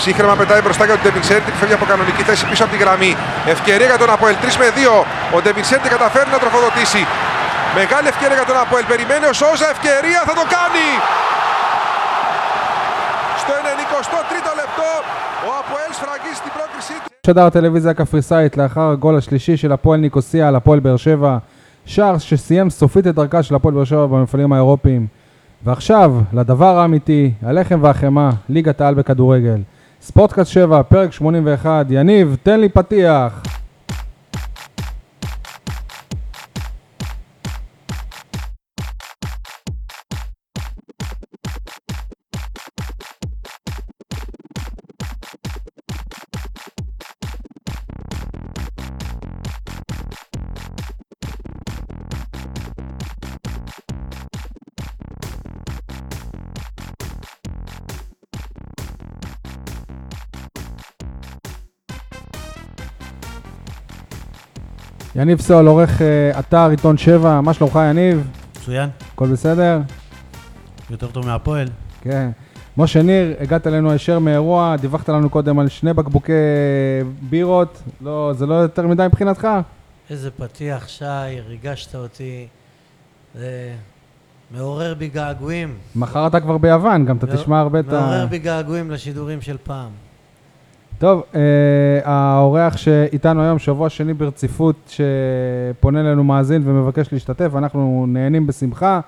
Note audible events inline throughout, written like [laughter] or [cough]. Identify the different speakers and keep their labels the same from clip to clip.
Speaker 1: Ψύχρεμα πετάει μπροστά για τον Ντεμπιξέντη που φεύγει από κανονική θέση πίσω από τη γραμμή. Ευκαιρία για τον Αποέλ. 3 με 2. Ο Ντεμπιξέντη καταφέρει να τροφοδοτήσει. Μεγάλη ευκαιρία για τον Αποέλ. Περιμένει ο Σόζα. Ευκαιρία θα το κάνει. Στο 93ο λεπτό ο Αποέλ σφραγίζει την πρόκρισή του.
Speaker 2: שדר הטלוויזיה הקפריסאית לאחר הגול השלישי של הפועל ניקוסיה על הפועל באר שבע, שער שסיים סופית את דרכה של הפועל באר שבע במפעלים האירופיים. ועכשיו, לדבר האמיתי, הלחם והחמאה, ליגת העל בכדורגל. ספורטקאסט 7, פרק 81, יניב, תן לי פתיח. יניב סול, עורך אה, אתר עיתון 7, מה שלומך יניב?
Speaker 3: מצוין,
Speaker 2: הכל בסדר?
Speaker 3: יותר טוב מהפועל.
Speaker 2: כן. משה ניר, הגעת אלינו הישר מאירוע, דיווחת לנו קודם על שני בקבוקי בירות, לא, זה לא יותר מדי מבחינתך?
Speaker 4: איזה פתיח, שי, ריגשת אותי. זה מעורר בי געגועים.
Speaker 2: מחר אתה כבר ביוון, גם אתה תשמע הרבה את ה...
Speaker 4: מעורר בי געגועים לשידורים של פעם.
Speaker 2: טוב, אה, האורח שאיתנו היום, שבוע שני ברציפות, שפונה אלינו מאזין ומבקש להשתתף, אנחנו נהנים בשמחה.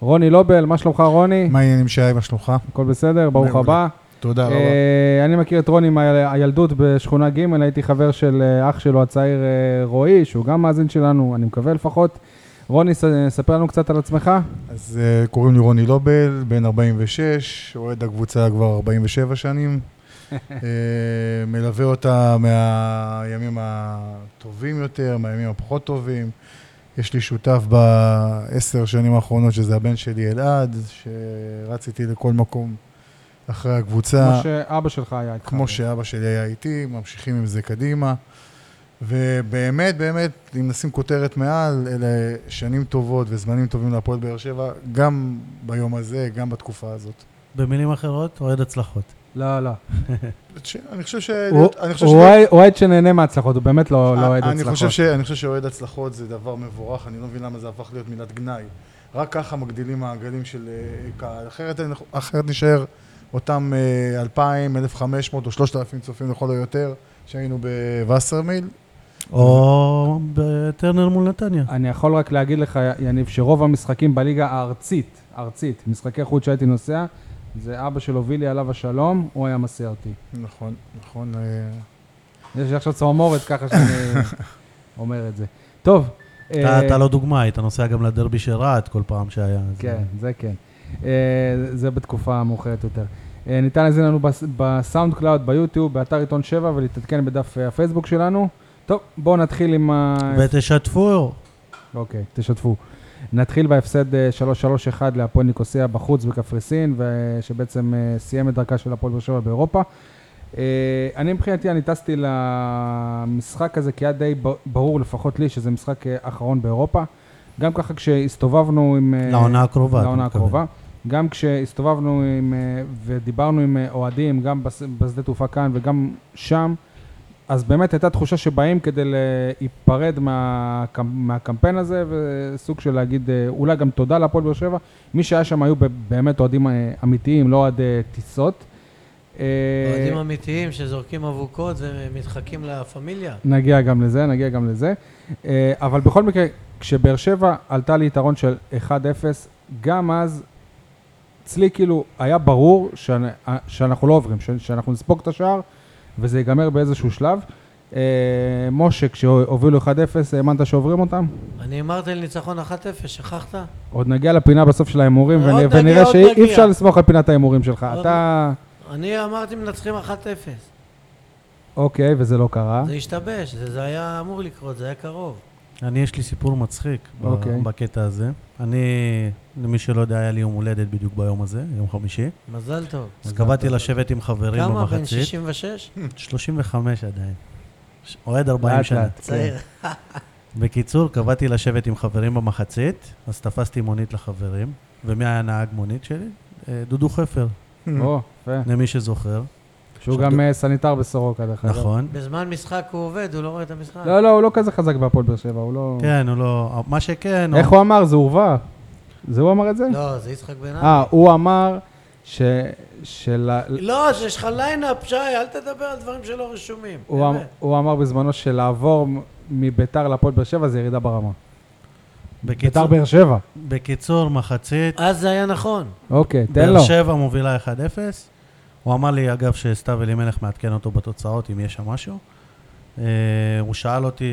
Speaker 2: רוני לובל, מה שלומך רוני?
Speaker 5: מה העניינים שי, מה שלומך?
Speaker 2: הכל בסדר, ברוך
Speaker 5: מעולה.
Speaker 2: הבא.
Speaker 5: תודה רבה.
Speaker 2: אה, אני מכיר את רוני מהילדות בשכונה ג', הייתי חבר של אה, אח שלו הצעיר אה, רועי, שהוא גם מאזין שלנו, אני מקווה לפחות. רוני, ס- ספר לנו קצת על עצמך.
Speaker 5: אז אה, קוראים לי רוני לובל, בן 46, אוהד הקבוצה כבר 47 שנים. אה, מלווה אותה מהימים הטובים יותר, מהימים הפחות טובים. יש לי שותף בעשר שנים האחרונות, שזה הבן שלי אלעד, שרץ איתי לכל מקום אחרי הקבוצה.
Speaker 2: כמו שאבא שלך היה איתך.
Speaker 5: כמו שאבא שלי היה איתי, ממשיכים עם זה קדימה. ובאמת, באמת, אם נשים כותרת מעל, אלה שנים טובות וזמנים טובים להפועל באר שבע, גם ביום הזה, גם בתקופה הזאת.
Speaker 3: במילים אחרות, אוהד הצלחות.
Speaker 4: אה.
Speaker 2: לא, לא.
Speaker 5: ש- אני חושב ש...
Speaker 2: הוא-
Speaker 5: אני חושב ש-
Speaker 2: הוא אוהד- אוהד שנהנה מההצלחות, הוא באמת לא לא אוהד
Speaker 5: אני חושב
Speaker 2: הצלחות.
Speaker 5: ש- אני חושב שאוהד הצלחות זה דבר מבורך, אני לא מבין למה זה הפך להיות מילת גנאי. רק ככה מגדילים מעגלים של אה, קהל, אחרת, אנחנו- אחרת נשאר אותם אה, 2,000, 1,500 או 3,000 צופים לכל היותר, שהיינו בווסרמיל,
Speaker 3: או בטרנר מול נתניה.
Speaker 2: אני יכול רק להגיד לך, יניב, שרוב המשחקים בליגה הארצית, ארצית, משחקי חוץ שהייתי נוסע, זה אבא של הובילי עליו השלום, הוא היה מסיע אותי.
Speaker 5: נכון, נכון. אה,
Speaker 2: יש לי עכשיו צמרמורת ככה
Speaker 5: [laughs]
Speaker 2: שאני אומר את זה. טוב.
Speaker 3: אתה
Speaker 2: אה,
Speaker 3: אתה לא דוגמה, היית נוסע גם לדרבי של רהט כל פעם שהיה. אז-
Speaker 2: כן, זה כן. אה, זה בתקופה מאוחרת יותר. אה, ניתן להזין לנו בס- בסאונד קלאוד, ביוטיוב, באתר עיתון 7 ולהתעדכן בדף אה, הפייסבוק שלנו. טוב, בואו נתחיל עם ה...
Speaker 3: ותשתפו,
Speaker 2: אוקיי, תשתפו. נתחיל בהפסד אה, 3-3-1 להפועל ניקוסיה בחוץ בקפריסין, ו- שבעצם אה, סיים את דרכה של הפועל באר שבע באירופה. אה, אני מבחינתי, אני טסתי למשחק הזה, כי היה די ב- ברור, לפחות לי, שזה משחק אה, אחרון באירופה. גם ככה כשהסתובבנו עם... אה,
Speaker 3: לעונה הקרובה. אתה
Speaker 2: לעונה
Speaker 3: מתכוון.
Speaker 2: הקרובה. גם כשהסתובבנו עם, אה, ודיברנו עם אה, אוהדים, גם בס- בשדה תעופה כאן וגם שם, אז באמת הייתה תחושה שבאים כדי להיפרד מהקמפ, מהקמפיין הזה, וסוג של להגיד אה, אולי גם תודה להפועל באר שבע. מי שהיה שם היו ב- באמת אוהדים אה, אמיתיים, לא אוהד אה, טיסות. אה,
Speaker 4: אוהדים אמיתיים שזורקים אבוקות ומתחקים לה פמיליה.
Speaker 2: נגיע גם לזה, נגיע גם לזה. אה, אבל בכל מקרה, כשבאר שבע עלתה ליתרון של 1-0, גם אז, אצלי כאילו היה ברור שאני, אה, שאנחנו לא עוברים, ש- שאנחנו נספוג את השער וזה ייגמר באיזשהו שלב. אה, משה, כשהובילו 1-0, האמנת שעוברים אותם?
Speaker 4: אני אמרתי לניצחון 1-0, שכחת?
Speaker 2: עוד נגיע לפינה בסוף של ההימורים,
Speaker 4: עוד
Speaker 2: ונ-
Speaker 4: נגיע,
Speaker 2: ונראה
Speaker 4: עוד
Speaker 2: שאי
Speaker 4: נגיע.
Speaker 2: אפשר לסמוך על פינת ההימורים שלך.
Speaker 4: עוד
Speaker 2: אתה...
Speaker 4: אני אמרתי מנצחים 1-0.
Speaker 2: אוקיי, וזה לא קרה.
Speaker 4: זה השתבש, זה זה היה אמור לקרות, זה היה קרוב.
Speaker 3: אני, יש לי סיפור מצחיק ב-
Speaker 2: אוקיי.
Speaker 3: בקטע הזה. אני, למי שלא יודע, היה לי יום הולדת בדיוק ביום הזה, יום חמישי.
Speaker 4: מזל טוב.
Speaker 3: אז קבעתי לשבת עם חברים
Speaker 4: כמה? בן
Speaker 3: במחצית.
Speaker 4: 66?
Speaker 2: אה?
Speaker 3: 35 עדיין. ש- אוהד 40
Speaker 2: לאט
Speaker 3: שנה.
Speaker 2: לאט. כן.
Speaker 4: צעיר.
Speaker 3: בקיצור, קבעתי לשבת עם חברים במחצית, אז תפסתי מונית לחברים, ומי היה נהג מונית שלי? אה, דודו חפר,
Speaker 2: או, יפה.
Speaker 3: למי שזוכר.
Speaker 2: שהוא גם אה, סניטר בסורוקה, דרך אגב.
Speaker 3: נכון.
Speaker 4: בזמן משחק הוא עובד, הוא לא רואה את המשחק.
Speaker 2: לא, לא, הוא לא כזה חזק בהפועל באר שבע, הוא לא...
Speaker 3: כן, הוא לא... מה שכן...
Speaker 2: איך הוא אמר? זה הורווה. זה הוא אמר את זה?
Speaker 4: לא, זה יצחק בן ארי.
Speaker 2: אה, הוא אמר ש... של...
Speaker 4: לא, אז יש לך ליינאפ, שי, אל תדבר על דברים שלא רשומים.
Speaker 2: הוא אמ-
Speaker 4: באמת.
Speaker 2: הוא אמר בזמנו שלעבור מ- מביתר להפועל באר שבע זה ירידה ברמה.
Speaker 3: בקיצור,
Speaker 2: ביתר באר שבע.
Speaker 3: בקיצור, מחצית,
Speaker 4: אז זה היה נכון.
Speaker 2: אוקיי, תן לו.
Speaker 3: באר שבע מובילה 1-0. הוא אמר לי, אגב, שסתיו אלימלך מעדכן אותו בתוצאות, אם יש שם משהו. אה, הוא שאל אותי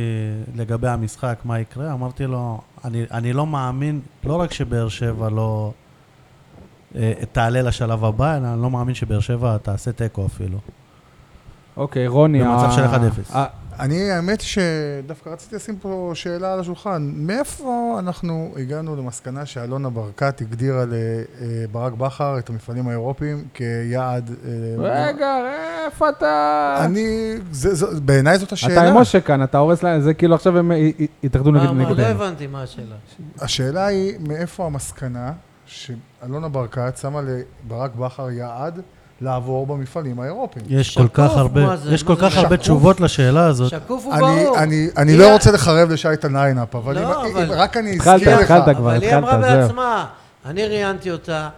Speaker 3: לגבי המשחק, מה יקרה, אמרתי לו, אני, אני לא מאמין, לא רק שבאר שבע לא אה, תעלה לשלב הבא, אלא אני לא מאמין שבאר שבע תעשה תיקו אפילו.
Speaker 2: אוקיי, רוני.
Speaker 3: במצב
Speaker 2: ה-
Speaker 3: של 1-0.
Speaker 2: ה-
Speaker 5: אני, האמת שדווקא רציתי לשים פה שאלה על השולחן. מאיפה אנחנו הגענו למסקנה שאלונה ברקת הגדירה לברק בכר את המפעלים האירופיים כיעד... אה,
Speaker 2: רגע, איפה אתה?
Speaker 5: אני, זה- זו- בעיניי זאת השאלה.
Speaker 2: אתה עם משה כאן, אתה הורס להם, זה כאילו עכשיו הם י- י- יתאחדו
Speaker 4: מה,
Speaker 2: נגד
Speaker 4: מה, לא
Speaker 2: נגדנו.
Speaker 4: הבנתי מה השאלה.
Speaker 5: השאלה היא, מאיפה המסקנה שאלונה ברקת שמה לברק בכר יעד לעבור במפעלים האירופיים?
Speaker 3: יש
Speaker 4: שקוף,
Speaker 3: כל כך הרבה,
Speaker 4: מה זה?
Speaker 3: יש
Speaker 4: מה
Speaker 3: כל
Speaker 4: זה?
Speaker 3: כך הרבה
Speaker 5: שקוף?
Speaker 3: תשובות לשאלה הזאת.
Speaker 4: שקוף הוא
Speaker 5: אני,
Speaker 4: ברור.
Speaker 5: אני, אני
Speaker 4: היא-
Speaker 5: לא רוצה לחרב לשי את הליינאפ, אבל,
Speaker 4: לא,
Speaker 5: אם,
Speaker 4: אבל-
Speaker 5: אם רק אני
Speaker 2: התחלת,
Speaker 5: אזכיר לך...
Speaker 2: התחלת. כבר
Speaker 4: אבל היא
Speaker 2: התחלת,
Speaker 4: אמרה
Speaker 2: זהו.
Speaker 4: בעצמה, אני ראיינתי אותה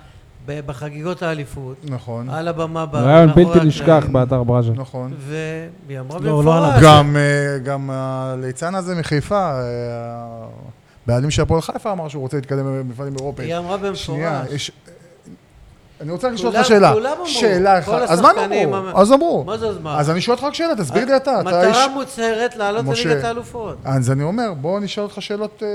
Speaker 4: ב- בחגיגות האליפות,
Speaker 5: נכון,
Speaker 4: על הבמה, ב-
Speaker 2: רעיון
Speaker 4: מאחורי
Speaker 2: בלתי נשכח
Speaker 4: הקלעים,
Speaker 2: באתר בראז'ה.
Speaker 5: נכון.
Speaker 4: והיא אמרה
Speaker 3: לא, לא
Speaker 4: במפורש.
Speaker 3: עליו.
Speaker 2: כן.
Speaker 5: גם, אה, גם הליצן הזה מחיפה, אה, הבעלים של הפועל חיפה אמר שהוא רוצה להתקדם במפעלים
Speaker 4: היא
Speaker 5: אירופיים.
Speaker 4: אמרה
Speaker 5: שנייה,
Speaker 4: במפורש.
Speaker 5: יש... אני רוצה לשאול
Speaker 4: כולם-
Speaker 5: אותך שאלה.
Speaker 4: כולם אמרו,
Speaker 5: שאלה אחת.
Speaker 4: כל
Speaker 5: אז מה הם
Speaker 4: השחקנים אמרו.
Speaker 5: אמרו? אז אמרו.
Speaker 4: מה זה אז מה?
Speaker 5: אז אני שואל אותך רק שאלה, תסביר לי אתה. אתה איש...
Speaker 4: מטרה מוצהרת לעלות
Speaker 5: משה.
Speaker 4: לליגת האלופות.
Speaker 5: אז אני אומר, בוא נשאל אותך שאלות... אה,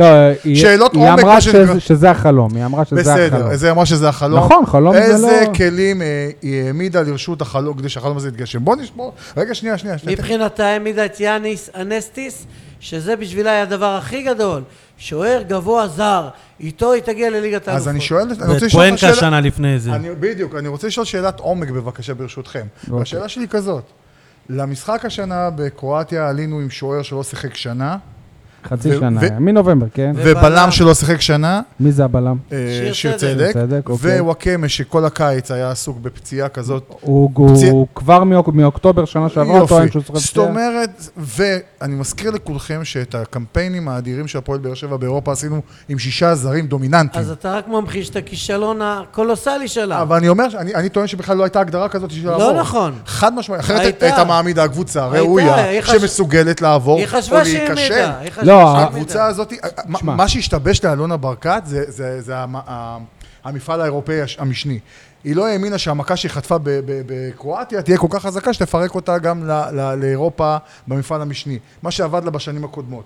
Speaker 2: לא, היא-
Speaker 5: שאלות
Speaker 2: היא
Speaker 5: עומק,
Speaker 2: אמרה
Speaker 5: מה שנקרא.
Speaker 2: שזה- שזה החלום, היא אמרה שזה החלום.
Speaker 5: בסדר, אז היא אמרה שזה החלום.
Speaker 2: נכון, חלום זה
Speaker 5: איזה
Speaker 2: לא-
Speaker 5: כלים אה, היא העמידה לרשות החלום, כדי שהחלום הזה יתגשם? בוא נשמור... רגע, שנייה, שנייה. שנייה.
Speaker 4: מבחינתה העמידה את יאניס אנסטיס, שזה בשבילה היה הדבר הכי גדול. שוער גבוה זר, איתו היא תגיע לליגת האלופות.
Speaker 5: אז אני שואל, אני רוצה לשאול אותך
Speaker 3: ופואנקה
Speaker 5: שאלה...
Speaker 3: שנה לפני זה.
Speaker 5: אני, בדיוק, אני רוצה לשאול שאלת עומק בבקשה ברשותכם.
Speaker 2: אוקיי.
Speaker 5: והשאלה שלי היא כזאת, למשחק השנה בקרואטיה עלינו עם שוער שלא שיחק שנה,
Speaker 2: חצי
Speaker 5: ו-
Speaker 2: שנה,
Speaker 5: ו-
Speaker 2: מנובמבר, כן?
Speaker 4: ובלם.
Speaker 5: ובלם שלא שיחק שנה,
Speaker 2: מי זה הבלם?
Speaker 5: אה,
Speaker 4: שיר
Speaker 5: שיר
Speaker 4: צדק.
Speaker 5: צדק,
Speaker 2: צדק, אוקיי.
Speaker 5: ווואקמה שכל הקיץ היה עסוק בפציעה כזאת.
Speaker 2: הוא
Speaker 5: פציע-
Speaker 2: הוא כבר מאוק- מאוקטובר שנה שעברה, טוען שהוא צריך
Speaker 5: זאת אומרת, ואני מזכיר לכולכם שאת הקמפיינים האדירים של הפועל באר שבע באירופה עשינו עם שישה זרים דומיננטיים.
Speaker 4: אז אתה רק ממחיש את הכישלון הקולוסלי שלה.
Speaker 5: אבל אני אומר, אני אני טוען שבכלל לא הייתה הגדרה כזאת של
Speaker 4: אה. לא
Speaker 5: לעבור.
Speaker 4: נכון.
Speaker 5: חד משמעית, אחרת
Speaker 4: הייתה.
Speaker 5: הייתה מעמידה קבוצה
Speaker 4: הייתה, היא
Speaker 5: ראויה,
Speaker 4: חש-
Speaker 5: שמסוגלת לעבור
Speaker 4: היא
Speaker 5: או
Speaker 4: חשבה שהיא
Speaker 5: להיכשל.
Speaker 4: העמידה. היא חשבה
Speaker 2: לא,
Speaker 4: שהיא העמידה.
Speaker 5: הקבוצה הזאת, אה, מה-
Speaker 2: תשמע.
Speaker 5: מה שהשתבש לאלונה ברקת זה- זה זה המ- ה- המפעל האירופאי הש- המשני. היא לא האמינה שהמכה שהיא חטפה ב- ב- בקרואטיה תהיה כל כך חזקה שתפרק אותה גם ל- ל- לאירופה במפעל המשני, מה שעבד לה בשנים הקודמות.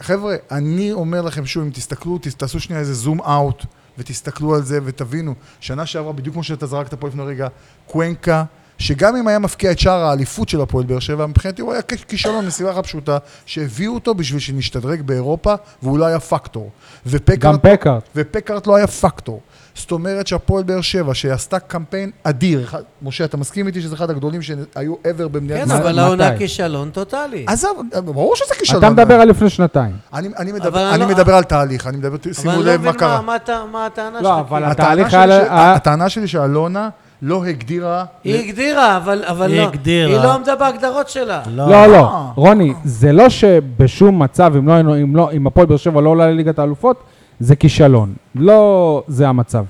Speaker 5: חבר'ה, אני אומר לכם שוב, אם תסתכלו, תס- תעשו שנייה איזה זום אאוט, ותסתכלו על זה, ותבינו, שנה שעברה, בדיוק כמו שאתה זרקת פה לפני רגע, קוונקה, שגם אם היה מפקיע את שער האליפות של הפועל באר שבע, מבחינתי הוא היה כ- כישלון מסיבה אחת פשוטה, שהביאו אותו בשביל שנשתדרג באירופה, והוא לא היה פקטור.
Speaker 2: גם
Speaker 5: ופקארט
Speaker 2: פקארט.
Speaker 5: ופקארט לא היה פקטור. זאת אומרת שהפועל באר שבע, שעשתה קמפיין אדיר, אחד- משה, אתה מסכים איתי שזה אחד הגדולים שהיו ever במדינת
Speaker 4: כן,
Speaker 5: ישראל?
Speaker 4: אבל
Speaker 2: מתי?
Speaker 4: העונה כישלון טוטאלי.
Speaker 5: עזוב, ברור שזה כישלון.
Speaker 2: אתה מדבר על לפני שנתיים.
Speaker 5: אני, אני,
Speaker 4: אבל
Speaker 5: מדבר,
Speaker 4: אני
Speaker 5: אני
Speaker 4: לא-
Speaker 5: מדבר על תהליך, אני מדבר, שימו
Speaker 4: אבל
Speaker 5: לב מה
Speaker 4: אני לא מבין מה-
Speaker 5: קרה.
Speaker 4: מה הט- מה הטענה
Speaker 2: לא,
Speaker 4: שלך.
Speaker 2: אבל
Speaker 4: כאילו.
Speaker 2: התהליך
Speaker 5: הטענה
Speaker 2: היה-
Speaker 5: שלי ש-
Speaker 2: היה-
Speaker 5: הטענה שלי שאלונה לא הגדירה...
Speaker 4: היא הגדירה, אבל אבל
Speaker 3: היא
Speaker 4: לא.
Speaker 3: הגדירה.
Speaker 4: היא לא עמדה בהגדרות שלה.
Speaker 5: אה.
Speaker 2: לא, לא. רוני, זה לא שבשום מצב, אם לא היינו, אם לא, אם הפועל באר שבע לא עולה לליגת האלופות, זה כישלון. לא זה המצב.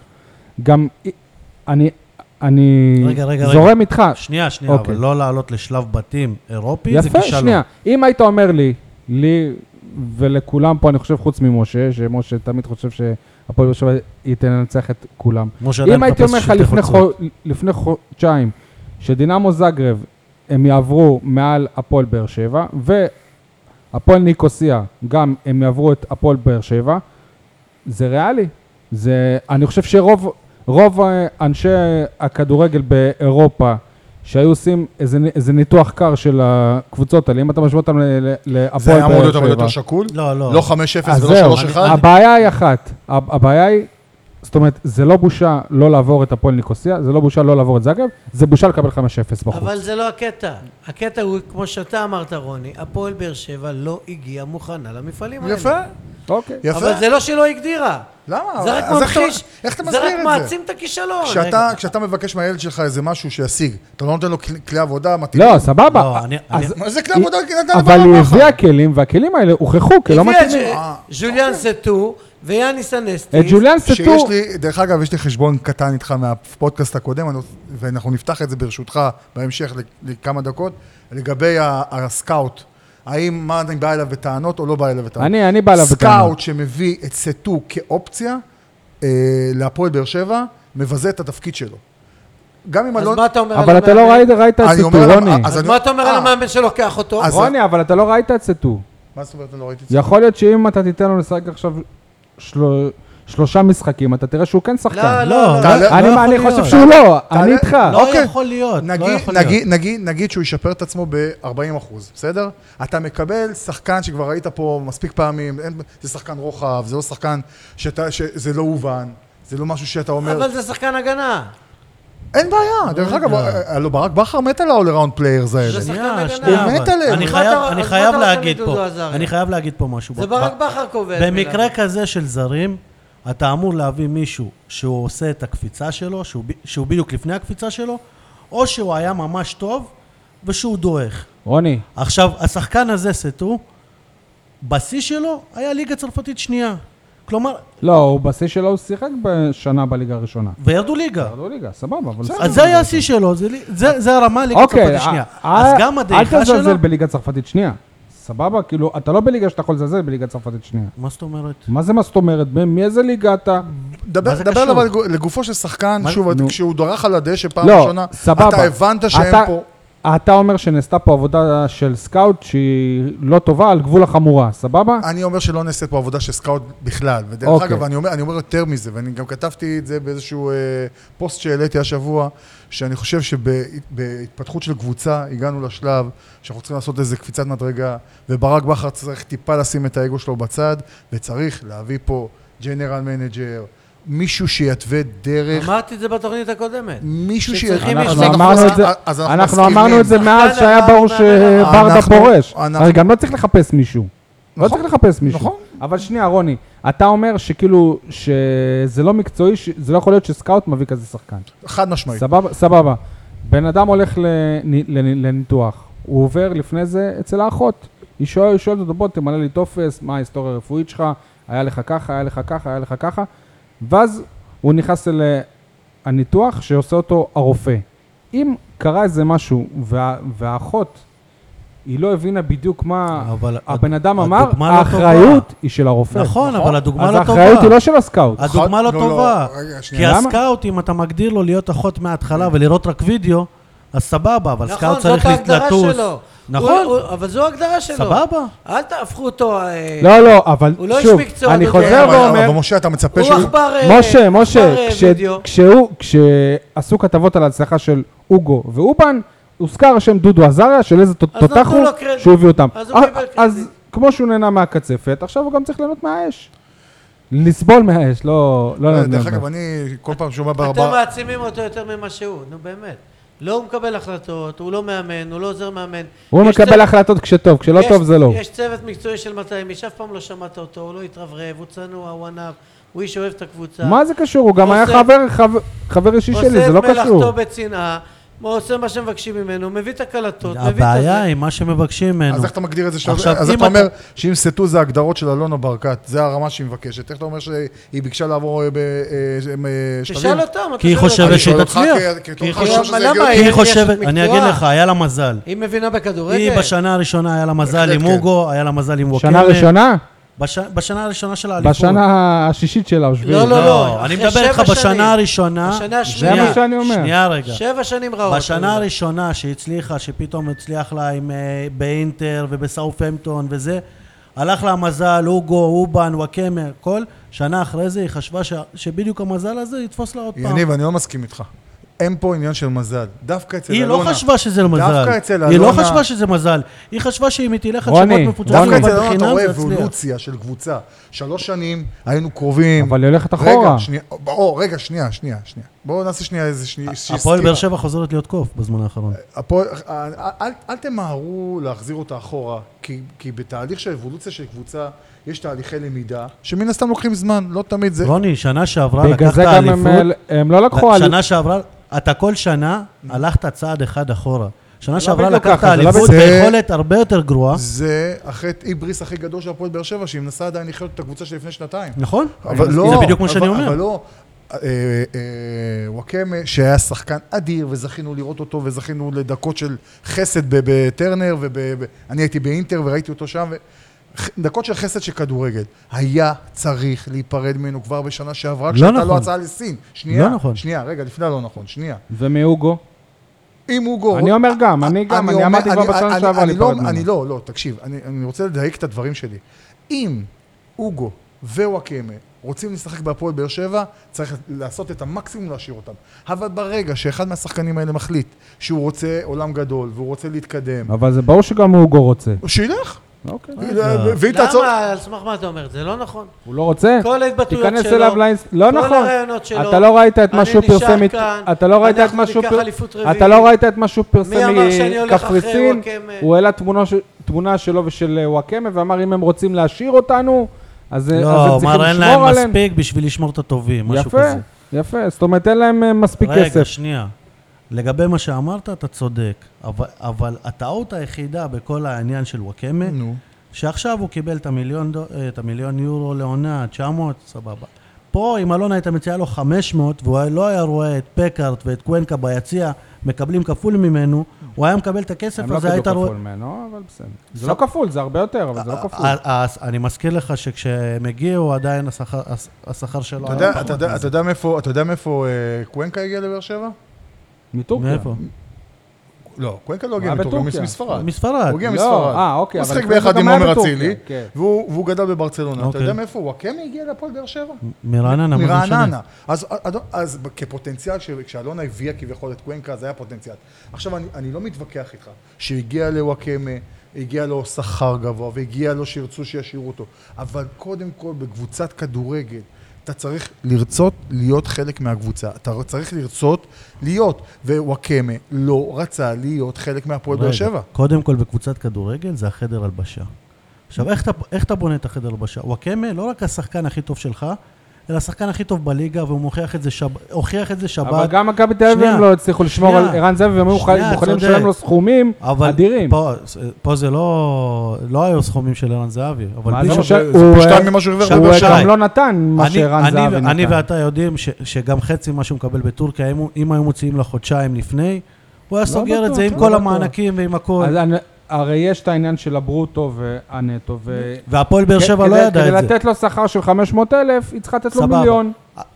Speaker 2: גם אי- אני, אני
Speaker 3: רגע, רגע, רגע.
Speaker 2: זורם איתך.
Speaker 3: שנייה, שנייה, אבל
Speaker 2: אוקיי.
Speaker 3: לא לעלות לשלב בתים אירופי זה
Speaker 2: יפה,
Speaker 3: כישלון.
Speaker 2: שנייה. אם היית אומר לי, לי ולכולם פה, אני חושב, חוץ ממשה, שמשה תמיד חושב שהפועל באר שבע היא תנצח את כולם.
Speaker 3: משה עדיין
Speaker 2: אם הייתי
Speaker 3: מחפש
Speaker 2: אומר לך
Speaker 3: שותף
Speaker 2: לפני,
Speaker 3: רצוי.
Speaker 2: חו... לפני חודשיים שדינמו זגרב הם יעברו מעל הפועל באר שבע והפועל ניקוסיה גם הם יעברו את הפועל באר שבע זה ריאלי. זה, אני חושב שרוב רוב אה, אנשי הכדורגל באירופה שהיו עושים איזה, איזה ניתוח קר של הקבוצות האלה, אם אתה משווה אותם ל- ל-
Speaker 5: זה
Speaker 2: להפועל
Speaker 5: היה אמור
Speaker 2: באר
Speaker 5: להיות אבל
Speaker 2: שבע.
Speaker 5: יותר שקול?
Speaker 3: לא, לא.
Speaker 5: לא 5-0
Speaker 2: אז זהו,
Speaker 5: ולא 3-1?
Speaker 2: הבעיה היא אחת, הב- הבעיה היא, זאת אומרת, זה לא בושה לא לעבור את הפועל ניקוסיה, זה לא בושה לא לעבור את זאגב, זה בושה לקבל 5-0 בחוץ.
Speaker 4: אבל זה לא הקטע. הקטע הוא, כמו שאתה אמרת, רוני, הפועל באר שבע לא הגיעה מוכנה למפעלים האלה.
Speaker 5: יפה.
Speaker 2: אוקיי.
Speaker 5: יפה.
Speaker 4: אבל זה לא שלא הגדירה.
Speaker 5: למה?
Speaker 4: זה רק
Speaker 5: אז איך אתה-
Speaker 4: ממחיש,
Speaker 5: איך אתה
Speaker 4: זה
Speaker 5: מסביר
Speaker 4: רק
Speaker 5: את זה?
Speaker 4: מעצים את הכישלון.
Speaker 5: כשאתה, כשאתה מבקש מהילד שלך איזה משהו שישיג, אתה לא נותן לו כלי, כלי עבודה מתאימים?
Speaker 2: לא, סבבה.
Speaker 3: לא, אני-
Speaker 2: אז-
Speaker 5: מה זה כלי עבודה? לא נתן
Speaker 2: אבל הוא
Speaker 5: לבן בכר.
Speaker 2: הביא הכלים, והכלים האלה הוכחו לא כלא
Speaker 4: הביאה את
Speaker 2: מתאימים.
Speaker 5: אה,
Speaker 4: ז'- ז'וליאן סטו ויאניס אנסטיס.
Speaker 2: את ג'וליאן סטו,
Speaker 5: שיש לי, דרך אגב, יש לי חשבון קטן איתך מהפודקאסט הקודם, אני רוצ- ואנחנו נפתח את זה ברשותך בהמשך ל- לכמה דקות, לגבי ה- הסקאוט. האם, מה אני בא אליו בטענות או לא בא אליו בטענות?
Speaker 2: אני- אני בא אליו בטענות.
Speaker 5: סקאוט שמביא את סטו כאופציה אה, להפועל באר שבע, מבזה את התפקיד שלו. גם אם
Speaker 4: אז
Speaker 5: אלון...
Speaker 4: מה אתה אומר על
Speaker 2: אבל אתה לא
Speaker 4: המאמן?
Speaker 2: ראית- ראית את
Speaker 5: אני
Speaker 2: סטו,
Speaker 5: אומר להם,
Speaker 2: רוני.
Speaker 5: אז
Speaker 4: אז
Speaker 5: אני-
Speaker 4: מה אתה אומר על
Speaker 5: אה.
Speaker 4: המאמן שלוקח אותו?
Speaker 5: אז-
Speaker 2: רוני, אבל אתה לא ראית את סטו.
Speaker 5: מה זאת אומרת, אני לא ראיתי את זה?
Speaker 2: יכול להיות שאם אתה תיתן לו לשחק עכשיו של- שלושה משחקים, אתה תראה שהוא כן
Speaker 4: לא,
Speaker 2: שחקן.
Speaker 4: לא, לא.
Speaker 5: אתה-
Speaker 2: אני-
Speaker 3: לא יכול
Speaker 2: אני
Speaker 3: להיות.
Speaker 2: חושב שהוא לא, אני איתך.
Speaker 3: לא
Speaker 5: אוקיי.
Speaker 3: יכול להיות, לא
Speaker 5: נגיד,
Speaker 3: יכול להיות.
Speaker 5: נגיד, נגיד, נגיד שהוא ישפר את עצמו ב-40 אחוז, בסדר? אתה מקבל שחקן שכבר ראית פה מספיק פעמים, אין, זה שחקן רוחב, זה לא שחקן שאתה, שזה לא הובן, זה לא משהו שאתה אומר...
Speaker 4: אבל זה שחקן הגנה.
Speaker 5: אין בעיה, דרך אגב, הלו ברק בכר מת על ה-all-around players האלה.
Speaker 4: זה שחקן
Speaker 3: שנייה,
Speaker 4: הגנה.
Speaker 3: שנייה,
Speaker 5: הוא
Speaker 3: אבל-
Speaker 5: מת עליהם.
Speaker 3: אני
Speaker 4: אז
Speaker 3: חייב-
Speaker 4: מה אתה-
Speaker 3: אני
Speaker 4: אז
Speaker 3: חייב
Speaker 4: מה אתה רוצה
Speaker 3: להגיד
Speaker 4: מדודו
Speaker 3: פה,
Speaker 4: עזריה?
Speaker 3: אני חייב להגיד פה משהו.
Speaker 4: זה
Speaker 3: ב-
Speaker 4: ברק
Speaker 3: ב-
Speaker 4: בכר קובע. את
Speaker 3: במקרה
Speaker 4: מילה.
Speaker 3: כזה של זרים, אתה אמור להביא מישהו שהוא עושה את הקפיצה שלו, שהוא ב- שהוא בדיוק לפני הקפיצה שלו, או שהוא היה ממש טוב ושהוא דועך.
Speaker 2: רוני,
Speaker 3: עכשיו, השחקן הזה, סטו, בשיא שלו היה ליגה צרפתית שנייה. כלומר,
Speaker 2: לא, הוא בשיא שלו הוא שיחק בשנה בליגה הראשונה.
Speaker 3: וירדו ליגה.
Speaker 2: לא ליגה, סבבה, אבל...
Speaker 3: אז זה היה השיא שלו, זה לי- זה זה הרמה ליגה
Speaker 2: אוקיי,
Speaker 3: צרפתית שנייה.
Speaker 2: אה,
Speaker 3: אז גם
Speaker 2: אל
Speaker 3: הדעיכה שלו...
Speaker 2: תזלזל בליגה צרפתית שנייה. סבבה, כאילו, אתה לא בליגה שאתה יכול לזלזל בליגה צרפתית שנייה.
Speaker 3: מה זאת אומרת?
Speaker 2: מה זה מה זאת אומרת? מ- מאיזה ליגה אתה?
Speaker 5: דבר,
Speaker 3: מה זה
Speaker 5: דבר
Speaker 3: קשור?
Speaker 5: אבל לגו- לגופו של שחקן,
Speaker 3: מה-
Speaker 5: שוב,
Speaker 2: נו.
Speaker 5: כשהוא דרך על הדשא פעם
Speaker 2: לא,
Speaker 5: ראשונה,
Speaker 2: סבבה.
Speaker 5: אתה הבנת שהם
Speaker 2: אתה-
Speaker 5: פה.
Speaker 2: אתה אומר שנעשתה פה עבודה של סקאוט שהיא לא טובה על גבול החמורה, סבבה?
Speaker 5: אני אומר שלא נעשית פה עבודה של סקאוט בכלל. ודרך
Speaker 2: אוקיי.
Speaker 5: אגב, אני אומר, אני אומר יותר מזה, ואני גם כתבתי את זה באיזשהו אה, פוסט שהעליתי השבוע, שאני חושב שבהתפתחות של קבוצה הגענו לשלב שאנחנו צריכים לעשות איזה קפיצת מדרגה, וברק בכר צריך טיפה לשים את האגו שלו בצד, וצריך להביא פה ג'נרל מנג'ר, מישהו שיתווה דרך,
Speaker 4: אמרתי את זה בתוכנית הקודמת.
Speaker 5: מישהו
Speaker 4: שצריכים
Speaker 2: אנחנו
Speaker 4: מישהו.
Speaker 2: אמרנו את זה,
Speaker 5: אז אנחנו
Speaker 2: אנחנו
Speaker 5: מסכימים.
Speaker 2: אמרנו את זה מאז
Speaker 4: שחקן
Speaker 2: שהיה
Speaker 4: עבר,
Speaker 2: ברור
Speaker 4: מאמן
Speaker 2: שברדה
Speaker 5: אנחנו-
Speaker 2: פורש.
Speaker 5: אנחנו-
Speaker 2: הרי גם לא צריך לחפש מישהו. לא
Speaker 5: נכון,
Speaker 2: צריך לחפש מישהו.
Speaker 5: נכון.
Speaker 2: אבל שנייה, רוני, אתה אומר שכאילו, שזה לא מקצועי, ש- זה לא יכול להיות שסקאוט מביא כזה שחקן.
Speaker 5: חד משמעית.
Speaker 2: סבבה, סבבה. בן אדם הולך לני- לני- לניתוח, הוא עובר לפני זה אצל האחות. היא שואל- היא שואלת אותו, בוא תמלא לי טופס, מה ההיסטוריה הרפואית שלך, היה לך ככה, היה לך ככה, היה לך ככה. ואז הוא נכנס אל אה, הניתוח שעושה אותו הרופא. אם קרה איזה משהו וה- והאחות, היא לא הבינה בדיוק מה
Speaker 3: אבל
Speaker 2: הבן אדם
Speaker 3: הד-
Speaker 2: אמר,
Speaker 3: הדוגמה לא
Speaker 2: האחריות היא של הרופא.
Speaker 3: נכון, אבל הדוגמה
Speaker 2: אז
Speaker 3: לא טובה.
Speaker 2: האחריות היא לא של הסקאוט.
Speaker 3: הדוגמה לא
Speaker 5: לא, לא,
Speaker 3: טובה.
Speaker 5: רגע,
Speaker 3: כי
Speaker 5: שנייה. כן.
Speaker 2: למה?
Speaker 3: הסקאוט, אם אתה מגדיר לו להיות אחות מההתחלה ולראות רק וידאו, אז סבבה, אבל
Speaker 4: נכון,
Speaker 3: סקאוט
Speaker 4: זאת
Speaker 3: צריך
Speaker 4: ההגדרה
Speaker 3: לטוס.
Speaker 4: שלו.
Speaker 3: נכון,
Speaker 4: הוא- לא- הוא- אבל זו ההגדרה שלו.
Speaker 3: סבבה.
Speaker 4: אל תהפכו אותו... אה,
Speaker 2: לא, לא, אבל
Speaker 4: הוא לא איש
Speaker 2: שוב,
Speaker 4: מקצוע,
Speaker 2: אני
Speaker 4: דודו.
Speaker 5: כן,
Speaker 2: חוזר
Speaker 5: אבל-
Speaker 2: ואומר,
Speaker 5: אבל משה, אתה מצפה
Speaker 4: הוא
Speaker 5: שהוא...
Speaker 4: עכבר... אה,
Speaker 2: משה, משה,
Speaker 4: עכבר, אה,
Speaker 2: כש-
Speaker 4: וידאו.
Speaker 2: כשהוא, כשעשו כתבות על ההצלחה של אוגו ואובן, הוזכר השם דודו עזריה של איזה תות-
Speaker 4: אז נתנו
Speaker 2: תותח הוא
Speaker 4: לו קרדיט.
Speaker 2: שהוא הביא אותם.
Speaker 4: אז הוא
Speaker 2: אה,
Speaker 4: קיבל קרדיט.
Speaker 2: אז כמו שהוא נהנה מהקצפת, עכשיו הוא גם צריך ליהנות מהאש. לסבול מהאש, לא... לא
Speaker 5: אה,
Speaker 2: ליהנות
Speaker 5: דרך
Speaker 2: מהאש.
Speaker 5: אגב, אני כל פעם שומע
Speaker 4: אתם
Speaker 5: ברבר...
Speaker 4: מעצימים אותו יותר ממה שהוא, נו באמת. לא הוא מקבל החלטות, הוא לא מאמן, הוא לא עוזר מאמן.
Speaker 2: הוא
Speaker 4: יש צוות-
Speaker 2: מקבל החלטות כשטוב, כשלא
Speaker 4: יש-
Speaker 2: טוב זה לא.
Speaker 4: יש צוות מקצועי של 200 איש, אף פעם לא שמעת אותו, הוא לא התרברב, הוא צנוע, הוא ענב, הוא איש אוהב את הקבוצה.
Speaker 2: מה זה קשור? הוא גם היה
Speaker 4: עושה-
Speaker 2: חבר- חבר- חבר אישי שלי, זה לא
Speaker 4: עושה את מלאכתו
Speaker 2: קשור.
Speaker 4: בצנעה, הוא עושה מה שמבקשים ממנו, מביא את הקלטות, מביא לא את
Speaker 3: הבעיה
Speaker 4: הזה.
Speaker 3: היא מה שמבקשים ממנו.
Speaker 5: אז איך אתה מגדיר את זה? עכשיו,
Speaker 3: עכשיו,
Speaker 5: אז
Speaker 3: אם
Speaker 5: אתה אומר
Speaker 3: אתה-
Speaker 5: שאם סטו זה הגדרות של אלונה ברקת, זה הרמה שהיא מבקשת. איך אתה אומר שהיא ביקשה לעבור אה, ב- אה, אה, שלבים?
Speaker 4: תשאל אותם, אתה
Speaker 3: כי היא
Speaker 4: שואל
Speaker 3: חושבת
Speaker 4: אותם.
Speaker 5: אני שואל אותך
Speaker 3: שתצליח.
Speaker 5: כ- כי
Speaker 3: כי
Speaker 5: אתה חושב
Speaker 4: היא-
Speaker 5: שזה
Speaker 4: אבל למה
Speaker 5: הגיוני.
Speaker 3: כי
Speaker 4: היא
Speaker 3: היא
Speaker 4: אשת
Speaker 3: חושבת,
Speaker 4: מקצוע.
Speaker 3: אני אגיד לך, היה לה מזל.
Speaker 4: היא מבינה בכדורגל.
Speaker 3: היא בשנה הראשונה היה לה מזל
Speaker 5: בהחלט
Speaker 3: עם
Speaker 5: כן.
Speaker 3: אוגו, היה לה מזל עם ווקאמה.
Speaker 2: שנה
Speaker 4: כן.
Speaker 2: ראשונה?
Speaker 3: בש- בשנה הראשונה של האליפות.
Speaker 2: בשנה השישית שלה, או שביעית.
Speaker 4: לא, לא,
Speaker 3: לא, אני
Speaker 4: אחרי
Speaker 3: מדבר איתך
Speaker 4: שבע שנים.
Speaker 3: בשנה הראשונה.
Speaker 4: בשנה
Speaker 2: זה
Speaker 4: השנייה.
Speaker 3: שנייה,
Speaker 2: מה שאני אומר.
Speaker 3: שנייה רגע.
Speaker 4: שבע שנים רעות.
Speaker 3: בשנה הראשונה שהצליחה, שפתאום הצליח לה עם, אה, באינטר ובסאופהמפטון וזה, הלך לה המזל, אוגו, אובן, וואקמה, כל. שנה אחרי זה היא חשבה ש... שבדיוק המזל הזה יתפוס לה עוד פעם.
Speaker 5: יניב, אני לא מסכים איתך. אין פה עניין של מזל. דווקא אצל
Speaker 3: היא
Speaker 5: אלונה.
Speaker 3: לא חשבה שזה מזל.
Speaker 5: דווקא אצל
Speaker 3: היא לא
Speaker 5: אלונה-
Speaker 3: חשבה שזה מזל. היא חשבה שאם היא תלך על
Speaker 2: רוני,
Speaker 3: שמות מפוצצים
Speaker 2: רוני.
Speaker 5: דווקא אצל אלונה אתה
Speaker 3: בחינם,
Speaker 5: רואה
Speaker 3: זה יצליח.
Speaker 5: אבולוציה של קבוצה. שלוש שנים היינו קרובים.
Speaker 2: אבל היא הולכת
Speaker 5: רגע,
Speaker 2: אחורה.
Speaker 5: שנייה, או, רגע, שנייה, שנייה, שנייה. בואו נעשה שנייה איזה שנייה...
Speaker 3: הפועל באר שבע חוזרת להיות קוף בזמן האחרון.
Speaker 5: הפועל, אל, אל, אל תמהרו להחזיר אותה אחורה, כי, כי בתהליך של אבולוציה של קבוצה יש תהליכי למידה, שמן הסתם לוקחים זמן, לא תמיד זה...
Speaker 3: רוני, שנה שעברה
Speaker 2: בגלל
Speaker 3: לקחת
Speaker 2: זה גם הם,
Speaker 3: אליפות,
Speaker 2: הם לא לקחו אליפות.
Speaker 3: שנה שעברה, אתה כל שנה הלכת צעד אחד אחורה. שנה
Speaker 2: לא
Speaker 3: שעברה
Speaker 2: בדיוק
Speaker 3: לקחת
Speaker 2: ככה, זה לא
Speaker 3: אליפות
Speaker 5: בדיוק-
Speaker 3: ביכולת הרבה יותר גרועה.
Speaker 5: זה החטא איבריס הכי גדול של הפועל באר שבע, שהיא מנסה עדיין לחיות את הקבוצה שלפני שנתיים.
Speaker 3: נכון?
Speaker 5: אבל
Speaker 3: אני
Speaker 5: לא,
Speaker 3: מסכים. זה בדיוק מה שאני
Speaker 5: אבל-
Speaker 3: אומר.
Speaker 5: אבל לא, אה, אה, וואקמה, שהיה שחקן אדיר, וזכינו לראות אותו, וזכינו לדקות של חסד ב- בטרנר, ואני הייתי באינטר וראיתי אותו שם, ו- ח- דקות של חסד של כדורגל. היה צריך להיפרד ממנו כבר בשנה שעברה,
Speaker 3: לא
Speaker 5: כשהייתה לו
Speaker 3: נכון.
Speaker 5: הצעה לסין. שנייה,
Speaker 3: לא נכון.
Speaker 5: שנייה, רגע, לפני הלא נכון, שנייה.
Speaker 2: ומהוגו.
Speaker 5: אם הוא גורם...
Speaker 2: אני אומר גם, אני גם, אני אמרתי כבר בשנה שעברה
Speaker 5: להיפרד
Speaker 2: להיפרד
Speaker 5: ממנו. אני
Speaker 2: ממנו.
Speaker 5: לא, לא, תקשיב, אני, אני רוצה לדייק את הדברים שלי. אם אוגו ווואקמה רוצים לשחק בהפועל באר שבע, צריך לעשות את המקסימום להשאיר אותם. אבל ברגע שאחד מהשחקנים האלה מחליט שהוא רוצה עולם גדול והוא רוצה להתקדם,
Speaker 2: אבל זה ברור שגם מהוגו רוצה.
Speaker 5: שילך. אה,
Speaker 2: אוקיי.
Speaker 5: ואם תעצור...
Speaker 4: למה? על סמך מה אתה אומר? זה לא נכון.
Speaker 2: הוא לא רוצה?
Speaker 4: כל ההתבטאויות שלו,
Speaker 2: תיכנס אליו לאינסט... לא
Speaker 4: כל
Speaker 2: נכון.
Speaker 4: הרעיונות שלו.
Speaker 2: אתה לא ראית את מה
Speaker 4: אני
Speaker 2: שהוא
Speaker 4: נשאר
Speaker 2: פרסם... אית-
Speaker 4: כאן,
Speaker 2: אתה לא ראית את
Speaker 4: אנחנו
Speaker 2: מה שהוא
Speaker 4: ניקח
Speaker 2: פר-
Speaker 4: אליפות
Speaker 2: אתה
Speaker 4: רביעית.
Speaker 2: לא ראית את מה שהוא
Speaker 4: מי
Speaker 2: פרסם
Speaker 4: אמר שאני הולך אחרי
Speaker 2: מקפריסין,
Speaker 4: וואקמה?
Speaker 2: הוא העלה תמונו של- תמונה שלו ושל אה, וואקמה ואמר אם הם רוצים להשאיר אותנו, אז אה, אז הם
Speaker 3: לא,
Speaker 2: צריכים
Speaker 3: אמר אין להם
Speaker 2: לשמור עליהם.
Speaker 3: מספיק בשביל לשמור את הטובים, משהו
Speaker 2: יפה,
Speaker 3: כזה.
Speaker 2: יפה, זאת אומרת אין להם אה, מספיק
Speaker 3: רגע,
Speaker 2: כסף.
Speaker 3: שנייה. לגבי מה שאמרת, אתה צודק, אבל, אבל הטעות היחידה בכל העניין של וואקמה,
Speaker 5: נו.
Speaker 3: שעכשיו הוא קיבל את המיליון, דו- אה, את המיליון יורו לעונה, 900, סבבה. פה, אם אלונה הייתה מציעה לו 500, והוא לא היה רואה את פקארט ואת קוונקה ביציע מקבלים כפול ממנו, הוא היה מקבל את הכסף
Speaker 2: הם לא
Speaker 3: הזה, היית
Speaker 2: קיבלו
Speaker 3: רואה...
Speaker 2: כפול ממנו, אבל בסדר. זה לא כפול, זה הרבה יותר, אבל זה
Speaker 3: אה,
Speaker 2: לא כפול.
Speaker 3: ה- ה- ה- אני מזכיר לך שכשהם הגיעו, עדיין השכר- הש- השכר שלו
Speaker 5: אתה יודע-
Speaker 3: פחות
Speaker 5: אתה יודע-
Speaker 3: מזה.
Speaker 5: אתה יודע מאיפה- אתה יודע מאיפה אה, קוונקה הגיע לבאר שבע?
Speaker 2: מטורקיה.
Speaker 3: מאיפה?
Speaker 5: לא, קוונקה לא הגיע
Speaker 2: הוא היה
Speaker 5: מטורקיה,
Speaker 2: בטורקיה.
Speaker 5: הוא מספרד.
Speaker 3: מספרד.
Speaker 5: הוא הגיע
Speaker 2: לא,
Speaker 5: מספרד.
Speaker 2: אה, אוקיי,
Speaker 5: הוא
Speaker 2: אבל
Speaker 5: שיחק
Speaker 2: לפני זה
Speaker 5: ביחד
Speaker 2: גם
Speaker 5: עם
Speaker 2: היה
Speaker 5: עומר
Speaker 2: בטורקיה,
Speaker 5: אצילי,
Speaker 2: כן.
Speaker 5: והוא והוא גדל בברצלונה. אתה
Speaker 3: אוקיי.
Speaker 5: יודע מאיפה הוא? וואקמה הגיע להפועל באר שבע.
Speaker 3: מרעננה, מה זה משנה?
Speaker 5: מרעננה. אז- אז- אז כפוטנציאל, ש- כשאלונה הביאה כביכול את קוונקה, זה היה פוטנציאל. עכשיו, אני- אני לא מתווכח איתך שהגיע לוואקמה, הגיע לו שכר גבוה, והגיע לו שירצו שישאירו אותו, אבל קודם כל בקבוצת כדורגל. אתה צריך לרצות להיות חלק מהקבוצה, אתה צריך לרצות להיות, ווואקמה לא רצה להיות חלק מהפועל באר
Speaker 3: רגע,
Speaker 5: לא שבע.
Speaker 3: קודם כל בקבוצת כדורגל זה החדר הלבשה. עכשיו, איך אתה, איך אתה בונה את החדר הלבשה? וואקמה לא רק השחקן הכי טוב שלך, אלא השחקן הכי טוב בליגה, והוא מוכיח את זה, שב, הוכיח את זה שבת.
Speaker 2: אבל גם מכבי תל אביב
Speaker 3: שנייה.
Speaker 2: הם לא הצליחו לשמור על
Speaker 3: שנייה.
Speaker 2: ערן זאבי, והם היו
Speaker 3: שנייה,
Speaker 2: חי- מוכנים
Speaker 3: צודק.
Speaker 2: לשלם לו סכומים
Speaker 3: אבל
Speaker 2: אדירים.
Speaker 3: פה, אה, פה זה לא, לא היו סכומים של ערן זהבי, אבל
Speaker 2: מה
Speaker 3: בלי
Speaker 2: זה
Speaker 3: שום-
Speaker 2: משנה?
Speaker 5: זה זה
Speaker 2: הוא-
Speaker 5: פי שתיים ממה שהוא הרוויח
Speaker 3: שי
Speaker 2: הוא
Speaker 5: בבאר שבע.
Speaker 2: גם לא נתן מה
Speaker 3: אני-
Speaker 2: שערן
Speaker 3: אני-
Speaker 2: זהבי נתן.
Speaker 3: אני ואתה יודעים ש, שגם חצי מה שהוא מקבל בטורקיה, אם, הוא- אם היו מוציאים לו חודשיים לפני, הוא היה
Speaker 2: לא
Speaker 3: סוגר
Speaker 2: בטוח,
Speaker 3: את זה עם
Speaker 2: לא
Speaker 3: כל
Speaker 2: בטוח.
Speaker 3: המענקים ועם הכל.
Speaker 2: אז אני- הרי יש את העניין של הברוטו והנטו, ו...
Speaker 3: והפועל באר שבע
Speaker 2: כ-
Speaker 3: לא
Speaker 2: כדי-
Speaker 3: ידע את זה.
Speaker 2: כדי לתת לו שכר של 500 אלף, היא צריכה לתת לו
Speaker 3: סבבה.
Speaker 2: מיליון.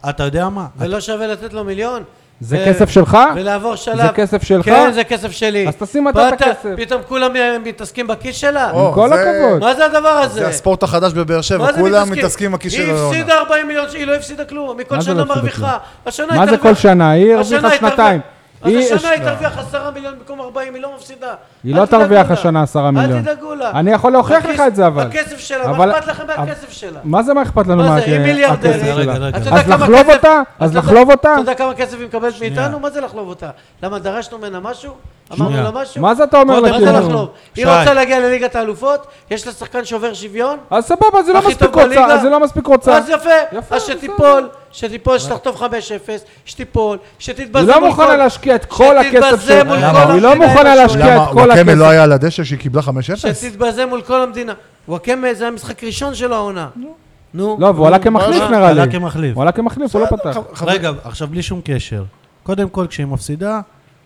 Speaker 3: אתה יודע מה?
Speaker 4: ולא שווה לתת לו מיליון?
Speaker 2: זה
Speaker 4: ו-
Speaker 2: כסף שלך?
Speaker 4: ולעבור שלב.
Speaker 2: אה. זה כסף שלך?
Speaker 4: כן, זה כסף שלי.
Speaker 2: אז תשים אתה
Speaker 4: פה
Speaker 2: את הכסף. נכון.
Speaker 4: פתאום כולם מתעסקים בכיס שלה?
Speaker 5: או,
Speaker 2: כל
Speaker 5: זה-
Speaker 2: הכבוד.
Speaker 4: מה זה הדבר הזה?
Speaker 5: זה הספורט החדש בבאר שבע, כולם מתעסקים עם הכיס של
Speaker 4: היא
Speaker 5: אלונה.
Speaker 4: הפסידה 40 מיליון, ש- היא לא הפסידה כלום, היא
Speaker 2: מה
Speaker 4: כל
Speaker 2: זה לא
Speaker 4: שנה
Speaker 2: הפסידה
Speaker 4: מרוויחה. השנה
Speaker 2: מה
Speaker 4: היא
Speaker 2: זה
Speaker 4: תרוויח-
Speaker 2: כל שנה? היא
Speaker 4: השנה
Speaker 2: הרוויחה
Speaker 4: תרוויח-
Speaker 2: שנתיים.
Speaker 4: אז
Speaker 2: היא-
Speaker 4: השנה היא תרוויח 10 מיליון במקום 40, היא לא מפסידה.
Speaker 2: היא
Speaker 4: אל
Speaker 2: לא
Speaker 4: תדאגו
Speaker 2: תרוויח
Speaker 4: לה.
Speaker 2: השנה 10
Speaker 4: אל
Speaker 2: מיליון.
Speaker 4: תדאגו לה.
Speaker 2: אני יכול להוכיח לך
Speaker 4: הכיס-
Speaker 2: את זה אבל.
Speaker 4: הכסף שלה, מה
Speaker 2: אבל-
Speaker 4: אכפת לכם
Speaker 2: אבל-
Speaker 4: מהכסף שלה?
Speaker 2: מה זה מה אכפת לנו
Speaker 4: מה
Speaker 2: מה-
Speaker 4: זה, היא
Speaker 2: הכסף
Speaker 4: מיליארדרית.
Speaker 2: שלה?
Speaker 3: רגע, רגע.
Speaker 4: אתה יודע
Speaker 2: אז
Speaker 4: כמה
Speaker 2: לחלוב
Speaker 4: כסף-
Speaker 2: אותה? אז
Speaker 4: אתה יודע-
Speaker 2: לחלוב אותה?
Speaker 4: אתה יודע כמה כסף היא מקבלת מאיתנו? מה זה לחלוב אותה? למה דרשנו ממנה משהו? אמרנו
Speaker 3: שנייה.
Speaker 4: לה משהו?
Speaker 2: מה זה אתה אומר
Speaker 4: מה זה
Speaker 2: לכאילו?
Speaker 4: לחלוב? היא
Speaker 3: שי.
Speaker 4: רוצה להגיע לליגת האלופות, יש לה שחקן שובר שוויון,
Speaker 2: אז סבבה, זה לא
Speaker 4: הכי
Speaker 2: מספיק
Speaker 4: טוב
Speaker 2: רוצה,
Speaker 4: בליגה.
Speaker 2: אז זה לא מספיק רוצה.
Speaker 4: אז יפה,
Speaker 2: יפה,
Speaker 4: אז
Speaker 2: בסדר.
Speaker 4: שתיפול, שתיפול, שתחטוף 5-0, שתיפול,
Speaker 2: היא
Speaker 4: שתתבזה
Speaker 2: לא
Speaker 4: מול
Speaker 2: מוכנה
Speaker 4: כל-
Speaker 2: להשקיע את כל הכסף
Speaker 4: שתתבזה מול
Speaker 2: שלה.
Speaker 4: כל
Speaker 5: למה?
Speaker 4: המדינה.
Speaker 2: היא לא מוכנה
Speaker 4: עם
Speaker 2: להשקיע
Speaker 5: למה
Speaker 2: את כל
Speaker 5: וואקמה לא
Speaker 2: הכסף.
Speaker 5: היה על הדשא שהיא קיבלה 5-0?
Speaker 4: שתתבזה מול כל המדינה. וואקמה זה המשחק הראשון של העונה. נו.
Speaker 2: לא, והוא עלה כמחליף
Speaker 3: עלה-
Speaker 2: נראה לי.
Speaker 3: עלה כמחליף.
Speaker 2: הוא עלה כמחליף, הוא לא פתח.
Speaker 3: רגע, עכשיו בלי שום קשר. קודם כל, כשהיא מפסידה,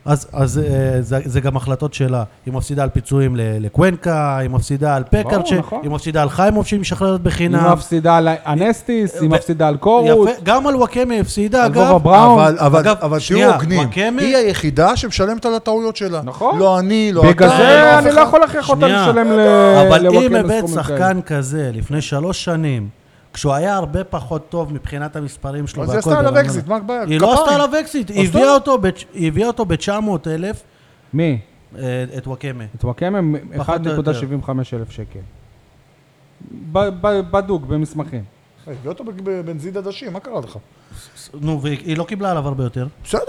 Speaker 3: אז, אז אה, זה, זה גם החלטות שלה. היא מפסידה על פיצויים ל- לקוונקה, היא מפסידה על פקארט,
Speaker 2: ברור,
Speaker 3: ש...
Speaker 2: נכון.
Speaker 3: היא מפסידה על חיימוב שהיא משחררת
Speaker 2: היא
Speaker 3: בחינם.
Speaker 2: מפסידה על אנסטיס, היא
Speaker 3: ו-
Speaker 2: מפסידה על קורות.
Speaker 3: יפה, גם על וואקמה היא הפסידה,
Speaker 2: על בובה
Speaker 3: אגב.
Speaker 2: בראון.
Speaker 5: אבל, אבל,
Speaker 3: אגב,
Speaker 5: אבל
Speaker 3: שנייה,
Speaker 5: תהיו הוגנים,
Speaker 3: וואקמה-
Speaker 5: היא היחידה שמשלמת על הטעויות שלה.
Speaker 2: נכון.
Speaker 5: לא אני, לא
Speaker 2: בגלל
Speaker 5: אתה,
Speaker 2: זה אני
Speaker 5: לא אף
Speaker 2: לא
Speaker 5: אחד.
Speaker 2: יכול להכריח אותה
Speaker 3: שנייה.
Speaker 2: לשלם
Speaker 3: אבל אם
Speaker 2: לוואקמה
Speaker 3: הבאת
Speaker 2: סכומים כאלה.
Speaker 3: שחקן כזה לפני שלוש שנים, כשהוא היה הרבה פחות טוב מבחינת המספרים שלו
Speaker 5: אז
Speaker 3: והכל...
Speaker 5: היא עשתה עליו
Speaker 3: ברמה-
Speaker 5: אקזיט, מה הבעיה?
Speaker 3: היא לא
Speaker 5: כפיים.
Speaker 3: עשתה עליו אקזיט, היא
Speaker 5: עשתה.
Speaker 3: הביאה אותו ב- היא הביאה אותו ב-900 אלף,
Speaker 2: מי?
Speaker 3: את וואקמה.
Speaker 2: את וואקמה הם
Speaker 3: פחות או יותר.
Speaker 2: 1.75 אלף שקל. ב- ב- בדוק, במסמכים.
Speaker 5: אה, הביא אותו בבנזיד עדשים, מה קרה לך?
Speaker 3: נו, והיא לא קיבלה עליו הרבה יותר.
Speaker 5: בסדר.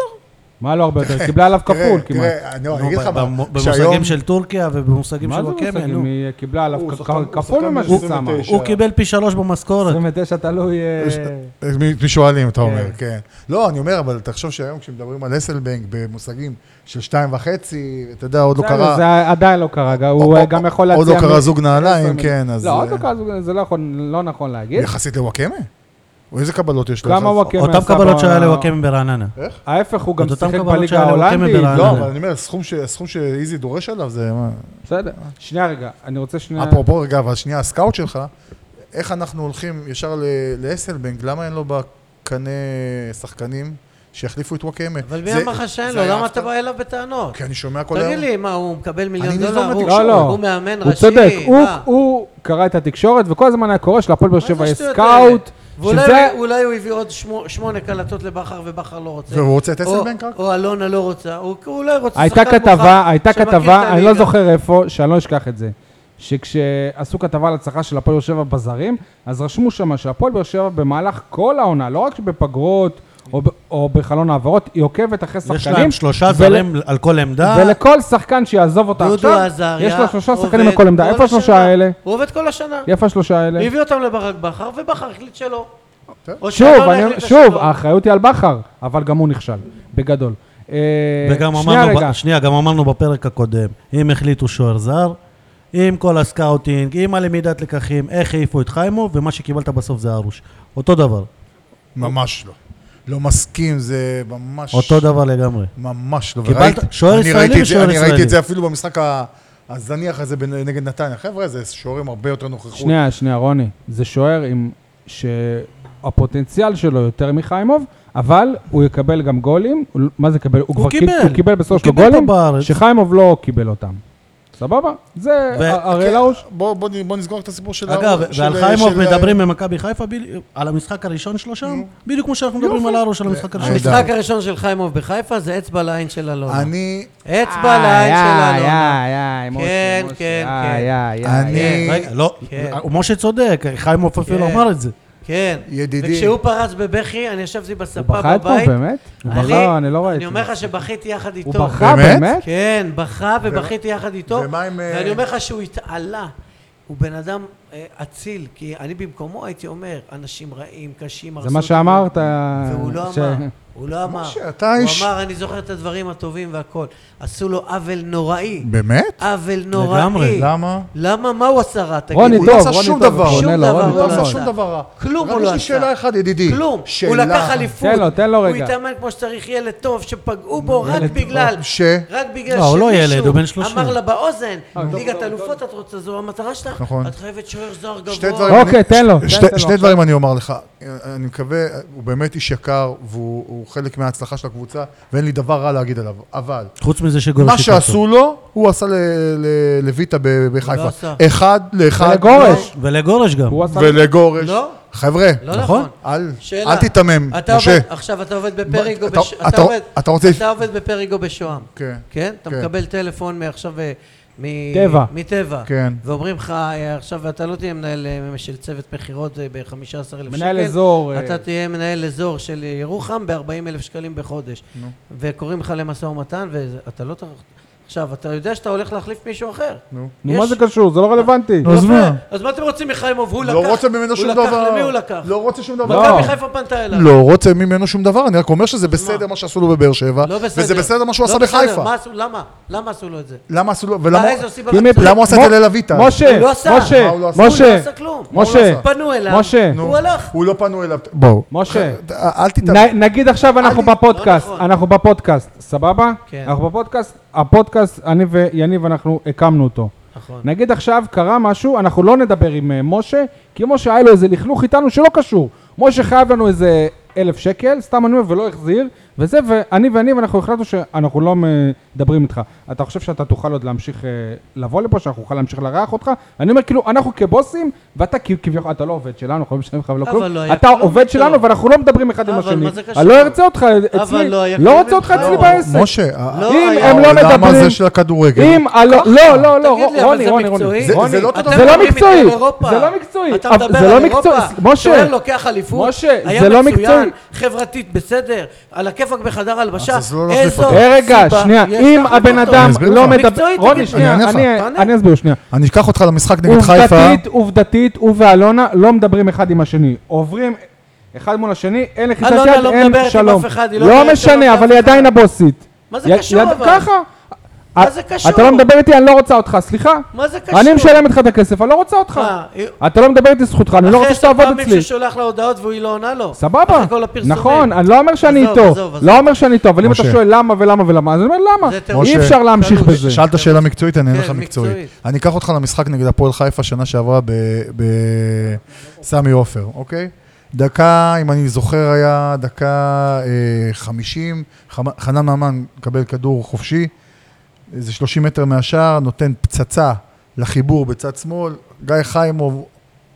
Speaker 2: מה לא הרבה יותר? קיבלה עליו כפול
Speaker 5: [laughs] תראה,
Speaker 2: כמעט. לא,
Speaker 5: תראה, נו, אני
Speaker 3: נו,
Speaker 5: אגיד לך מה,
Speaker 3: במו-
Speaker 5: שהיום...
Speaker 3: במושגים של טורקיה ובמושגים
Speaker 2: מה
Speaker 3: של
Speaker 2: זה
Speaker 3: וואקמה,
Speaker 2: מושגים?
Speaker 3: נו.
Speaker 2: היא קיבלה עליו
Speaker 5: הוא
Speaker 2: כ-
Speaker 5: שחקן- הוא
Speaker 2: כפול
Speaker 5: שחקן
Speaker 2: ממה
Speaker 5: בן
Speaker 2: ששמה.
Speaker 5: 29.
Speaker 3: הוא קיבל פי שלוש במשכורת.
Speaker 2: 29 תלוי... אה,
Speaker 5: יש- מי- מי שואלים, אתה אומר,
Speaker 2: כן.
Speaker 5: כן. לא, אני אומר, אבל תחשוב שהיום כשמדברים על אסלבנק במושגים של שתיים וחצי, אתה יודע, עוד לא
Speaker 2: בסדר,
Speaker 5: קרה...
Speaker 2: זה עדיין לא קרה, גם- הוא
Speaker 5: או-
Speaker 2: אה, גם יכול להציע...
Speaker 5: עוד לא קרה
Speaker 2: מ-
Speaker 5: זוג נעליים, כן, אז...
Speaker 2: לא, עוד לא
Speaker 5: אה,
Speaker 2: קרה זוג, זה לא יכול- לא נכון להגיד.
Speaker 5: יחסית לוואקמה? או איזה קבלות יש לו?
Speaker 2: כמה
Speaker 5: אז-
Speaker 2: וואקמה
Speaker 3: אותם
Speaker 2: עשה
Speaker 3: קבלות שהיה
Speaker 2: ב-
Speaker 3: לוואקמה ברעננה.
Speaker 2: ההפך, הוא גם
Speaker 3: את אותם
Speaker 2: שיחק
Speaker 3: קבלות
Speaker 2: בליגה
Speaker 3: שהיה לוואקמה
Speaker 2: ההולנדית.
Speaker 3: ברעננה.
Speaker 5: לא, אבל אני אומר, הסכום ש- הסכום שאיזי דורש עליו זה... מה-
Speaker 2: בסדר. שנייה רגע, אני רוצה שנייה...
Speaker 5: אפרופו, רגע, אבל שנייה, הסקאוט שלך, איך אנחנו הולכים ישר ל- לאסלבנק? למה אין לו בקנה שחקנים שיחליפו את וואקמה?
Speaker 4: אבל מי
Speaker 5: זה-
Speaker 4: אמר לך שאין
Speaker 5: זה
Speaker 4: לו?
Speaker 5: היה
Speaker 4: למה
Speaker 5: הפתעה.
Speaker 4: אתה בא אליו בטענות?
Speaker 5: כי אני שומע כל היום...
Speaker 4: תגיד לי, מה, הוא מקבל מיליון
Speaker 5: אני
Speaker 4: דולר?
Speaker 5: ניזון
Speaker 4: הוא-
Speaker 5: מהתקשורת.
Speaker 2: לא, לא.
Speaker 4: הוא מאמן
Speaker 2: הוא
Speaker 4: ראשי?
Speaker 2: צודק, הוא-
Speaker 4: מה?
Speaker 2: הוא קרא את התקשורת, וכל הזמן היה קורא שלהפועל באר
Speaker 4: מה זה
Speaker 2: שבע יש
Speaker 4: השטויות האלה? לא-
Speaker 2: סקאוט, שזה...
Speaker 4: ואולי אולי הוא הביא עוד שמו- שמונה קלטות לבכר ובכר לא רוצה.
Speaker 5: והוא רוצה את
Speaker 4: או-
Speaker 5: אסלבנק רק?
Speaker 4: או אלונה לא רוצה, הוא הוא אולי רוצה
Speaker 2: הייתה
Speaker 4: שחקן
Speaker 2: כתבה,
Speaker 4: מוכח
Speaker 2: הייתה
Speaker 4: שמכיר את
Speaker 2: כתבה, אני לא
Speaker 4: הליגה.
Speaker 2: זוכר איפה, שאני לא אשכח את זה. שכשעשו כתבה על הצלחה של הפועל באר שבע בזרים, אז רשמו שם שהפועל באר שבע במהלך כל העונה, לא רק שבפגרות או, ב- או בחלון העברות, היא עוקבת אחרי
Speaker 3: יש
Speaker 2: שחקנים,
Speaker 3: להם שלושה
Speaker 2: אה, ול-
Speaker 3: זרים על כל עמדה.
Speaker 2: ולכל שחקן שיעזוב אותה
Speaker 4: דודו
Speaker 2: עכשיו,
Speaker 4: עזריה
Speaker 2: יש לו שלושה
Speaker 4: עובד
Speaker 2: שחקנים לכל עמדה.
Speaker 4: כל
Speaker 2: איפה השלושה
Speaker 4: השנה.
Speaker 2: האלה?
Speaker 4: הוא עובד כל השנה.
Speaker 2: איפה השלושה האלה?
Speaker 4: הביא אותם לברק בכר, ובכר החליט שלא.
Speaker 5: טוב.
Speaker 4: או
Speaker 2: שוב,
Speaker 3: לא
Speaker 4: שאלונה
Speaker 2: אני,
Speaker 4: החליטה
Speaker 2: שוב,
Speaker 4: שלא.
Speaker 2: האחריות היא על בכר, אבל גם הוא נכשל, בגדול. אה,
Speaker 3: וגם
Speaker 2: שנייה
Speaker 3: אמרנו,
Speaker 2: רגע.
Speaker 3: ב- שנייה, גם אמרנו בפרק הקודם, אם החליטו שוער זר, עם כל הסקאוטינג, עם הלמידת לקחים, איך העיפו את חיימו, ומה שקיבלת בסוף זה ארוש. אותו דבר,
Speaker 5: ממש לא. לא מסכים, זה ממש...
Speaker 3: אותו דבר לגמרי.
Speaker 5: ממש לא.
Speaker 3: קיבלת
Speaker 5: וראיתי-
Speaker 3: שוער
Speaker 5: אני
Speaker 3: ישראלי
Speaker 5: ראיתי את זה-
Speaker 3: ושוער
Speaker 5: אני ראיתי
Speaker 3: ישראלי.
Speaker 5: את זה אפילו במשחק ה- הזניח הזה בין- נגד נתניה. חבר'ה, זה שוערים הרבה יותר נוכחות.
Speaker 2: שנייה, שנייה, רוני. זה שוער עם... שהפוטנציאל שלו יותר מחיימוב, אבל הוא יקבל גם גולים. הוא- לא- מה זה יקבל? הוא, כבר
Speaker 3: קיבל.
Speaker 2: הוא קיבל בסוף
Speaker 3: הוא
Speaker 2: שלו
Speaker 3: קיבל פה
Speaker 2: גולים,
Speaker 3: בארץ.
Speaker 2: שחיימוב לא קיבל אותם. סבבה? זה
Speaker 3: ו-
Speaker 2: ה-
Speaker 5: כן,
Speaker 2: אריאל הרוש.
Speaker 5: בוא- בוא נ- בוא נסגור את הסיפור של...
Speaker 3: אגב,
Speaker 5: לא, של-
Speaker 3: ועל
Speaker 5: של-
Speaker 3: חיימוב
Speaker 5: של-
Speaker 3: מדברים במכבי חיפה, ב- על המשחק הראשון שלו שם, בדיוק כמו שאנחנו מדברים על ארוש על המשחק הראשון.
Speaker 5: נהדר.
Speaker 4: המשחק הראשון של חיימוב בחיפה זה אצבע לעין של אלונה.
Speaker 5: אה, אני...
Speaker 4: אצבע לעין של אלונה.
Speaker 2: איי, משה,
Speaker 4: כן,
Speaker 2: משה,
Speaker 4: כן,
Speaker 2: איי, איי, איי.
Speaker 4: כן.
Speaker 5: אני...
Speaker 3: רגע, לא,
Speaker 4: כן.
Speaker 3: משה צודק, חיימוב אפילו
Speaker 4: כן.
Speaker 3: אמר את זה.
Speaker 4: כן.
Speaker 5: ידידי.
Speaker 4: וכשהוא פרץ בבכי, אני ישבתי בספה
Speaker 2: הוא
Speaker 4: בבית.
Speaker 2: בכה אתמול באמת? הוא
Speaker 4: אני-
Speaker 2: בכה, אני לא ראיתי.
Speaker 4: אני אומר לך שבכיתי יחד איתו.
Speaker 2: הוא בכה
Speaker 5: באמת?
Speaker 2: באמת?
Speaker 4: כן, בכה ובכיתי יחד איתו.
Speaker 5: ומה עם, אה,
Speaker 4: ואני אומר לך שהוא התעלה. הוא בן אדם אה, אציל, כי אני במקומו הייתי אומר, אנשים רעים, קשים,
Speaker 2: זה
Speaker 4: הרסו
Speaker 2: מה
Speaker 4: אותנו."
Speaker 2: שאמרת.
Speaker 4: והוא לא
Speaker 2: ש-
Speaker 4: אמר, הוא לא אמר.
Speaker 5: משה, אתה
Speaker 4: הוא
Speaker 5: איש-
Speaker 4: אמר, אני זוכר את הדברים הטובים והכול. עשו לו עוול נוראי.
Speaker 5: באמת?
Speaker 4: עוול נוראי.
Speaker 3: לגמרי,
Speaker 5: למה?
Speaker 4: למה? מה הוא עשה רע? תגיד
Speaker 2: רוני
Speaker 4: לי?
Speaker 5: הוא
Speaker 2: טוב,
Speaker 5: לא
Speaker 2: רוני
Speaker 5: עשה
Speaker 2: טוב.
Speaker 5: שום דבר.
Speaker 2: עונה
Speaker 4: שום
Speaker 2: לו,
Speaker 4: דבר
Speaker 2: רוני
Speaker 5: הוא לא
Speaker 4: הוא
Speaker 2: טוב.
Speaker 5: עשה שום דבר רע.
Speaker 4: כלום
Speaker 5: רק
Speaker 4: הוא לא
Speaker 5: יש לי
Speaker 4: עשה.
Speaker 5: שאלה אחת, ידידי.
Speaker 4: כלום. הוא
Speaker 5: שאלה
Speaker 4: לקח
Speaker 5: אחת.
Speaker 4: אליפות.
Speaker 2: תן לו, תן לו רגע.
Speaker 4: הוא התאמן כמו שצריך ילד טוב, שפגעו בו רק בגלל...
Speaker 5: ש...
Speaker 4: רק בגלל
Speaker 3: לא, הוא לא
Speaker 4: שמישהו
Speaker 3: ילד, הוא בן 30.
Speaker 4: אמר לה באוזן,
Speaker 2: טוב,
Speaker 4: ליגת
Speaker 2: טוב,
Speaker 4: אלופות את רוצה, זו המטרה שלך.
Speaker 5: נכון.
Speaker 4: את חייבת שוער זוהר גבוה.
Speaker 5: שתי דברים.
Speaker 2: אוקיי,
Speaker 5: אני-
Speaker 2: תן לו, תן,
Speaker 5: שתי-
Speaker 2: תן לו
Speaker 5: שני
Speaker 2: עכשיו.
Speaker 5: דברים אני אומר לך. אה, אני מקווה, הוא באמת איש יקר, והוא הוא חלק מההצלחה של הקבוצה, ואין לי דבר רע להגיד עליו. אבל,
Speaker 3: חוץ מזה שגולש
Speaker 5: מה שעשו לו, הוא עשה ל- ל- לויטה ב-
Speaker 4: לא
Speaker 5: בחיפה.
Speaker 4: עשה.
Speaker 5: אחד לאחד.
Speaker 2: ולגורש.
Speaker 3: לא. ולגורש גם.
Speaker 2: הוא עשה...
Speaker 5: ולגורש.
Speaker 4: לא?
Speaker 5: חבר'ה,
Speaker 4: לא נכון.
Speaker 5: אל
Speaker 4: שאלה.
Speaker 5: אל תיתמם,
Speaker 4: אתה
Speaker 5: משה.
Speaker 4: עובד, עכשיו אתה עובד בפריג
Speaker 5: אתה-
Speaker 4: או בש...
Speaker 5: אתה-
Speaker 4: אתה עובד-
Speaker 5: אתה רוצה-
Speaker 4: אתה עובד בפריג או בשוהם.
Speaker 5: כן.
Speaker 4: כן? אתה
Speaker 5: כן.
Speaker 4: מקבל טלפון מעכשיו... אה, מ-
Speaker 2: טבע.
Speaker 4: מטבע.
Speaker 5: כן.
Speaker 4: ואומרים לך, אה, עכשיו אתה לא תהיה מנהל אה, של צוות מכירות אה, ב-15,000 שקל.
Speaker 2: מנהל אזור, אה.
Speaker 4: אתה תהיה מנהל אזור של ירוחם ב-40,000 שקלים בחודש. וקוראים לך למשא ומתן, ואתה לא... ת- עכשיו, אתה יודע שאתה הולך להחליף מישהו אחר.
Speaker 5: נו.
Speaker 2: נו, מה
Speaker 4: יש-
Speaker 2: זה קשור? זה לא רלוונטי.
Speaker 5: נו, אז
Speaker 4: יפה.
Speaker 5: מה?
Speaker 4: אז מה אתם רוצים מחיימוב? הוא לקח...
Speaker 5: לא רוצה ממנו שום
Speaker 4: הוא לקח,
Speaker 5: דבר.
Speaker 4: למי הוא לקח?
Speaker 5: לא רוצה שום דבר.
Speaker 2: לא.
Speaker 4: מכבי חיפה פנתה אליו.
Speaker 5: לא רוצה ממנו שום דבר, אני רק אומר שזה בסדר מה שעשו לו בבאר שבע,
Speaker 4: לא בסדר.
Speaker 5: וזה בסדר מה שהוא
Speaker 4: לא
Speaker 5: עשה
Speaker 4: בסדר.
Speaker 5: בחיפה.
Speaker 4: מה עשו, למה? למה עשו לו את זה?
Speaker 5: למה עשו לו, ולמה...
Speaker 4: הרי זה עושים
Speaker 2: כי
Speaker 4: במקצוע.
Speaker 2: מבחינת-
Speaker 5: למה הוא עשה את
Speaker 2: מ-
Speaker 5: זה ללויטה?
Speaker 2: משה,
Speaker 4: הוא לא עשה.
Speaker 2: משה,
Speaker 5: מה הוא לא עשה?
Speaker 4: הוא לא
Speaker 2: משה,
Speaker 4: עשה כלום.
Speaker 2: משה,
Speaker 4: פנו אליו,
Speaker 2: לא משה.
Speaker 4: הוא הלך.
Speaker 5: הוא לא פנו אליו. בואו.
Speaker 2: משה.
Speaker 5: אל תתאמץ.
Speaker 2: נ- נגיד עכשיו אנחנו
Speaker 5: אני- לא
Speaker 2: בפודקאסט,
Speaker 4: נכון.
Speaker 2: אנחנו בפודקאסט, סבבה?
Speaker 4: כן.
Speaker 2: אנחנו בפודקאסט, הפודקאסט, אני ויניב, אנחנו הקמנו אותו.
Speaker 4: נכון.
Speaker 2: נגיד עכשיו קרה משהו, אנחנו לא נדבר עם אה, משה, כי משה היה לו איזה לכלוך איתנו שלא קשור. משה חייב לנו איזה אלף שקל, סתם אני אומר, ולא החזיר, וזה, ואני ואני, ואנחנו החלטנו שאנחנו לא מדברים איתך. אתה חושב שאתה תוכל עוד להמשיך אה, לבוא לפה, שאנחנו נוכל להמשיך לארח אותך? אני אומר, כאילו, אנחנו כבוסים, ואתה כ- כביכול, אתה לא עובד שלנו, אנחנו לא משלמים לך ולא
Speaker 4: אבל
Speaker 2: כלום.
Speaker 4: לא היה
Speaker 2: אתה
Speaker 4: כלום
Speaker 2: עובד
Speaker 4: איתו.
Speaker 2: שלנו, ואנחנו לא מדברים אחד עם
Speaker 4: אבל
Speaker 2: השני.
Speaker 4: מה זה קשור?
Speaker 2: אני לא ארצה אותך אצלי,
Speaker 4: לא היה
Speaker 2: לא
Speaker 4: כלום
Speaker 2: רוצה אותך
Speaker 4: איתך.
Speaker 2: אצלי
Speaker 4: לא,
Speaker 2: בעסק.
Speaker 5: משה,
Speaker 4: לא,
Speaker 5: ה-
Speaker 2: אם
Speaker 4: היה.
Speaker 2: הם לא
Speaker 5: העולם
Speaker 2: מדברים...
Speaker 5: הזה של הכדורגל,
Speaker 2: אם, ה- לא, לא, לא, לא,
Speaker 5: נכון,
Speaker 4: תגיד לי, אבל
Speaker 2: רוני,
Speaker 4: זה
Speaker 2: רוני,
Speaker 4: מקצועי?
Speaker 2: רוני,
Speaker 5: זה-
Speaker 2: רוני,
Speaker 5: זה לא אותו
Speaker 4: אתה
Speaker 5: דבר.
Speaker 2: זה לא
Speaker 4: מדברים
Speaker 2: מקצועי,
Speaker 4: איתו על אירופה.
Speaker 2: זה לא מקצועי,
Speaker 4: אתה
Speaker 2: אבל
Speaker 4: מדבר
Speaker 2: זה
Speaker 4: על
Speaker 2: לא
Speaker 4: אירופה.
Speaker 2: מקצועי, משה,
Speaker 4: שוער לוקח אליפות,
Speaker 2: משה,
Speaker 4: היה
Speaker 2: זה לא
Speaker 4: מצוין,
Speaker 2: מקצועי.
Speaker 4: חברתית, בסדר, על הכיפאק בחדר הלבשה,
Speaker 5: אז לא להחליף
Speaker 4: איזו
Speaker 5: אותו.
Speaker 4: סיבה
Speaker 2: אה, רגע, שנייה,
Speaker 4: יש
Speaker 2: אם
Speaker 4: לך
Speaker 2: הבן
Speaker 4: אותו?
Speaker 2: אדם
Speaker 5: אסביר
Speaker 2: לא
Speaker 5: לך.
Speaker 2: מדבר...
Speaker 4: מקצועית,
Speaker 2: רוני,
Speaker 4: תגיד,
Speaker 2: שנייה,
Speaker 5: אני אענה
Speaker 2: אני-
Speaker 4: לך. תענה.
Speaker 2: אני אסביר, שנייה.
Speaker 5: אני אקח אותך למשחק נגד חיפה,
Speaker 2: עובדתית, עובדתית, הוא ואלונה לא מדברים אחד עם השני. עוברים אחד מול השני, אין לחיצת
Speaker 4: אלונה
Speaker 2: יד,
Speaker 4: לא
Speaker 2: אין
Speaker 4: מדברת עם
Speaker 2: שלום.
Speaker 4: אף אחד, היא לא
Speaker 2: לא
Speaker 4: מדברת
Speaker 2: משנה,
Speaker 4: שלום
Speaker 2: אבל
Speaker 4: לאף
Speaker 2: היא עדיין
Speaker 4: אחד.
Speaker 2: הבוסית.
Speaker 4: מה זה
Speaker 2: יד-
Speaker 4: קשור
Speaker 2: יד-
Speaker 4: אבל?
Speaker 2: ככה.
Speaker 4: מה זה קשור?
Speaker 2: אתה לא מדבר איתי, אני לא רוצה אותך, סליחה.
Speaker 4: מה זה קשור?
Speaker 2: אני משלם לך את הכסף, אני לא רוצה אותך.
Speaker 4: מה, היא-
Speaker 2: אתה לא מדבר איתי זכותך, אני לא רוצה
Speaker 4: אחרי
Speaker 2: שתעבוד
Speaker 4: שפעם
Speaker 2: אצלי.
Speaker 4: מישהו שולח לה הודעות והיא לא עונה לו.
Speaker 2: סבבה,
Speaker 4: אחרי כל הפרסומים.
Speaker 2: נכון, אני לא אומר שאני
Speaker 4: עזוב,
Speaker 2: איתו,
Speaker 4: עזוב, עזוב.
Speaker 2: לא אומר שאני איתו, אבל אם אתה
Speaker 5: משה.
Speaker 2: שואל למה ולמה ולמה, אז אני אומר
Speaker 4: זה
Speaker 2: למה,
Speaker 4: טירוף.
Speaker 5: משה,
Speaker 2: אי אפשר להמשיך
Speaker 4: תלוי.
Speaker 2: בזה.
Speaker 5: שאלת שאלה מקצועית, אני אענה לך
Speaker 4: כן,
Speaker 5: מקצועית.
Speaker 4: מקצועית.
Speaker 5: אני אקח אותך למשחק נגד הפועל חיפה שנה שעברה בסמי עופר, אוקיי? דקה, אם אני זוכר, היה דקה אה, 50, חמ- חנן ממן מקבל כדור חופשי, איזה 30 מטר מהשער, נותן פצצה לחיבור בצד שמאל, גיא חיימוב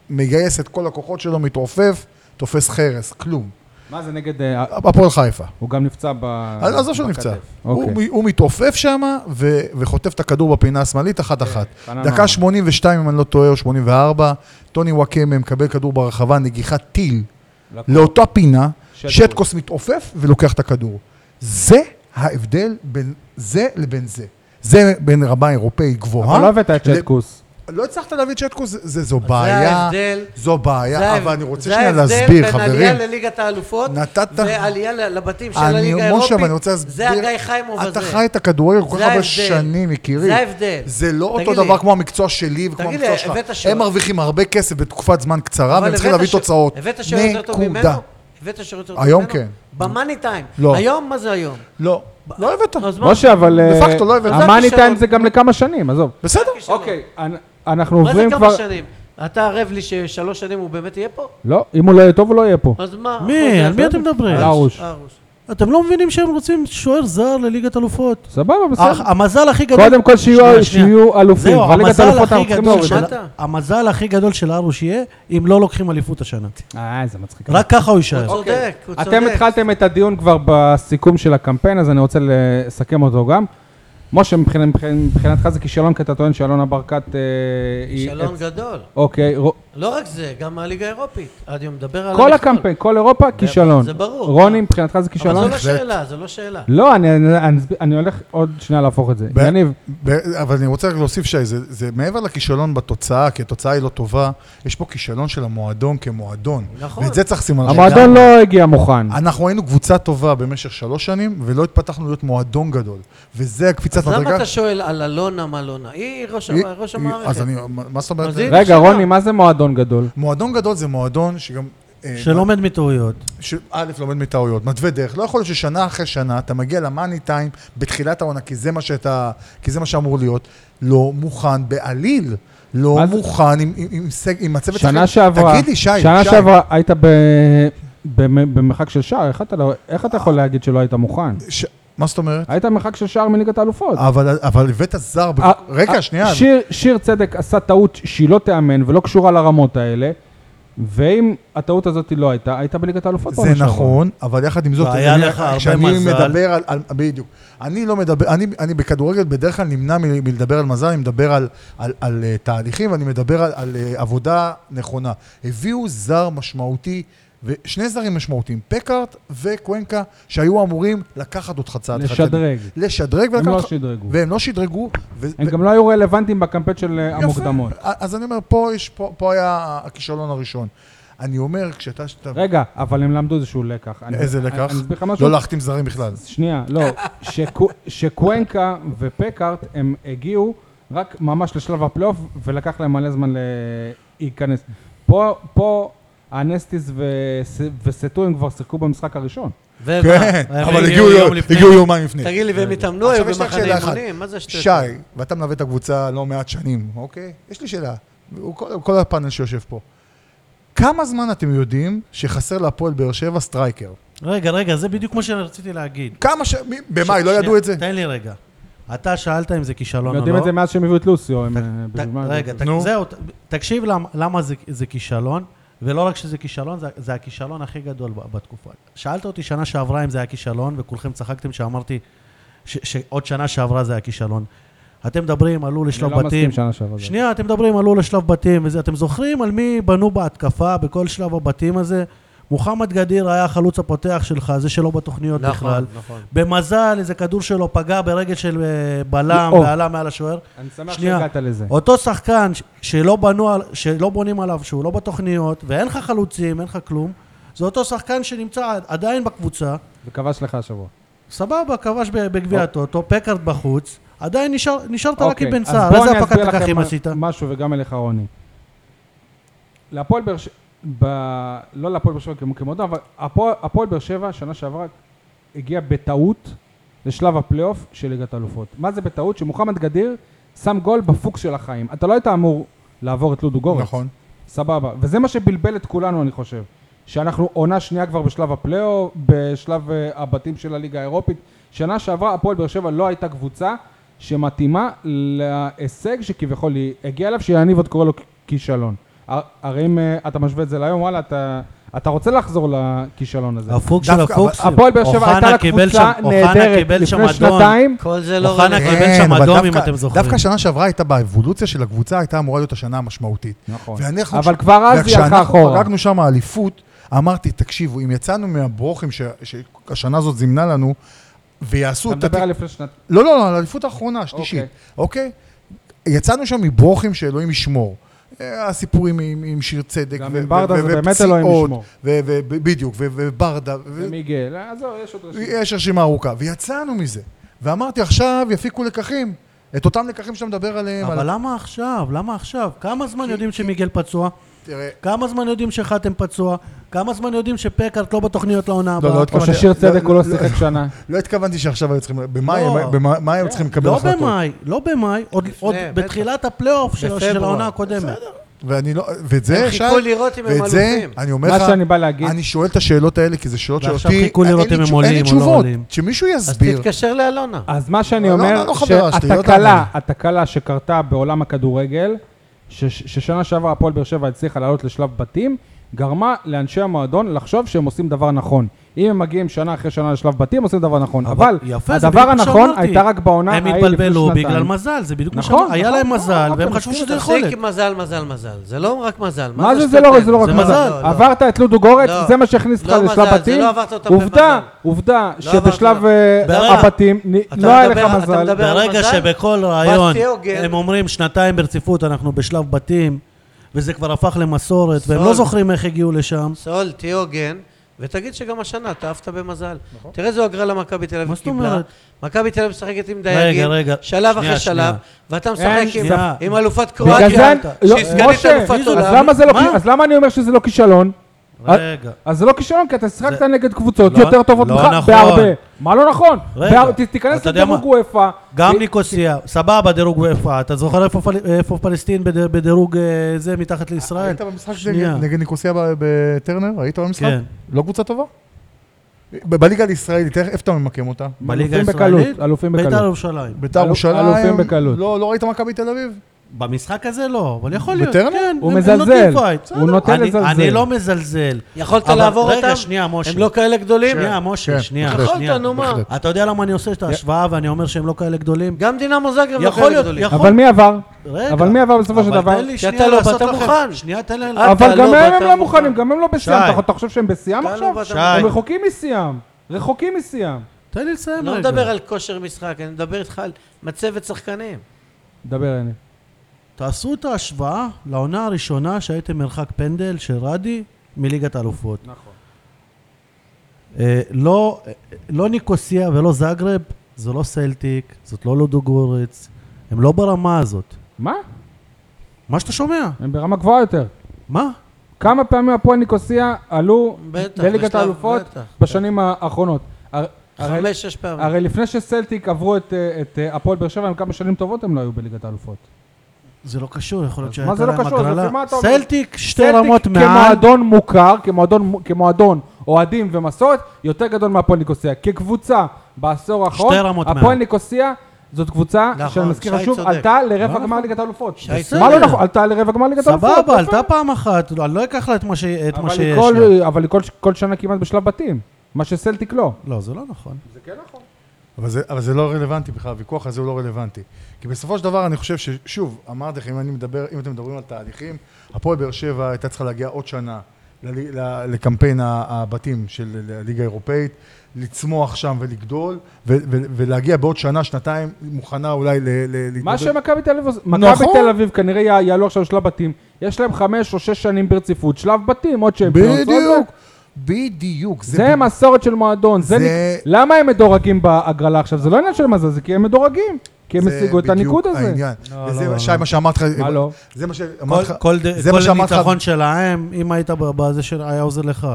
Speaker 5: מגייס את כל הכוחות שלו, מתעופף, תופס חרס, כלום.
Speaker 2: מה זה נגד... אה,
Speaker 5: הפועל חיפה.
Speaker 2: הוא גם נפצע ב...
Speaker 5: אז אה, עזוב שהוא נפצע.
Speaker 2: בכתף.
Speaker 5: הוא
Speaker 2: אוקיי.
Speaker 5: הוא מתעופף שם ו- וחוטף את הכדור בפינה השמאלית אחת-אחת.
Speaker 2: חנן
Speaker 5: דקה
Speaker 2: אמר.
Speaker 5: 82, אם אני לא טועה, או 84, טוני וואקמה מקבל כדור ברחבה, נגיחת טיל
Speaker 2: לקוח.
Speaker 5: לאותה פינה,
Speaker 2: שטקוס.
Speaker 5: שטקוס מתעופף ולוקח את הכדור. זה ההבדל בין זה לבין זה. זה בין רמה אירופאית גבוהה.
Speaker 2: אבל לא הבאת את
Speaker 5: אה? ל-
Speaker 2: שטקוס.
Speaker 5: לא הצלחת להביא את שטקוס, זה- זה- זו
Speaker 4: זה
Speaker 5: בעיה.
Speaker 4: ההבדל.
Speaker 5: זו
Speaker 4: זה
Speaker 5: בעיה, אבל
Speaker 4: ההב-
Speaker 5: אני רוצה
Speaker 4: זה
Speaker 5: שנייה
Speaker 4: ההבדל
Speaker 5: להסביר,
Speaker 4: בין עלייה
Speaker 5: חברים.
Speaker 4: לליגת האלופות,
Speaker 5: נתת-
Speaker 4: ועלייה ל- לבתים של
Speaker 5: אני-
Speaker 4: הליגה
Speaker 5: משה,
Speaker 4: האירופית,
Speaker 5: אבל אני רוצה
Speaker 4: זה
Speaker 5: להסביר-
Speaker 4: הגיא חיימוב הזה.
Speaker 5: אתה חי את הכדורגל כל
Speaker 4: זה
Speaker 5: כך הרבה
Speaker 4: ההבדל.
Speaker 5: שנים, יקירי.
Speaker 4: זה ההבדל.
Speaker 5: זה לא
Speaker 4: תגיד
Speaker 5: אותו
Speaker 4: לי.
Speaker 5: דבר כמו המקצוע שלי וכמו
Speaker 4: תגיד
Speaker 5: המקצוע
Speaker 4: לי, הבאת
Speaker 5: שלך.
Speaker 4: שוער.
Speaker 5: הם מרוויחים הרבה כסף בתקופת זמן קצרה,
Speaker 4: אבל
Speaker 5: והם צריכים
Speaker 4: הבאת
Speaker 5: להביא
Speaker 4: ש-
Speaker 5: תוצאות.
Speaker 4: הבאת שירות יותר טוב ממנו?
Speaker 5: נקודה.
Speaker 4: הבאת שירות יותר טוב ממנו?
Speaker 5: היום כן.
Speaker 4: במאני טיים.
Speaker 5: לא.
Speaker 4: היום, מה זה היום?
Speaker 5: לא, לא הבאת.
Speaker 4: אז מה?
Speaker 2: משה, אבל...
Speaker 5: דה
Speaker 2: אה,
Speaker 5: פקטו לא הבאת.
Speaker 2: המאני
Speaker 4: זה
Speaker 2: טיים
Speaker 4: כישלון.
Speaker 2: זה גם לכמה שנים, עזוב.
Speaker 5: בסדר.
Speaker 4: שלו.
Speaker 2: אוקיי, אנ- אנחנו
Speaker 4: מה זה
Speaker 2: עוברים כבר...
Speaker 4: כמה שנים? אתה ערב לי ששלוש שנים הוא באמת יהיה פה?
Speaker 2: לא, אם הוא לא יהיה טוב, הוא לא יהיה פה.
Speaker 4: אז מה?
Speaker 3: מי? על מי אתם מדברים?
Speaker 2: על הרוש.
Speaker 4: ארוש.
Speaker 3: אתם לא מבינים שהם רוצים שוער זר לליגת אלופות.
Speaker 2: סבבה,
Speaker 5: אה,
Speaker 2: בסדר.
Speaker 3: אך- אה, המזל הכי גדול...
Speaker 2: קודם כל שיהיו-
Speaker 3: שנייה, שנייה.
Speaker 2: שיהיו אלופים.
Speaker 3: זהו,
Speaker 2: בליגת
Speaker 3: המזל
Speaker 2: האלופות
Speaker 3: הכי
Speaker 2: אנחנו צריכים
Speaker 3: גדול
Speaker 2: להוריד.
Speaker 3: של...
Speaker 4: שמעת?
Speaker 3: המזל הכי גדול של ארוש יהיה אם לא לוקחים אליפות השנה.
Speaker 2: אה, זה מצחיק.
Speaker 3: רק ככה הוא יישאר.
Speaker 4: הוא צודק, הוא צודק.
Speaker 2: אוקיי. אתם התחלתם את הדיון כבר בסיכום של הקמפיין, אז אני רוצה לסכם אותו גם. משה, מבחינת- מבחינתך זה כישלון, כי אתה טוען שאלונה ברקת... אה, היא-
Speaker 4: שלום גדול.
Speaker 2: אוקיי, רו-
Speaker 4: לא רק זה, גם הליגה האירופית. אני מדבר על...
Speaker 2: כל
Speaker 4: המכלול.
Speaker 2: הקמפיין, כל אירופה, כישלון.
Speaker 4: זה ברור.
Speaker 2: רוני, מבחינתך זה
Speaker 4: אבל זו
Speaker 2: כישלון?
Speaker 4: לא שאלה, זו לא שאלה.
Speaker 2: לא, אני- אני- אני אסביר- אני הולך עוד שנייה להפוך את זה.
Speaker 5: ב- אוקיי.
Speaker 2: יניב,
Speaker 5: ב- אבל אני רוצה רק להוסיף שי, זה, זה מעבר לכישלון בתוצאה, כי התוצאה היא לא טובה, יש פה כישלון של המועדון כמועדון.
Speaker 4: נכון.
Speaker 5: ואת זה צריך לשים על
Speaker 2: המועדון לא הגיע מוכן.
Speaker 5: אנחנו היינו קבוצה טובה במשך שלוש שנים, ולא התפתחנו להיות מועדון גדול. וזה הקפיצת
Speaker 4: אז למה
Speaker 5: מדרגה.
Speaker 4: אתה שואל על אלונה מלונה? היא ראש
Speaker 5: היא-
Speaker 4: ראש
Speaker 5: היא-
Speaker 4: המערכת.
Speaker 5: אז אני, מה מה זאת אומרת?
Speaker 4: אז היא-
Speaker 2: רגע,
Speaker 4: כישלון.
Speaker 2: רוני, מה זה מועדון גדול?
Speaker 5: מועדון גדול זה מועדון שגם... אה,
Speaker 3: שלומד מטעויות.
Speaker 5: שא' לומד מטעויות, מתווה דרך. לא יכול להיות ששנה אחרי שנה אתה מגיע למאני טיים בתחילת העונה, כי זה מה שאתה, כי זה מה שאמור להיות, לא מוכן בעליל. לא
Speaker 2: מה זה-
Speaker 5: מוכן עם, עם, עם, סג- עם הצוות...
Speaker 2: שנה
Speaker 5: שחקנים.
Speaker 2: שעברה,
Speaker 5: תגיד לי, שי,
Speaker 2: שנה
Speaker 5: שי,
Speaker 2: שעברה היית ב- במ- במרחק של שער, איך אתה לא- איך אתה יכול להגיד שלא היית מוכן?
Speaker 5: ש... מה זאת אומרת?
Speaker 2: היית במרחק של שער מליגת האלופות.
Speaker 5: אבל, אבל הבאת זר... ב...
Speaker 2: אה, אה,
Speaker 5: רגע, שנייה.
Speaker 2: שיר, שיר צדק עשה טעות שהיא לא תיאמן ולא קשורה לרמות האלה, ואם הטעות הזאת לא הייתה, הייתה בליגת האלופות.
Speaker 5: זה
Speaker 2: בעונה שעברה.
Speaker 5: נכון, אבל יחד עם זאת,
Speaker 3: והיה
Speaker 5: אני-
Speaker 3: לך הרבה
Speaker 5: כשאני
Speaker 3: מזל.
Speaker 5: מדבר על, על, בדיוק. אני לא מדבר, אני, אני בכדורגל בדרך כלל נמנע מ- מלדבר על מזל, אני מדבר על, על, על, אה, תהליכים, ואני מדבר על, על אה, עבודה נכונה. הביאו זר משמעותי, ושני זרים משמעותיים, פקארט וקוונקה, שהיו אמורים לקחת אותך צעד אחד.
Speaker 2: לשדרג.
Speaker 5: לשדרג.
Speaker 2: הם
Speaker 5: ולקחת
Speaker 2: לא
Speaker 5: אותך-
Speaker 2: שדרגו.
Speaker 5: והם לא שדרגו. ו-
Speaker 2: הם
Speaker 5: ו-
Speaker 2: גם לא היו רלוונטיים בקמפיין של אה,
Speaker 5: יפה.
Speaker 2: המוקדמות.
Speaker 5: אז אני אומר, פה, יש, פה, פה היה הכישלון הראשון. אני אומר, כשאתה... שאתה-
Speaker 2: רגע, אבל הם למדו איזשהו לקח. אני-
Speaker 5: איזה
Speaker 2: אני-
Speaker 5: לקח?
Speaker 2: אני אסביר לך משהו.
Speaker 5: לא להחתים זרים בכלל.
Speaker 2: שנייה, לא. שקו- שקוונקה ופקארט, הם הגיעו רק ממש לשלב הפלייאוף, ולקח להם מלא זמן להיכנס. פה, פה... אנסטיס וס- וסטו הם כבר שיחקו במשחק הראשון.
Speaker 4: ומה?
Speaker 5: כן,
Speaker 4: הם
Speaker 5: אבל
Speaker 4: הגיעו-
Speaker 5: הגיעו
Speaker 3: יום
Speaker 5: יום-
Speaker 3: לפני.
Speaker 5: הגיעו יומיים לפני.
Speaker 4: תגיד לא, לי,
Speaker 2: אה,
Speaker 4: והם התאמנו
Speaker 5: עכשיו
Speaker 4: היו
Speaker 5: יש לי רק
Speaker 4: במחנה
Speaker 5: שאלה אחת.
Speaker 4: אימונים? מה זה השטויות?
Speaker 5: שי, ואתה מלווה את הקבוצה לא מעט שנים, אוקיי? יש לי שאלה. הוא כל- כל הפאנל שיושב פה. כמה זמן אתם יודעים שחסר להפועל באר שבע סטרייקר?
Speaker 3: רגע, רגע, זה בדיוק מה שרציתי להגיד.
Speaker 5: כמה ש... מי- במאי, לא
Speaker 3: שנייה,
Speaker 5: ידעו את זה?
Speaker 3: תן לי רגע. אתה שאלת אם זה כישלון
Speaker 2: הם
Speaker 3: או
Speaker 2: יודעים
Speaker 3: לא.
Speaker 2: את זה מאז שהם הביאו את לוסיו. הם,
Speaker 3: ת-
Speaker 2: אה,
Speaker 3: ת-
Speaker 2: בשביל מה הם
Speaker 3: רגע,
Speaker 2: הביאו את
Speaker 3: ת-
Speaker 5: נו.
Speaker 3: זהו, ת- תקשיב למ- למה זה- זה כישלון, ולא רק שזה כישלון, זה- זה הכישלון הכי גדול ב- בתקופה. שאלת אותי שנה שעברה אם זה היה כישלון, וכולכם צחקתם שאמרתי ש- שעוד שנה שעברה זה היה כישלון. אתם מדברים, עלו
Speaker 2: לוסיו.
Speaker 3: לשלב
Speaker 2: אני לא
Speaker 3: בתים.
Speaker 2: מסכים שנה שעברה. זה.
Speaker 3: שנייה, אתם מדברים, עלו לשלב בתים וזה. אתם זוכרים על מי בנו בהתקפה בכל שלב הבתים הזה? מוחמד גדיר היה החלוץ הפותח שלך, זה שלא בתוכניות בכלל.
Speaker 4: נכון, נכון.
Speaker 3: במזל, איזה כדור שלו פגע ברגל של אה, בלם
Speaker 2: או.
Speaker 3: ועלה מעל השוער.
Speaker 2: אני שמח
Speaker 3: שנייה.
Speaker 2: שהגעת לזה.
Speaker 3: אותו שחקן ש- שלא, בנו על, שלא בונים עליו, שהוא לא בתוכניות, ואין לך חלוצים, אין לך כלום, זה אותו שחקן שנמצא עד- עדיין בקבוצה,
Speaker 2: וכבש לך השבוע.
Speaker 3: סבבה, כבש ב- בגביע הטוטו, פקארט בחוץ, עדיין נשאר, נשארת לקי
Speaker 2: אוקיי,
Speaker 3: בן
Speaker 2: אז
Speaker 3: סער,
Speaker 2: בואו
Speaker 3: איזה
Speaker 2: אני
Speaker 3: הפקת
Speaker 2: אסביר לכם
Speaker 3: לקחים
Speaker 2: מה-
Speaker 3: עשית?
Speaker 2: משהו וגם אליך רוני. להפועל באר שבע, ב- לא להפועל באר שבע כמו- כמודו, אבל הפועל- הפועל באר שבע שנה שעברה הגיע בטעות לשלב הפלייאוף של ליגת האלופות. מה זה בטעות? שמוחמד גדיר שם גול בפוקס של החיים. אתה לא היית אמור לעבור את לודו גורץ.
Speaker 5: נכון.
Speaker 2: סבבה. וזה מה שבלבל את כולנו, אני חושב. שאנחנו עונה שנייה כבר בשלב הפלייאוף, בשלב אה, הבתים של הליגה האירופית. שנה שעברה הפועל באר שבע לא הייתה קבוצה שמתאימה להישג שכביכול היא הגיעה אליו, שיניב עוד קורא לו כ- כישלון. הר- הרי אם אה, אתה משווה את זה להיום, וואלה, אתה, אתה רוצה לחזור לכישלון הזה.
Speaker 3: הפוקס
Speaker 5: של
Speaker 3: של
Speaker 5: דווקא, הפוקס.
Speaker 3: הפוקס.
Speaker 2: הפועל באר שבע הייתה לה קבוצה נהדרת לפני שנתיים. כן,
Speaker 4: כל זה לא
Speaker 3: אוחנה
Speaker 4: רלוונטי.
Speaker 3: קיבל שם
Speaker 5: כן, אבל
Speaker 3: אדום, אם
Speaker 5: דווקא-
Speaker 3: אתם זוכרים.
Speaker 5: דווקא שנה שעברה הייתה באבולוציה של הקבוצה, הייתה אמורה להיות השנה המשמעותית.
Speaker 2: נכון.
Speaker 5: ואנחנו-
Speaker 2: אבל כבר אז היא הלכה
Speaker 5: וכשאנחנו
Speaker 2: אחורה.
Speaker 5: חגגנו שם אליפות, אמרתי, תקשיבו, אם יצאנו מהברוכים ש- שהשנה הזאת זימנה לנו, ויעשו
Speaker 2: אתה
Speaker 5: את
Speaker 2: מדבר
Speaker 5: התיק...
Speaker 2: על לפני שנתיים.
Speaker 5: לא, לא, לא, על האליפות האחרונה, השלישית, אוקיי? יצאנו שם מברוכים שאלוהים ישמור. אה, הסיפורים עם, עם שיר צדק,
Speaker 2: גם
Speaker 5: ו-
Speaker 2: עם ברדה
Speaker 5: ו-
Speaker 2: זה
Speaker 5: ו-
Speaker 2: באמת
Speaker 5: ופציעות,
Speaker 2: אלוהים ישמור.
Speaker 5: ו- ו- ב- בדיוק, ו- וברדה, ו-
Speaker 2: ומיגל, אה, עזוב, יש עוד רשימה.
Speaker 5: יש רשימה ארוכה, ויצאנו מזה. ואמרתי, עכשיו יפיקו לקחים, את אותם לקחים שאתה מדבר עליהם. על-
Speaker 3: אבל לא- למה עכשיו? למה עכשיו? כמה זמן יודעים שמיגל פצוע?
Speaker 5: תראה,
Speaker 3: כמה זמן יודעים שחתם פצוע? כמה זמן יודעים שפקארט לא בתוכניות לעונה הבאה?
Speaker 5: לא, לא, עוד
Speaker 2: או
Speaker 5: כמה-
Speaker 2: ששיר צדק הוא לא
Speaker 5: לא-
Speaker 2: שיחק שנה.
Speaker 5: לא התכוונתי שעכשיו היו צריכים, במאי
Speaker 3: לא.
Speaker 5: הם- במאי- במאי הם צריכים
Speaker 2: כן.
Speaker 5: לקבל
Speaker 3: לא
Speaker 5: החלטות.
Speaker 3: במאי, לא במאי, עוד-
Speaker 4: לפני,
Speaker 3: עוד
Speaker 4: בטח.
Speaker 3: בתחילת הפלייאוף של של
Speaker 4: בפברואר.
Speaker 3: העונה הקודמת.
Speaker 5: ואני לא, ואת זה,
Speaker 2: כן,
Speaker 4: הם
Speaker 5: שי,
Speaker 4: חיכו לראות אם הם
Speaker 5: ואת זה,
Speaker 4: אלופים.
Speaker 5: אני אומר
Speaker 2: מה
Speaker 5: לך,
Speaker 2: שאני בא להגיד,
Speaker 5: אני שואל את השאלות האלה, כי זה שאלות שאותי,
Speaker 3: ועכשיו חיכו לראות
Speaker 5: אין לי
Speaker 3: אם הם
Speaker 5: תשו- אין לי
Speaker 3: עולים או לא
Speaker 5: תשובות.
Speaker 3: עולים.
Speaker 5: שמישהו
Speaker 4: אז
Speaker 5: יסביר.
Speaker 4: תתקשר לאלונה.
Speaker 2: אז מה שאני
Speaker 5: לא, לא,
Speaker 2: אומר,
Speaker 5: לא חברה שלי, לא
Speaker 2: שהתקלה,
Speaker 5: תאמין.
Speaker 2: התקלה שקרתה בעולם הכדורגל, ש- ששנה שעברה הפועל באר שבע הצליחה לעלות לשלב בתים, גרמה לאנשי המועדון לחשוב שהם עושים דבר נכון. אם הם מגיעים שנה אחרי שנה לשלב בתים, עושים דבר נכון. אבל
Speaker 3: יפה, זה
Speaker 2: הדבר
Speaker 3: בדיוק מה
Speaker 2: הנכון
Speaker 3: שאמרתי.
Speaker 2: הייתה רק בעונה
Speaker 3: הם
Speaker 2: ההיא לפני שנתיים.
Speaker 3: התבלבלו בגלל מזל, זה בדיוק מה
Speaker 2: נכון,
Speaker 3: שאמרתי. היה
Speaker 2: נכון,
Speaker 3: להם
Speaker 2: נכון,
Speaker 3: מזל,
Speaker 2: נכון,
Speaker 3: והם חשבו
Speaker 2: נכון,
Speaker 3: שזה
Speaker 4: תפסיק
Speaker 3: יכולת.
Speaker 4: עם מזל, מזל, מזל. זה לא רק מזל.
Speaker 2: מה זה זה לא, זה לא רק
Speaker 3: זה
Speaker 2: מזל?
Speaker 3: מזל,
Speaker 4: לא, לא.
Speaker 2: עברת את לודו גורץ,
Speaker 4: לא.
Speaker 2: זה מה שהכניס אותך
Speaker 4: לא
Speaker 2: לשלב
Speaker 4: מזל, זה
Speaker 2: בתים?
Speaker 4: לא עברת אותם
Speaker 2: עובדה,
Speaker 4: במזל.
Speaker 2: עובדה,
Speaker 4: לא עברת
Speaker 2: שבשלב
Speaker 4: אותם.
Speaker 2: אה,
Speaker 3: ברגע-
Speaker 2: הבתים נ-
Speaker 4: אתה
Speaker 2: לא היה לך
Speaker 4: מדבר- אתה
Speaker 2: מזל.
Speaker 4: מדבר על
Speaker 3: ברגע
Speaker 4: מזל?
Speaker 3: שבכל
Speaker 4: ואז
Speaker 3: ראיון
Speaker 4: תהיה הוגן.
Speaker 3: הם אומרים שנתיים ברציפות, אנחנו בשלב בתים, וזה כבר הפך למסורת, והם
Speaker 4: סול.
Speaker 3: לא זוכרים איך הגיעו לשם.
Speaker 4: סול, תהיה הוגן, ותגיד שגם השנה אתה עפת במזל.
Speaker 2: נכון.
Speaker 4: תראה איזו הגרלה מכבי תל אביב
Speaker 3: מה זאת
Speaker 4: קיבלה.
Speaker 3: אומרת?
Speaker 4: מכבי תל אביב משחקת עם
Speaker 3: רגע,
Speaker 4: דייגים,
Speaker 3: רגע.
Speaker 4: שלב
Speaker 3: שנייה,
Speaker 4: אחרי שלב,
Speaker 3: שנייה.
Speaker 4: ואתה
Speaker 2: אין,
Speaker 4: משחק עם-
Speaker 3: שנייה.
Speaker 4: עם אלופת
Speaker 2: בגלל
Speaker 4: קרואטיה,
Speaker 2: זה- לא,
Speaker 4: שהיא סגנית
Speaker 2: משה,
Speaker 4: אלופת
Speaker 2: אז
Speaker 4: עולם.
Speaker 2: למה זה לא-
Speaker 3: מה?
Speaker 2: אז למה אני אומר שזה לא כישלון?
Speaker 3: רגע.
Speaker 2: אז זה לא כישלון, כי אתה שיחקת
Speaker 3: זה-
Speaker 2: נגד קבוצות
Speaker 3: לא-
Speaker 2: יותר טובות
Speaker 3: לא
Speaker 2: ממך
Speaker 3: נכון.
Speaker 2: בהרבה. מה לא נכון?
Speaker 3: רגע,
Speaker 2: בהר- ת-
Speaker 3: אתה
Speaker 2: תיכנס
Speaker 3: יודע מה?
Speaker 2: לדירוג וופא.
Speaker 3: גם ניקוסיה, סבבה, דירוג וופא. אתה זוכר איפה פל- איפה פלסטין בד- בדירוג אה, זה מתחת לישראל?
Speaker 5: היית במשחק
Speaker 3: שנייה.
Speaker 5: נגד- נגד ניקוסיה ב- בטרנר? היית במשחק?
Speaker 3: כן.
Speaker 5: לא קבוצה טובה? ב- בליגה הישראלית, איך איפה אתה ממקם אותה?
Speaker 3: בליגה
Speaker 2: אלופים
Speaker 3: הישראלית?
Speaker 2: בקלות, אלופים
Speaker 3: בית"ר
Speaker 2: בקלות.
Speaker 3: ירושלים.
Speaker 5: ביתר
Speaker 2: אלופ-
Speaker 5: ירושלים?
Speaker 2: אלופים בקלות.
Speaker 5: לא, לא ראית מכבי תל אביב?
Speaker 3: במשחק הזה לא, אבל יכול להיות.
Speaker 5: בטרנר?
Speaker 3: כן,
Speaker 2: הוא
Speaker 3: הם- הם
Speaker 2: מזלזל.
Speaker 3: נותנים פייט,
Speaker 2: הוא
Speaker 3: בסדר.
Speaker 2: נותן
Speaker 3: אני-
Speaker 2: לזלזל.
Speaker 3: אני לא מזלזל.
Speaker 4: יכולת
Speaker 3: אבל-
Speaker 4: לעבור
Speaker 3: רגע,
Speaker 4: אותם?
Speaker 3: שנייה, משה.
Speaker 4: הם לא כאלה גדולים?
Speaker 3: שנייה,
Speaker 5: כן,
Speaker 3: משה, שנייה.
Speaker 5: בהחלט.
Speaker 3: שנייה.
Speaker 4: יכולת, נו מה?
Speaker 5: בהחלט.
Speaker 3: אתה יודע למה אני עושה את ההשוואה ואני אומר שהם לא כאלה גדולים?
Speaker 4: גם דינמו זאגרב לא
Speaker 3: יכול
Speaker 4: כאלה
Speaker 3: להיות,
Speaker 4: גדולים.
Speaker 3: יכול-
Speaker 2: אבל מי עבר?
Speaker 3: נכון. רגע.
Speaker 2: אבל מי עבר בסופו של
Speaker 3: אבל
Speaker 2: דבר?
Speaker 3: תן לי
Speaker 4: כי
Speaker 3: שנייה
Speaker 4: אתה לא
Speaker 3: לעשות
Speaker 4: באת
Speaker 3: לכם-
Speaker 4: מוכן.
Speaker 3: שנייה, תן להם...
Speaker 4: אתה
Speaker 2: אבל גם
Speaker 4: לא
Speaker 2: הם
Speaker 4: באת
Speaker 2: הם לא
Speaker 4: מוכן.
Speaker 2: מוכנים, גם הם לא בשיאם.
Speaker 3: שי.
Speaker 2: אתה- אתה חושב שהם בשיאם
Speaker 4: אתה לא
Speaker 2: עכשיו?
Speaker 4: באת
Speaker 3: שי.
Speaker 4: מוכן.
Speaker 2: הם רחוקים משיאם. רחוקים משיאם.
Speaker 3: תן לי לסיים
Speaker 4: אני
Speaker 3: רגע.
Speaker 4: לא מדבר על כושר משחק, אני מדבר איתך על מצבת שחקנים.
Speaker 2: דבר, יניב.
Speaker 3: תעשו את ההשוואה לעונה הראשונה שהייתם מרחק פנדל של רדי מליגת האלופות.
Speaker 2: נכון.
Speaker 3: אה, לא, אה, לא ניקוסיה ולא זאגרב, זו לא סלטיק, זאת לא לודוגורץ, הם לא ברמה הזאת.
Speaker 2: מה?
Speaker 3: מה שאתה שומע,
Speaker 2: הם ברמה גבוהה יותר.
Speaker 3: מה?
Speaker 2: כמה פעמים הפועל ניקוסיה עלו
Speaker 4: בטח,
Speaker 2: לליגת
Speaker 4: בשלב-
Speaker 2: האלופות
Speaker 4: בטח.
Speaker 2: בשנים האחרונות? הר- הרי-
Speaker 4: חמש, שש פעמים.
Speaker 2: הרי לפני שסלטיק עברו את, אה, את אה, הפועל באר שבע, הם כמה שנים טובות הם לא היו בליגת האלופות.
Speaker 3: זה לא קשור, יכול להיות
Speaker 2: אז
Speaker 3: שהייתה
Speaker 2: מה זה לא
Speaker 3: להם
Speaker 2: קשור? זה
Speaker 3: הגרלה.
Speaker 2: לפי מה אתה אומר?
Speaker 3: סלטיק, שתי
Speaker 2: סלטיק
Speaker 3: רמות מעל.
Speaker 2: כמועדון מוכר, כמועדון, כמועדון אוהדים ומסורת, יותר גדול מהפועל ניקוסיה. כקבוצה, בעשור האחרון,
Speaker 3: שתי רמות
Speaker 2: הפועל
Speaker 3: מעל.
Speaker 2: ניקוסיה זאת קבוצה,
Speaker 4: נכון,
Speaker 2: שאני מזכיר לך
Speaker 4: שי
Speaker 2: שוב,
Speaker 4: צודק.
Speaker 2: עלתה
Speaker 3: לא
Speaker 2: לרבע
Speaker 3: נכון.
Speaker 2: גמר ליגת האלופות.
Speaker 4: שי בסדר.
Speaker 2: מה לא נכון? עלתה לרבע גמר ליגת האלופות.
Speaker 3: סבבה,
Speaker 2: יפה.
Speaker 3: עלתה פעם אחת, לא, אני לא אקח לה את מה ש- את מה
Speaker 2: אבל היא
Speaker 3: שיש
Speaker 2: כל-
Speaker 3: לה.
Speaker 2: אבל היא כל- כל שנה כמעט בשלב בתים. מה שסלטיק לא.
Speaker 3: לא, זה לא נכון.
Speaker 2: זה כן נכון.
Speaker 5: אבל זה, אבל זה לא רלוונטי בכלל, הוויכוח הזה הוא לא רלוונטי. כי בסופו של דבר אני חושב ששוב, אמרתי לכם, אם, אני מדבר, אם אתם מדברים על תהליכים, הפועל באר שבע הייתה צריכה להגיע עוד שנה ל- ל- לקמפיין ה- הבתים של הליגה האירופאית, לצמוח שם ולגדול, ו- ו- ולהגיע בעוד שנה, שנתיים, מוכנה אולי ל- ל- להתמודד.
Speaker 2: מה שמכבי תל אביב עושה,
Speaker 5: נכון.
Speaker 2: מכבי תל אביב כנראה יע- יעלו עכשיו שלב בתים, יש להם חמש או שש שנים ברציפות, שלב בתים, עוד שהם
Speaker 5: בדיוק, בדיוק.
Speaker 2: זה, זה
Speaker 5: ב-
Speaker 2: מסורת של מועדון, זה...
Speaker 5: זה-
Speaker 2: ניק- למה הם מדורגים בהגרלה עכשיו? זה לא עניין של מזל, זה כי הם מדורגים, כי הם
Speaker 5: זה
Speaker 2: השיגו את
Speaker 5: בדיוק
Speaker 2: הניקוד הזה.
Speaker 5: העניין.
Speaker 3: לא,
Speaker 5: וזה
Speaker 3: לא, לא,
Speaker 5: שי,
Speaker 3: לא.
Speaker 5: מה שאמרתי לך,
Speaker 2: מה לא?
Speaker 5: זה מה
Speaker 3: כל,
Speaker 5: שאמרתי לך,
Speaker 3: כל, ד-
Speaker 5: זה
Speaker 3: כל
Speaker 5: מה שאמרתי לך,
Speaker 3: ניצחון שלהם, אם היית ב- בזה שהיה עוזר לך,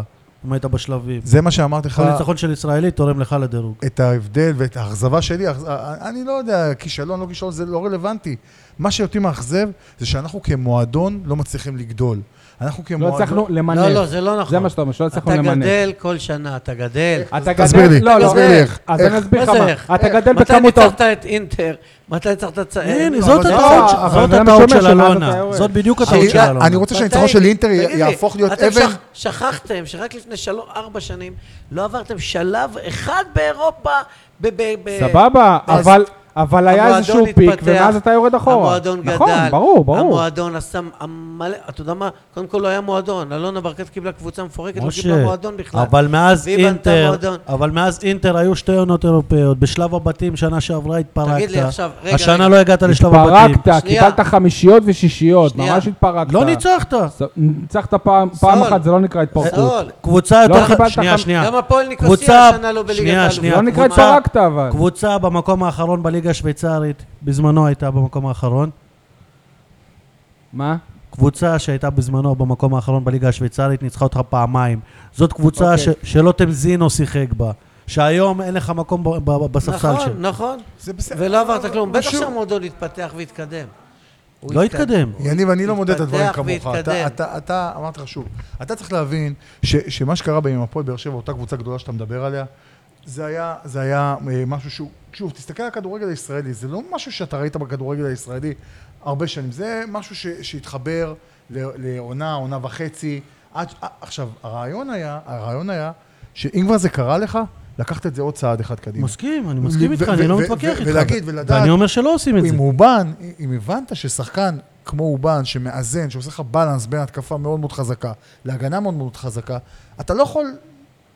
Speaker 3: אם היית בשלבים.
Speaker 5: זה מה שאמרתי לך.
Speaker 3: כל ניצחון של ישראלי תורם לך לדירוג.
Speaker 5: את ההבדל ואת האכזבה שלי, האכז- אני לא יודע, כישלון, לא כישלון, זה לא רלוונטי. מה שאותי מאכזב זה שאנחנו כמועדון לא מצליחים לגדול. אנחנו
Speaker 2: לא
Speaker 5: כמועדון...
Speaker 2: הצלחנו למנף.
Speaker 4: לא, לא, זה לא נכון.
Speaker 2: זה מה שאתה אומר, שלא הצלחנו
Speaker 4: אתה
Speaker 2: למנף.
Speaker 4: גדל כל שנה, אתה גדל.
Speaker 2: אתה גדל...
Speaker 5: תסביר לי,
Speaker 2: לא, לא,
Speaker 5: תסביר לי איך.
Speaker 2: אז אני
Speaker 5: איך?
Speaker 2: אסביר לך
Speaker 4: מה זה איך? אה,
Speaker 2: מה. אתה גדל
Speaker 4: מתי
Speaker 2: בכמות...
Speaker 4: ניצחת את אינטר? מתי ניצחת את...
Speaker 3: הנה,
Speaker 4: אה,
Speaker 3: זאת
Speaker 5: אבל זה-
Speaker 3: הטעות ש-
Speaker 2: אבל
Speaker 3: זאת
Speaker 2: זה מה
Speaker 3: הטעות
Speaker 2: שאומר
Speaker 3: של
Speaker 2: שלנו, אתה
Speaker 3: אלונה.
Speaker 2: יורד.
Speaker 3: זאת בדיוק הטעות
Speaker 5: אני-
Speaker 3: של אלונה.
Speaker 5: אה, אני רוצה
Speaker 4: מתי-
Speaker 5: שהניצחון של אינטר י-
Speaker 4: תגיד לי,
Speaker 5: יהפוך להיות
Speaker 4: אתם
Speaker 5: אבן...
Speaker 4: שכ- שכחתם שרק לפני שלוש, ארבע שנים לא עברתם שלב אחד באירופה ב... ב- ב-
Speaker 2: סבבה,
Speaker 4: אז-
Speaker 2: אבל... אבל היה
Speaker 4: אה, המועדון
Speaker 2: איזשהו פיק,
Speaker 4: התפתח,
Speaker 2: ומאז אתה יורד אחורה.
Speaker 4: המועדון גדל.
Speaker 2: נכון, ברור, ברור.
Speaker 4: המועדון עשה מלא, אתה יודע מה? קודם כל לא היה מועדון. אלונה ברקת קיבלה קבוצה מפורקת, לא קיבלה
Speaker 3: משה,
Speaker 4: מועדון בכלל.
Speaker 3: אבל מאז
Speaker 4: והיא בנתה
Speaker 3: אינטר,
Speaker 4: מועדון.
Speaker 3: אבל מאז אינטר היו שתי עונות אירופאיות. בשלב הבתים, שנה שעברה התפרקת.
Speaker 4: תגיד לי עכשיו, רגע,
Speaker 3: השנה
Speaker 4: רגע.
Speaker 3: לא הגעת לשלב הבתים.
Speaker 2: התפרקת,
Speaker 4: שנייה.
Speaker 2: קיבלת חמישיות ושישיות,
Speaker 4: שנייה.
Speaker 2: ממש התפרקת.
Speaker 3: לא ניצחת.
Speaker 2: ס- ניצחת פעם פעם
Speaker 4: סול.
Speaker 2: אחת, זה לא נקרא התפרקות.
Speaker 4: זול.
Speaker 3: קבוצה
Speaker 2: לא
Speaker 3: יותר...
Speaker 2: קיבלת
Speaker 3: שנייה,
Speaker 2: חמ-
Speaker 3: שנייה.
Speaker 4: גם הפועל ניקוסיה
Speaker 3: קבוצה...
Speaker 4: השנה לא בליגת
Speaker 3: שנייה,
Speaker 4: האלופות.
Speaker 3: שנייה.
Speaker 2: לא נקרא
Speaker 3: קבוצה-
Speaker 2: התפרקת, אבל.
Speaker 3: קבוצה במקום האחרון בליגה השוויצרית, בזמנו הייתה במקום האחרון.
Speaker 2: מה?
Speaker 3: קבוצה שהייתה בזמנו במקום האחרון בליגה השוויצרית, ניצחה אותך פעמיים. זאת קבוצה ש-
Speaker 2: אוקיי.
Speaker 3: שלוטם זינו שיחק בה, שהיום אין לך מקום ב- ב- בספסל
Speaker 4: נכון,
Speaker 3: שלה.
Speaker 4: נכון.
Speaker 5: זה בסדר.
Speaker 4: ולא עברת כלום. בטח
Speaker 5: שוב,
Speaker 4: שהמועדון התפתח והתקדם. הוא
Speaker 3: לא התקדם.
Speaker 5: יניב, אני לא מודד את הדברים
Speaker 4: נכון. התפתח
Speaker 5: כמוך. אתה-
Speaker 4: והתקדם.
Speaker 5: אתה, אתה, אמרתי לך שוב, אתה צריך להבין ש, שמה שקרה בה עם הפועל באר שבע, אותה קבוצה גדולה שאתה מדבר עליה, זה היה, זה היה אה, משהו שהוא, שוב, תסתכל על הכדורגל הישראלי, זה לא משהו שאתה ראית בכדורגל הישראלי הרבה שנים, זה משהו ש, שהתחבר ל- לעונה, עונה וחצי. עד, ש- אה, עכשיו, הרעיון היה, הרעיון היה, שאם כבר זה קרה לך, לקחת את זה עוד צעד אחד קדימה.
Speaker 3: מסכים, אני מסכים
Speaker 5: ו-
Speaker 3: איתך,
Speaker 5: ו-
Speaker 3: אני לא
Speaker 5: ו-
Speaker 3: מתווכח
Speaker 5: ו-
Speaker 3: איתך.
Speaker 5: ולהגיד ולדעת-
Speaker 3: ואני אומר שלא עושים את זה.
Speaker 5: עם אובן, אם הבנת ששחקן כמו אובן, שמאזן, שעושה לך בלנס בין התקפה מאוד מאוד חזקה להגנה מאוד מאוד חזקה, אתה לא יכול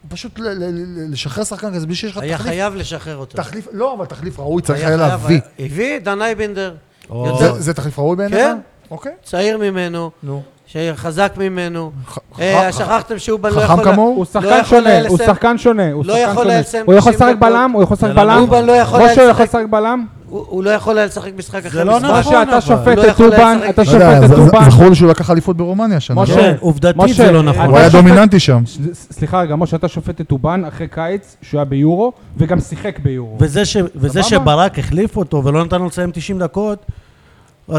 Speaker 5: פשוט ל- ל- ל- לשחרר שחקן כזה בלי שיש לך
Speaker 4: היה
Speaker 5: תחליף.
Speaker 4: חייב לשחרר אותו.
Speaker 5: תחליף, לא, אבל תחליף ראוי צריך
Speaker 4: היה
Speaker 5: היה
Speaker 4: חייב,
Speaker 5: להביא.
Speaker 4: היה- הביא, דן אייבנדר.
Speaker 3: או.
Speaker 4: יותר
Speaker 5: זה- זה תחליף ראוי בעיניך?
Speaker 4: כן.
Speaker 5: אוקיי.
Speaker 4: צעיר ממנו,
Speaker 5: נו.
Speaker 4: שחזק ממנו.
Speaker 5: ח-
Speaker 4: אה,
Speaker 5: ח-
Speaker 4: שכחתם שהוא בא- לא
Speaker 5: חכם
Speaker 4: יכול... לה-
Speaker 5: כמוהו?
Speaker 2: הוא
Speaker 4: לא
Speaker 2: שחקן
Speaker 4: יכול היה
Speaker 2: שונה, הוא
Speaker 4: לסיים-
Speaker 2: שחקן שונה, הוא
Speaker 4: לא
Speaker 2: שחקן
Speaker 4: יכול היה
Speaker 2: שונה.
Speaker 4: לסיים
Speaker 2: הוא יכול
Speaker 4: 90
Speaker 2: לשחק
Speaker 4: דקות.
Speaker 2: בלם, הוא יכול לשחק
Speaker 3: זה לא
Speaker 2: בלם,
Speaker 4: אובן לא יכול היה
Speaker 2: משה יכול
Speaker 4: לשחק.
Speaker 2: לשחק בלם,
Speaker 4: הוא הוא לא יכול היה לשחק משחק אחרי
Speaker 3: לא
Speaker 4: משחק.
Speaker 3: נכון.
Speaker 2: משה
Speaker 3: אבל.
Speaker 2: אתה שופט
Speaker 4: לא
Speaker 2: את
Speaker 4: יכול היה
Speaker 2: אובן,
Speaker 4: לשחק.
Speaker 2: אתה
Speaker 5: לא
Speaker 2: שופט
Speaker 5: יודע,
Speaker 2: את
Speaker 5: ז- ז-
Speaker 2: אובן.
Speaker 5: זכור לי שהוא לקח אליפות ברומניה השנה.
Speaker 2: משה,
Speaker 5: לא?
Speaker 3: משה, עובדתית
Speaker 2: משה,
Speaker 3: זה לא
Speaker 2: אה,
Speaker 3: נכון.
Speaker 5: הוא היה
Speaker 2: אתה שופט-
Speaker 5: דומיננטי שם.
Speaker 2: ש- סליחה רגע, משה, אתה שופט את אובן אחרי קיץ שהוא היה ביורו, וגם שיחק ביורו.
Speaker 3: וזה, ש...
Speaker 2: סבבה?
Speaker 3: וזה שברק החליף אותו ולא נתן לו לסיים 90 דקות,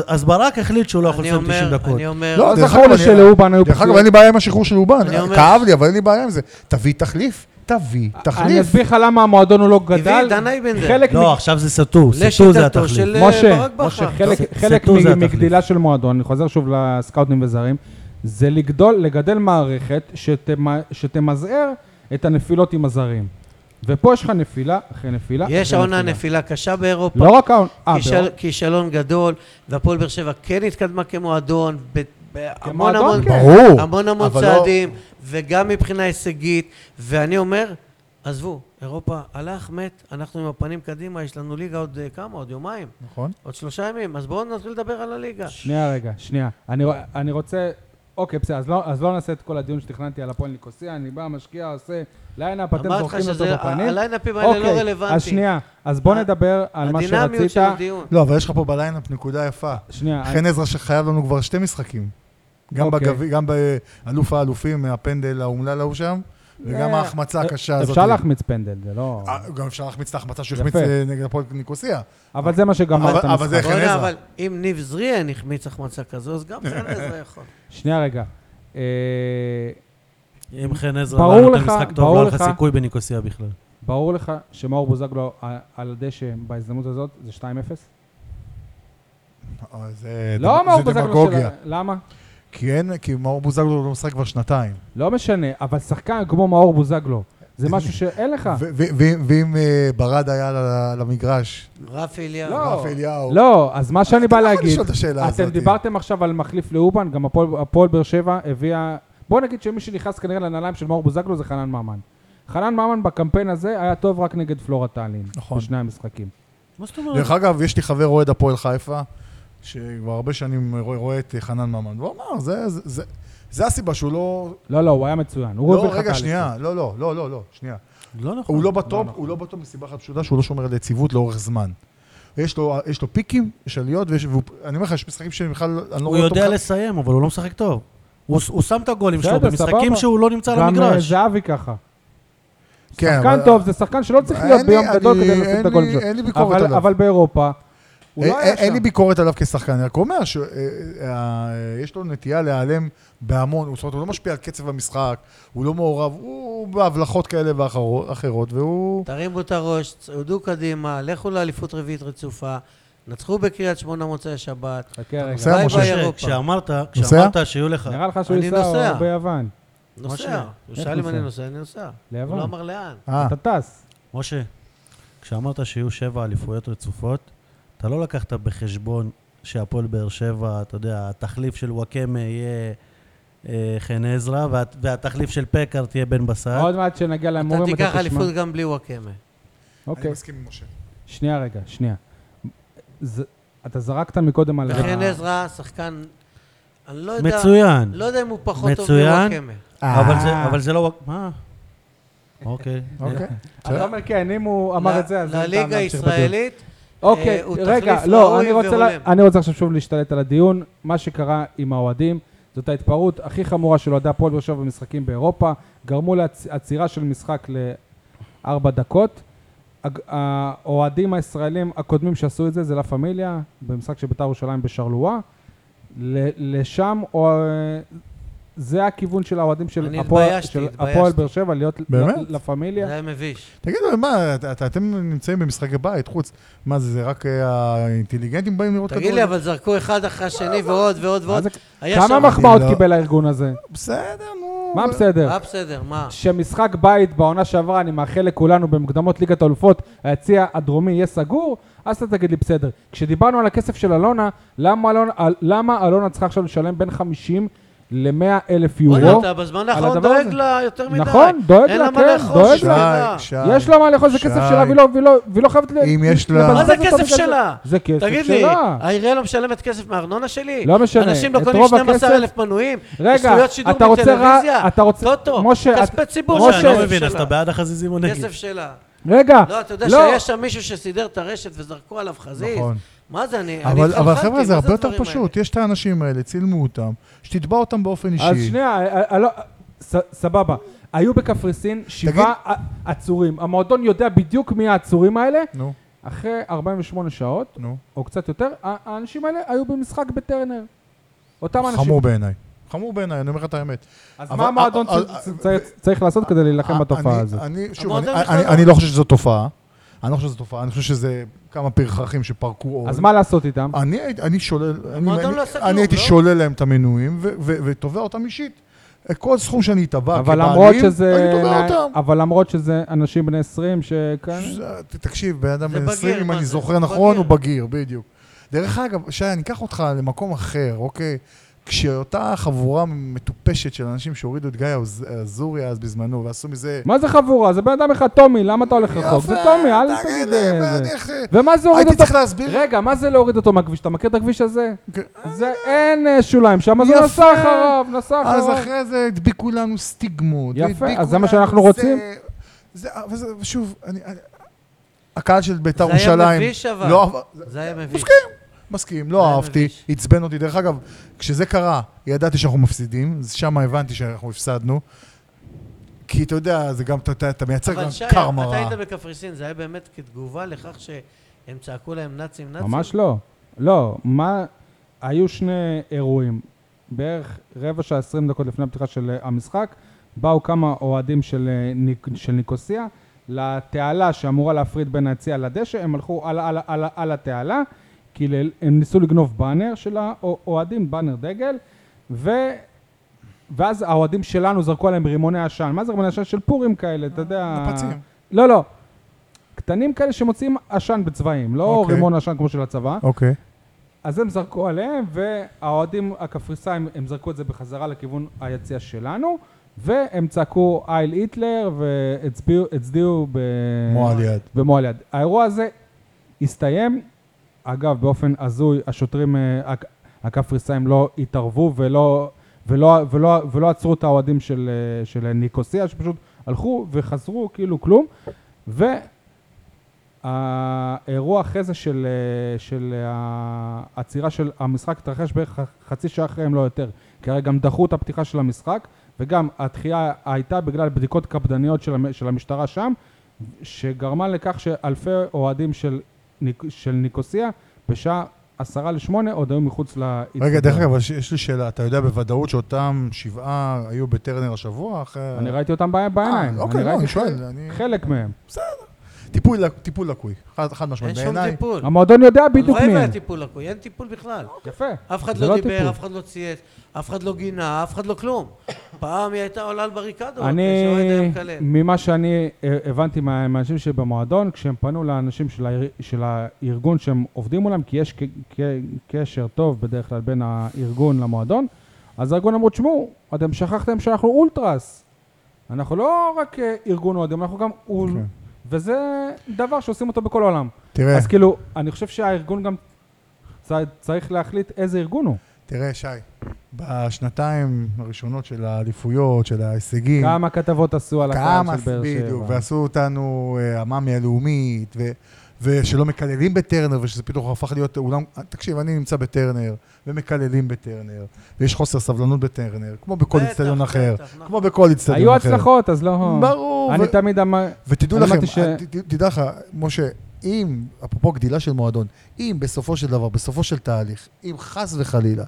Speaker 3: אז ברק החליט שהוא לא יכול
Speaker 4: אני
Speaker 3: לסיים 90
Speaker 4: אומר,
Speaker 3: דקות.
Speaker 4: אני אומר...
Speaker 5: לא,
Speaker 2: לא
Speaker 5: דרך
Speaker 2: זכור
Speaker 5: אגב,
Speaker 2: לי
Speaker 5: אני-
Speaker 2: שלאובן היו
Speaker 5: דרך אגב,
Speaker 2: פציעות.
Speaker 5: אין לי בעיה עם השחרור של
Speaker 4: אני
Speaker 5: אובן.
Speaker 4: אומר-
Speaker 5: כאב לי, אבל אין לי בעיה עם זה. תביא תחליף. תביא
Speaker 2: אני
Speaker 5: תחליף.
Speaker 2: אסביר לך למה המועדון הוא לא
Speaker 4: הביא
Speaker 2: גדל.
Speaker 4: את דן אייבנדר.
Speaker 2: חלק
Speaker 3: לא, עכשיו זה סטו, סטו זה
Speaker 4: לשיטתו
Speaker 3: התחליף.
Speaker 4: של אה,
Speaker 2: משה,
Speaker 4: ברק בכר.
Speaker 2: משה, חלק-
Speaker 3: ס-
Speaker 2: חלק
Speaker 3: סטו זה
Speaker 2: מ-
Speaker 3: התחליף.
Speaker 2: מגדילה של מועדון, אני חוזר שוב לסקאוטים וזרים, זה לגדול, לגדל מערכת שתמ- שתמזער את הנפילות עם הזרים. ופה יש לך נפילה אחרי נפילה.
Speaker 4: יש
Speaker 2: אחרי
Speaker 4: העונה נפילה קשה באירופה.
Speaker 2: אה, לא רק העונה, אה,
Speaker 4: כישל-
Speaker 2: באירופה.
Speaker 4: כישלון גדול, והפועל באר שבע כן התקדמה כמועדון, ב- בהמון
Speaker 2: כמועדון,
Speaker 4: המון,
Speaker 2: כן.
Speaker 5: ברור.
Speaker 4: המון המון
Speaker 5: אבל לא-
Speaker 4: צעדים, וגם מבחינה הישגית, ואני אומר, עזבו, אירופה הלך, מת, אנחנו עם הפנים קדימה, יש לנו ליגה עוד אה, כמה? עוד יומיים?
Speaker 5: נכון.
Speaker 4: עוד שלושה ימים, אז בואו נתחיל לדבר על הליגה.
Speaker 2: שנייה רגע, שנייה. אני רוא- אני רוצה... אוקיי, בסדר, אז לא- אז לא נעשה את כל הדיון שתכננתי על הפועל ניקוסיה, אני בא, משקיע, עושה ליינאפ, אתם
Speaker 4: אמרתי לך
Speaker 2: זורקים אותו
Speaker 4: שזה,
Speaker 2: בפנים. אוקיי,
Speaker 4: הליינאפים האלה לא
Speaker 2: אז
Speaker 4: רלוונטיים.
Speaker 2: שנייה, אז בוא
Speaker 4: ה-
Speaker 2: נדבר על מה
Speaker 4: הדינמיות של
Speaker 2: שרצית.
Speaker 4: הדיון.
Speaker 5: לא, אבל יש לך פה בליינאפ נקודה יפה.
Speaker 2: שנייה,
Speaker 5: חן עזרא שחייב לנו כבר שתי משחקים. גם
Speaker 2: אוקיי.
Speaker 5: בגבי- גם באלוף האלופים, מהפנדל האומלל ההוא שם,
Speaker 2: אה,
Speaker 5: וגם ההחמצה הקשה הזאת.
Speaker 2: אפשר להחמיץ פנדל, זה לא...
Speaker 5: אה, גם אפשר להחמיץ את ההחמצה שהוא
Speaker 2: יפה.
Speaker 5: החמיץ אה, נגד הפועל ניקוסיה.
Speaker 2: אבל זה מה שגמר
Speaker 5: אבל-
Speaker 2: את
Speaker 5: אבל זה
Speaker 2: המשחק.
Speaker 5: חן
Speaker 4: בוא'נה,
Speaker 5: עזרא.
Speaker 4: אבל אם ניב זריאן החמיץ החמצה כזו, אז גם חן
Speaker 5: [laughs]
Speaker 4: עזרא יכול.
Speaker 2: שנייה רגע. אה,
Speaker 3: אם חן עזרא
Speaker 2: ברור
Speaker 3: לא היה נותן
Speaker 2: לך-
Speaker 3: משחק טוב,
Speaker 2: ברור
Speaker 3: לא היה לך
Speaker 2: לך-
Speaker 3: סיכוי בניקוסיה בכלל.
Speaker 2: ברור לך שמאור בוזגלו על- על הדשא בהזדמנות הזאת זה 2-0?
Speaker 5: אה, זה
Speaker 2: לא
Speaker 5: דמ-
Speaker 2: מאור
Speaker 5: זה
Speaker 2: בוזגלו
Speaker 5: דמגוגיה.
Speaker 2: של... למה?
Speaker 5: כי אין, כי מאור בוזגלו לא משחק כבר שנתיים.
Speaker 2: לא משנה, אבל שחקן כמו מאור בוזגלו, זה משהו שאין לך.
Speaker 5: ו- ו- ו- ואם אה, ברד היה ל- למגרש,
Speaker 4: רפי אליהו.
Speaker 2: לא.
Speaker 5: רף אליהו,
Speaker 2: לא, אז מה שאני בא
Speaker 5: אתה לא יכול
Speaker 2: להגיד,
Speaker 5: לשאול את השאלה
Speaker 2: אתם
Speaker 5: הזאת.
Speaker 2: דיברתם עכשיו על מחליף לאובן, גם הפועל- הפועל באר שבע הביאה... בוא נגיד שמי שנכנס כנראה לנעליים של מאור בוזגלו זה חנן ממן. חנן ממן בקמפיין הזה היה טוב רק נגד פלורה טאלין.
Speaker 5: נכון.
Speaker 2: בשני המשחקים.
Speaker 3: מה זאת אומרת?
Speaker 5: דרך אגב, יש לי חבר אוהד הפועל חיפה, שכבר הרבה שנים רואה, רואה את חנן ממן, והוא אמר, זה, זה, זה, זה הסיבה שהוא לא...
Speaker 2: לא, לא, הוא היה מצוין. הוא
Speaker 5: לא,
Speaker 2: הוביל לך
Speaker 5: רגע,
Speaker 2: תהליך.
Speaker 5: שנייה, לא, לא, לא, לא, לא, שנייה.
Speaker 3: לא נכון.
Speaker 5: הוא לא בטופ, הוא לא בטופ מסיבה אחת פשוטה, שהוא לא שומר על יציבות לאורך זמן. יש לו, יש לו פיקים, יש עליות, ויש- והוא- אני אומר לך, יש משחקים שבכלל, אני לא
Speaker 3: הוא
Speaker 5: רואה אותו
Speaker 3: יודע
Speaker 5: בכלל.
Speaker 3: לסיים, אבל הוא לא משחק טוב. הוא הוא שם את הגולים שלו
Speaker 2: בסדר,
Speaker 3: במשחקים
Speaker 2: סבבה.
Speaker 3: שהוא לא נמצא על
Speaker 2: גם אה,
Speaker 3: המגרש.
Speaker 2: זהבי ככה.
Speaker 5: כן,
Speaker 2: שחקן
Speaker 5: אבל-
Speaker 2: טוב זה שחקן שלא צריך
Speaker 5: אין
Speaker 2: להיות
Speaker 5: לי-
Speaker 2: ביום גדול
Speaker 5: אני-
Speaker 2: כדי לשים
Speaker 5: אין
Speaker 2: את הגולים
Speaker 5: לי-
Speaker 2: שלו.
Speaker 5: אין לי ביקורת
Speaker 2: אבל-
Speaker 5: עליו.
Speaker 2: אבל באירופה, הוא
Speaker 5: אין-
Speaker 2: לא היה
Speaker 5: אין- אין
Speaker 2: שם.
Speaker 5: לי ביקורת עליו כשחקן, אני רק אומר אה, שיש אה, לו נטייה להיעלם בהמון, הוא- זאת אומרת, הוא לא משפיע על קצב המשחק, הוא לא מעורב, הוא בהבלחות כאלה ואחרות, והוא...
Speaker 4: תרימו את הראש, צעדו קדימה, לכו לאליפות רביעית רצופה, נצחו בקריית שמונה מוצאי שבת.
Speaker 2: חכה רגע.
Speaker 5: נוסע,
Speaker 4: ביי
Speaker 5: משה?
Speaker 4: ביי
Speaker 3: משה,
Speaker 4: אירופה.
Speaker 3: כשאמרת,
Speaker 5: נוסע?
Speaker 3: כשאמרת שיהיו לך...
Speaker 2: נראה לך שהוא
Speaker 4: אני
Speaker 2: ייסע
Speaker 4: נוסע.
Speaker 2: הוא ביוון.
Speaker 4: נוסע.
Speaker 3: משה,
Speaker 4: הוא
Speaker 2: איך
Speaker 4: שאל אם
Speaker 2: נוסע?
Speaker 4: אני נוסע, אני נוסע. הוא
Speaker 2: ליוון.
Speaker 4: לא אמר לאן.
Speaker 5: אה,
Speaker 2: אתה טס.
Speaker 3: משה, כשאמרת שיהיו שבע אליפויות רצופות, אתה לא לקחת בחשבון שהפועל באר שבע, אתה יודע, התחליף של וואקמה יהיה אה, חן עזרא, וה, והתחליף של פקארט תהיה בן
Speaker 5: אה?
Speaker 3: בסט.
Speaker 2: עוד מעט שנגיע
Speaker 4: אתה
Speaker 2: להימורים
Speaker 4: תיקח אליפות גם בלי וואקמה.
Speaker 5: אני
Speaker 2: אוקיי.
Speaker 5: מסכים עם משה.
Speaker 2: שנייה רגע, שנייה. ז- אתה זרקת מקודם על... ה-
Speaker 4: וחן עזרא, שחקן, אני לא יודע,
Speaker 3: מצוין,
Speaker 4: לא יודע אם הוא פחות טוב
Speaker 3: מצוין.
Speaker 4: מוואקמה.
Speaker 3: אבל, זה, אבל זה לא... וואק- מה? אוקיי.
Speaker 5: אוקיי.
Speaker 2: אה. אתה אומר כן, אם הוא אמר את זה, אז... אין טעם
Speaker 4: לליגה
Speaker 2: להמשיך בדיון.
Speaker 4: הישראלית,
Speaker 2: אוקיי,
Speaker 4: אה, הוא
Speaker 2: רגע,
Speaker 4: תחליף
Speaker 2: לא,
Speaker 4: ראוי
Speaker 2: אני רוצה,
Speaker 4: והולם.
Speaker 2: לה, אני רוצה עכשיו שוב להשתלט על הדיון. מה שקרה עם האוהדים, זאת ההתפרעות הכי חמורה של אוהדי הפועל באר שבע במשחקים באירופה. גרמו לעצירה של משחק לארבע דקות. הג- האוהדים הישראלים הקודמים שעשו את זה זה לה פמיליה, במשחק של בית"ר ירושלים בשרלואה. ל- לשם, או... אה, זה הכיוון של האוהדים של
Speaker 4: אני
Speaker 2: הפועל-
Speaker 4: התביישתי,
Speaker 2: של
Speaker 4: התביישתי.
Speaker 2: הפועל באר שבע, להיות
Speaker 5: באמת?
Speaker 2: לה פמיליה.
Speaker 4: זה היה מביש.
Speaker 5: תגידו, מה, את- את- אתם נמצאים במשחקי בית, חוץ, מה זה, זה רק אה, האינטליגנטים באים לראות
Speaker 4: תגיד לי, אבל זרקו אחד אחרי השני ועוד ועוד
Speaker 2: מה
Speaker 4: ועוד.
Speaker 2: זה-
Speaker 4: היה שם-
Speaker 2: כמה מחמאות
Speaker 5: לא.
Speaker 2: קיבל הארגון הזה?
Speaker 5: בסדר, נו.
Speaker 2: מה בסדר?
Speaker 4: אה, בסדר, מה?
Speaker 2: שמשחק בית בעונה שעברה, אני מאחל לכולנו במוקדמות ליגת האלופות, היציע הדרומי יהיה סגור, אז אתה תגיד לי בסדר. כשדיברנו על הכסף של אלונה, למה אלונה, על- למה אלונה צריכה עכשיו לשלם בין 50 ל-100 אלף
Speaker 4: בוא'נה,
Speaker 2: יורו?
Speaker 4: אתה בזמן
Speaker 2: לא? על
Speaker 4: האחרון
Speaker 2: הדבר
Speaker 4: דואג
Speaker 2: הזה.
Speaker 4: לה יותר מדי.
Speaker 2: נכון, דואג
Speaker 4: אין
Speaker 2: לה,
Speaker 4: מה
Speaker 2: כן,
Speaker 4: לאכול,
Speaker 2: דואג לה.
Speaker 5: שי,
Speaker 4: שמה.
Speaker 5: שי.
Speaker 2: יש לה מה לאכול, זה
Speaker 5: שי.
Speaker 2: כסף שלה, והיא לא- והיא לא- והיא לא חייבת... ל-
Speaker 5: אם יש לה-
Speaker 2: לבזבז
Speaker 4: מה זה
Speaker 2: אותו
Speaker 4: כסף
Speaker 2: בגלל זה.
Speaker 4: שלה?
Speaker 2: זה כסף
Speaker 4: תגיד לי,
Speaker 2: שלה.
Speaker 4: העירייה לא משלמת כסף מארנונה שלי?
Speaker 2: לא משנה,
Speaker 4: אנשים לא
Speaker 2: את
Speaker 4: קונים
Speaker 2: רוב
Speaker 4: 12,000 מנויים?
Speaker 2: רגע,
Speaker 4: זכויות שידור
Speaker 2: אתה רוצה רע-
Speaker 4: מטלוויזיה?
Speaker 2: אתה רוצה-
Speaker 4: טוטו,
Speaker 2: משה,
Speaker 4: כספי
Speaker 2: את-
Speaker 4: ציבור.
Speaker 2: משה,
Speaker 3: משה,
Speaker 4: זה
Speaker 3: אני לא
Speaker 4: הכסף
Speaker 3: מבין, אז
Speaker 4: שלה.
Speaker 3: אתה בעד החזיזים או נגד?
Speaker 4: כסף שלה.
Speaker 2: רגע,
Speaker 4: לא, אתה יודע שהיה שם מישהו שסידר את הרשת וזרקו עליו חזיז?
Speaker 5: נכון.
Speaker 4: מה זה, אני אני
Speaker 5: אבל, אבל
Speaker 4: התחלחלתי,
Speaker 5: חבר'ה,
Speaker 4: מה
Speaker 5: זה הרבה יותר
Speaker 4: הדברים
Speaker 5: פשוט. יש את האנשים האלה, צילמו אותם, שתתבע אותם באופן אישי.
Speaker 2: אז שנייה, אה, אה, לא, ס- סבבה. היו בקפריסין שבעה ע- עצורים. המועדון יודע בדיוק מי העצורים האלה.
Speaker 5: נו,
Speaker 2: אחרי 48 שעות,
Speaker 5: נו.
Speaker 2: או קצת יותר, ה- האנשים האלה היו במשחק בטרנר. אותם אנשים.
Speaker 5: חמור בעיניי. חמור בעיניי, אני אומר לך את האמת.
Speaker 2: אז
Speaker 5: אבל-
Speaker 2: מה המועדון
Speaker 5: אבל-
Speaker 2: צ- צ- צריך- צריך לעשות כדי להילחם
Speaker 5: אני-
Speaker 2: בתופעה הזאת?
Speaker 5: אני, שוב, אני,
Speaker 4: המועדון
Speaker 5: אני,
Speaker 4: בכלל
Speaker 5: אני,
Speaker 4: לא-
Speaker 5: לא חושב שזו תופעה. אני לא חושב שזו תופעה, אני חושב שזה כמה פרחחים שפרקו אור.
Speaker 2: אז מה לעשות איתם?
Speaker 5: אני, הייתי- אני שולל... אני,
Speaker 4: המועדון
Speaker 5: אני,
Speaker 4: לא עשה כלום,
Speaker 5: אני הייתי
Speaker 4: לא?
Speaker 5: שולל להם את המינויים ו- ו- ותובע אותם אישית. כל סכום שאני אתבע
Speaker 2: אבל
Speaker 5: כבעלים,
Speaker 2: למרות
Speaker 5: אני
Speaker 2: שזה...
Speaker 5: תובע אותם.
Speaker 2: אבל למרות שזה אנשים בני 20 שכאן...
Speaker 5: שזה- ת- תקשיב, בן אדם
Speaker 4: זה
Speaker 5: בן
Speaker 4: בגיר,
Speaker 5: 20, אם
Speaker 4: מה
Speaker 5: אני
Speaker 4: זה?
Speaker 5: זוכר
Speaker 4: הוא
Speaker 5: נכון,
Speaker 4: בגיר.
Speaker 5: הוא בגיר, בדיוק. דרך אגב, שי, אני אקח אותך למקום אחר, אוקיי? כשאותה חבורה מטופשת של אנשים שהורידו את גיא עז- עזוריה אז בזמנו, ועשו מזה...
Speaker 2: מה זה חבורה? זה בן אדם אחד, טומי, למה אתה הולך רחוק? זה טומי, אל תגיד את זה. ומה זה הוריד
Speaker 5: הייתי
Speaker 2: אותו?
Speaker 5: צריך להסביר.
Speaker 2: רגע, מה זה להוריד אותו מהכביש? אתה מכיר את הכביש הזה?
Speaker 5: כן.
Speaker 2: זה אין אה, שוליים שם, אז הוא
Speaker 5: יפה.
Speaker 2: נסע אחריו, נסע
Speaker 5: אז
Speaker 2: אחריו.
Speaker 5: אחרי זה הדביקו לנו סטיגמות.
Speaker 2: יפה,
Speaker 5: והדביקו
Speaker 2: אז זה מה
Speaker 5: לנו
Speaker 2: שאנחנו רוצים?
Speaker 5: זה- זה, אבל זה- ושוב, אני- אני- הקהל של בית"ר
Speaker 4: האלה.
Speaker 5: ירושלים...
Speaker 4: זה היה מביש אבל.
Speaker 5: לא עבר-
Speaker 4: זה היה מביש.
Speaker 5: מסכים,
Speaker 4: זה היה
Speaker 5: לא אהבתי,
Speaker 4: מביש.
Speaker 5: עצבן אותי. דרך אגב, כשזה קרה, ידעתי שאנחנו מפסידים, אז שם הבנתי שאנחנו הפסדנו. כי אתה יודע, זה גם, אתה- אתה אתה מייצר
Speaker 4: אבל
Speaker 5: גם
Speaker 4: שי,
Speaker 5: קרמה
Speaker 4: אתה
Speaker 5: רעה.
Speaker 4: היית בקפריסין, זה היה באמת כתגובה לכך שהם צעקו להם נאצים נאצים?
Speaker 2: ממש לא. לא, מה... היו שני אירועים. בערך רבע שעה, עשרים דקות לפני הפתיחה של אה, המשחק, באו כמה אוהדים של, אה, ניק, של ניקוסיה לתעלה שאמורה להפריד בין היציע לדשא, הם הלכו על, על, על, על התעלה, כי ל- הם ניסו לגנוב באנר של האוהדים, באנר דגל, ו... ואז האוהדים שלנו זרקו עליהם רימוני עשן. מה זה רימוני עשן? של פורים כאלה, אתה יודע...
Speaker 5: נפצים.
Speaker 2: לא, לא. קטנים כאלה שמוציאים עשן בצבעים, לא
Speaker 5: אוקיי.
Speaker 2: רימון עשן כמו של הצבא.
Speaker 5: אוקיי.
Speaker 2: אז הם זרקו עליהם, והאוהדים הקפריסאים, הם זרקו את זה בחזרה לכיוון היציע שלנו, והם צעקו אייל היטלר, והצביעו הצדיעו ב...
Speaker 5: מועל יד.
Speaker 2: במועל יד. האירוע הזה הסתיים, אגב, באופן הזוי, השוטרים אה, הק- הקפריסאים לא התערבו ולא, ולא, ולא, ולא עצרו את האוהדים של, אה, של ניקוסיה, שפשוט הלכו וחזרו כאילו כלום, והאירוע אחרי זה של, אה, של אה, העצירה של המשחק התרחש בערך חצי שעה אחרי, אם לא יותר, כי הרי גם דחו את הפתיחה של המשחק, וגם הדחייה הייתה בגלל בדיקות קפדניות של, המ- של המשטרה שם, שגרמה לכך שאלפי אוהדים של, ניק, של ניקוסיה בשעה עשרה לשמונה עוד היו מחוץ לאיצטדיון.
Speaker 5: רגע, דרך אגב, יש- יש לי שאלה, אתה יודע בוודאות שאותם שבעה היו בטרנר השבוע? אחרי-
Speaker 2: אני ראיתי אותם בעי- בעיניים.
Speaker 5: אה, אוקיי, לא,
Speaker 2: ראיתי
Speaker 5: אני שואל. אני-
Speaker 2: חלק מהם.
Speaker 5: טיפול לק- טיפול לקוי, חד חד
Speaker 4: אין
Speaker 5: משמעית.
Speaker 4: שום
Speaker 5: בעיניי,
Speaker 4: טיפול.
Speaker 2: המועדון יודע בדיוק
Speaker 4: הלוואי
Speaker 2: מי הם.
Speaker 4: והיה טיפול לקוי, אין טיפול בכלל.
Speaker 2: יפה.
Speaker 4: אף אחד
Speaker 2: זה
Speaker 4: לא
Speaker 2: טיפול.
Speaker 4: דיבר, אף אחד לא צייץ, אף אחד לא גינה, אף אחד לא כלום. פעם היא הייתה עולה על בריקדות,
Speaker 2: אני,
Speaker 4: כשאוהד היה מקלל.
Speaker 2: ממה שאני אה, הבנתי מה- מהאנשים שבמועדון, כשהם פנו לאנשים של, האיר, של הארגון שהם עובדים מולם, כי יש ק, ק, קשר טוב בדרך כלל בין הארגון למועדון, אז הארגון אמרו, תשמעו, אתם שכחתם שאנחנו אולטרס. אנחנו לא רק אה, ארגון אוהדים, אנחנו גם אול...
Speaker 5: כן.
Speaker 2: וזה דבר שעושים אותו בכל העולם.
Speaker 5: תראה,
Speaker 2: אז כאילו, אני חושב שהארגון גם צ- צריך להחליט איזה ארגון הוא.
Speaker 5: תראה, שי, בשנתיים הראשונות של האליפויות, של ההישגים,
Speaker 2: כמה כתבות עשו על הקהל
Speaker 5: כן. כמה,
Speaker 2: של באר שבע.
Speaker 5: בדיוק, ועשו אותנו אה, המאמי הלאומית, ו- ושלא מקללים בטרנר, ושזה פתאום הפך להיות אולם... תקשיב, אני נמצא בטרנר, ומקללים בטרנר, ויש חוסר סבלנות בטרנר, כמו בכל
Speaker 4: בטח,
Speaker 5: איצטדיון
Speaker 4: בטח,
Speaker 5: אחר.
Speaker 4: נכון.
Speaker 5: כמו בכל איצטדיון אחר.
Speaker 2: היו הצלחות, אז לא...
Speaker 5: ברור.
Speaker 2: אני
Speaker 5: ו-
Speaker 2: תמיד אמר...
Speaker 5: ותדעו
Speaker 2: אני
Speaker 5: לכם,
Speaker 2: אמרתי ש-
Speaker 5: ת- ת- תדע לך, משה, אם, אפרופו גדילה של מועדון, אם בסופו של דבר, בסופו של תהליך, אם חס וחלילה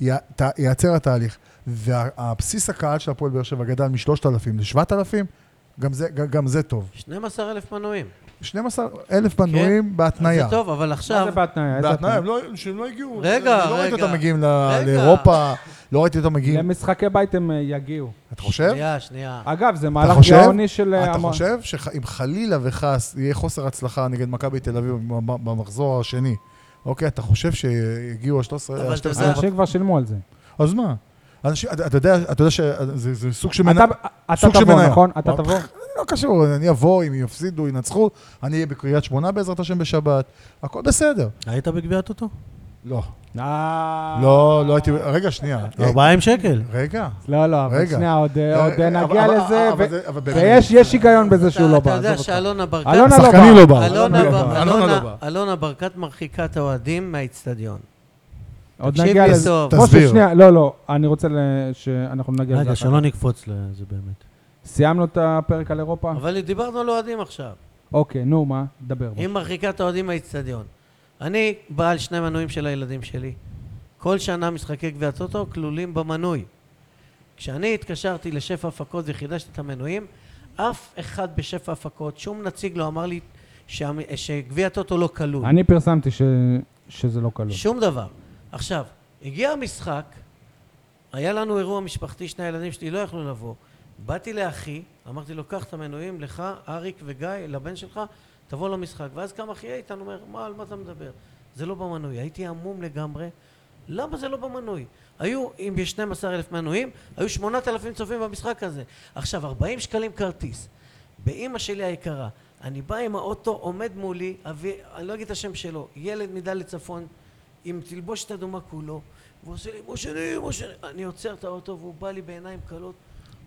Speaker 5: י- ת- ייעצר התהליך, והבסיס הקהל של הפועל באר שבע גדל מ-3,000 ל-7,000, גם זה, גם, גם זה טוב.
Speaker 4: 12,000 מנויים.
Speaker 5: 12,000 מנויים בהתניה.
Speaker 4: כן. זה טוב, אבל
Speaker 2: מה
Speaker 4: עכשיו...
Speaker 2: זה בהתניה? איזה התניה?
Speaker 5: בהתניה, הם לא, שהם לא הגיעו.
Speaker 4: רגע,
Speaker 5: אני לא ראיתי
Speaker 4: רגע.
Speaker 5: אותם מגיעים ל-
Speaker 4: רגע.
Speaker 5: לאירופה, לא ראיתי אותם מגיעים...
Speaker 2: למשחקי בית הם אה, יגיעו.
Speaker 5: אתה חושב?
Speaker 4: שנייה, שנייה.
Speaker 2: אגב, זה מהלך
Speaker 5: חושב?
Speaker 2: גאוני של... אה,
Speaker 5: אתה
Speaker 2: המ-
Speaker 5: חושב שאם חלילה וחס יהיה חוסר הצלחה נגד מכבי תל אביב במ- במחזור השני, אוקיי, אתה חושב שיגיעו ה-13...
Speaker 4: אבל אתה יודע-
Speaker 2: אנשים כבר שילמו על זה.
Speaker 5: אז מה? אנשים, אתה אתה יודע, אתה יודע שזה זה סוג של מניה.
Speaker 2: אתה אתה
Speaker 5: סוג של
Speaker 2: תבוא,
Speaker 5: מניה.
Speaker 2: נכון? אתה
Speaker 5: מה?
Speaker 2: תבוא?
Speaker 5: לא קשור, אני אבוא, אם יפסידו, ינצחו, אני אהיה בקריית שמונה בעזרת השם בשבת, הכל בסדר.
Speaker 3: היית בגביעת אותו?
Speaker 5: לא.
Speaker 2: אה,
Speaker 5: לא, לא הייתי... רגע, שנייה.
Speaker 2: כן.
Speaker 3: 40 שקל.
Speaker 5: רגע.
Speaker 2: לא, לא, אבל
Speaker 5: רגע.
Speaker 2: שנייה, עוד אה, עוד, אה,
Speaker 5: אבל-
Speaker 2: נגיע
Speaker 5: אבל-
Speaker 2: לזה,
Speaker 5: אבל
Speaker 2: ו-
Speaker 5: זה- אבל באמת.
Speaker 2: ויש יש היגיון בזה שהוא
Speaker 4: אתה-
Speaker 2: לא בא.
Speaker 4: אתה יודע
Speaker 2: עזוב אותך.
Speaker 4: שאלונה ברקת...
Speaker 2: אלונה לא
Speaker 5: שחקני לא
Speaker 2: בא.
Speaker 5: בא.
Speaker 4: אלונה
Speaker 2: אלונה לא
Speaker 4: בר-
Speaker 5: בא. אלונה לא
Speaker 4: אלונה-
Speaker 5: בא.
Speaker 4: אלונה ברקת מרחיקה את האוהדים מהאיצטדיון.
Speaker 2: עוד
Speaker 4: תקשיב
Speaker 2: נגיע
Speaker 4: לי
Speaker 2: לזה.
Speaker 4: טוב.
Speaker 2: משה,
Speaker 5: תסביר.
Speaker 2: שנייה, לא, לא, אני רוצה ל- שאנחנו נגיע לזה.
Speaker 3: רגע,
Speaker 2: אחר
Speaker 3: שלא נקפוץ לזה באמת.
Speaker 5: כן.
Speaker 2: כך. סיימנו את הפרק על אירופה?
Speaker 4: אבל דיברנו על אוהדים עכשיו.
Speaker 2: אוקיי, נו, מה? דבר.
Speaker 4: היא מרחיקה את האוהדים מהאיצטדיון. אני בעל שני מנויים של הילדים שלי. כל שנה משחקי גביע הטוטו כלולים במנוי. כשאני התקשרתי לשפע הפקות וחידשתי את המנויים, אף אחד בשפע הפקות, שום נציג לא אמר לי שהמ- שגביע הטוטו לא כלול.
Speaker 2: אני פרסמתי ש- שזה לא כלול.
Speaker 4: שום דבר. עכשיו, הגיע המשחק, היה לנו אירוע משפחתי, שני הילדים שלי לא יכלו לבוא. באתי לאחי, אמרתי לו, קח את המנויים לך, אריק וגיא, לבן שלך, תבוא למשחק. ואז קם אחי איתן, אומר, מה, על מה אתה מדבר? זה לא במנוי. הייתי המום לגמרי. למה זה לא במנוי? היו, אם יש 12,000 מנויים, היו 8,000 צופים במשחק הזה. עכשיו, 40 שקלים כרטיס. באימא שלי היקרה, אני בא עם האוטו, עומד מולי, אבי, אני לא אגיד את השם שלו, ילד מדלית צפון, עם תלבושת אדומה כולו, והוא עושה לי, מושני, מושני, אני עוצר את האוטו והוא בא לי בעיניים כלות,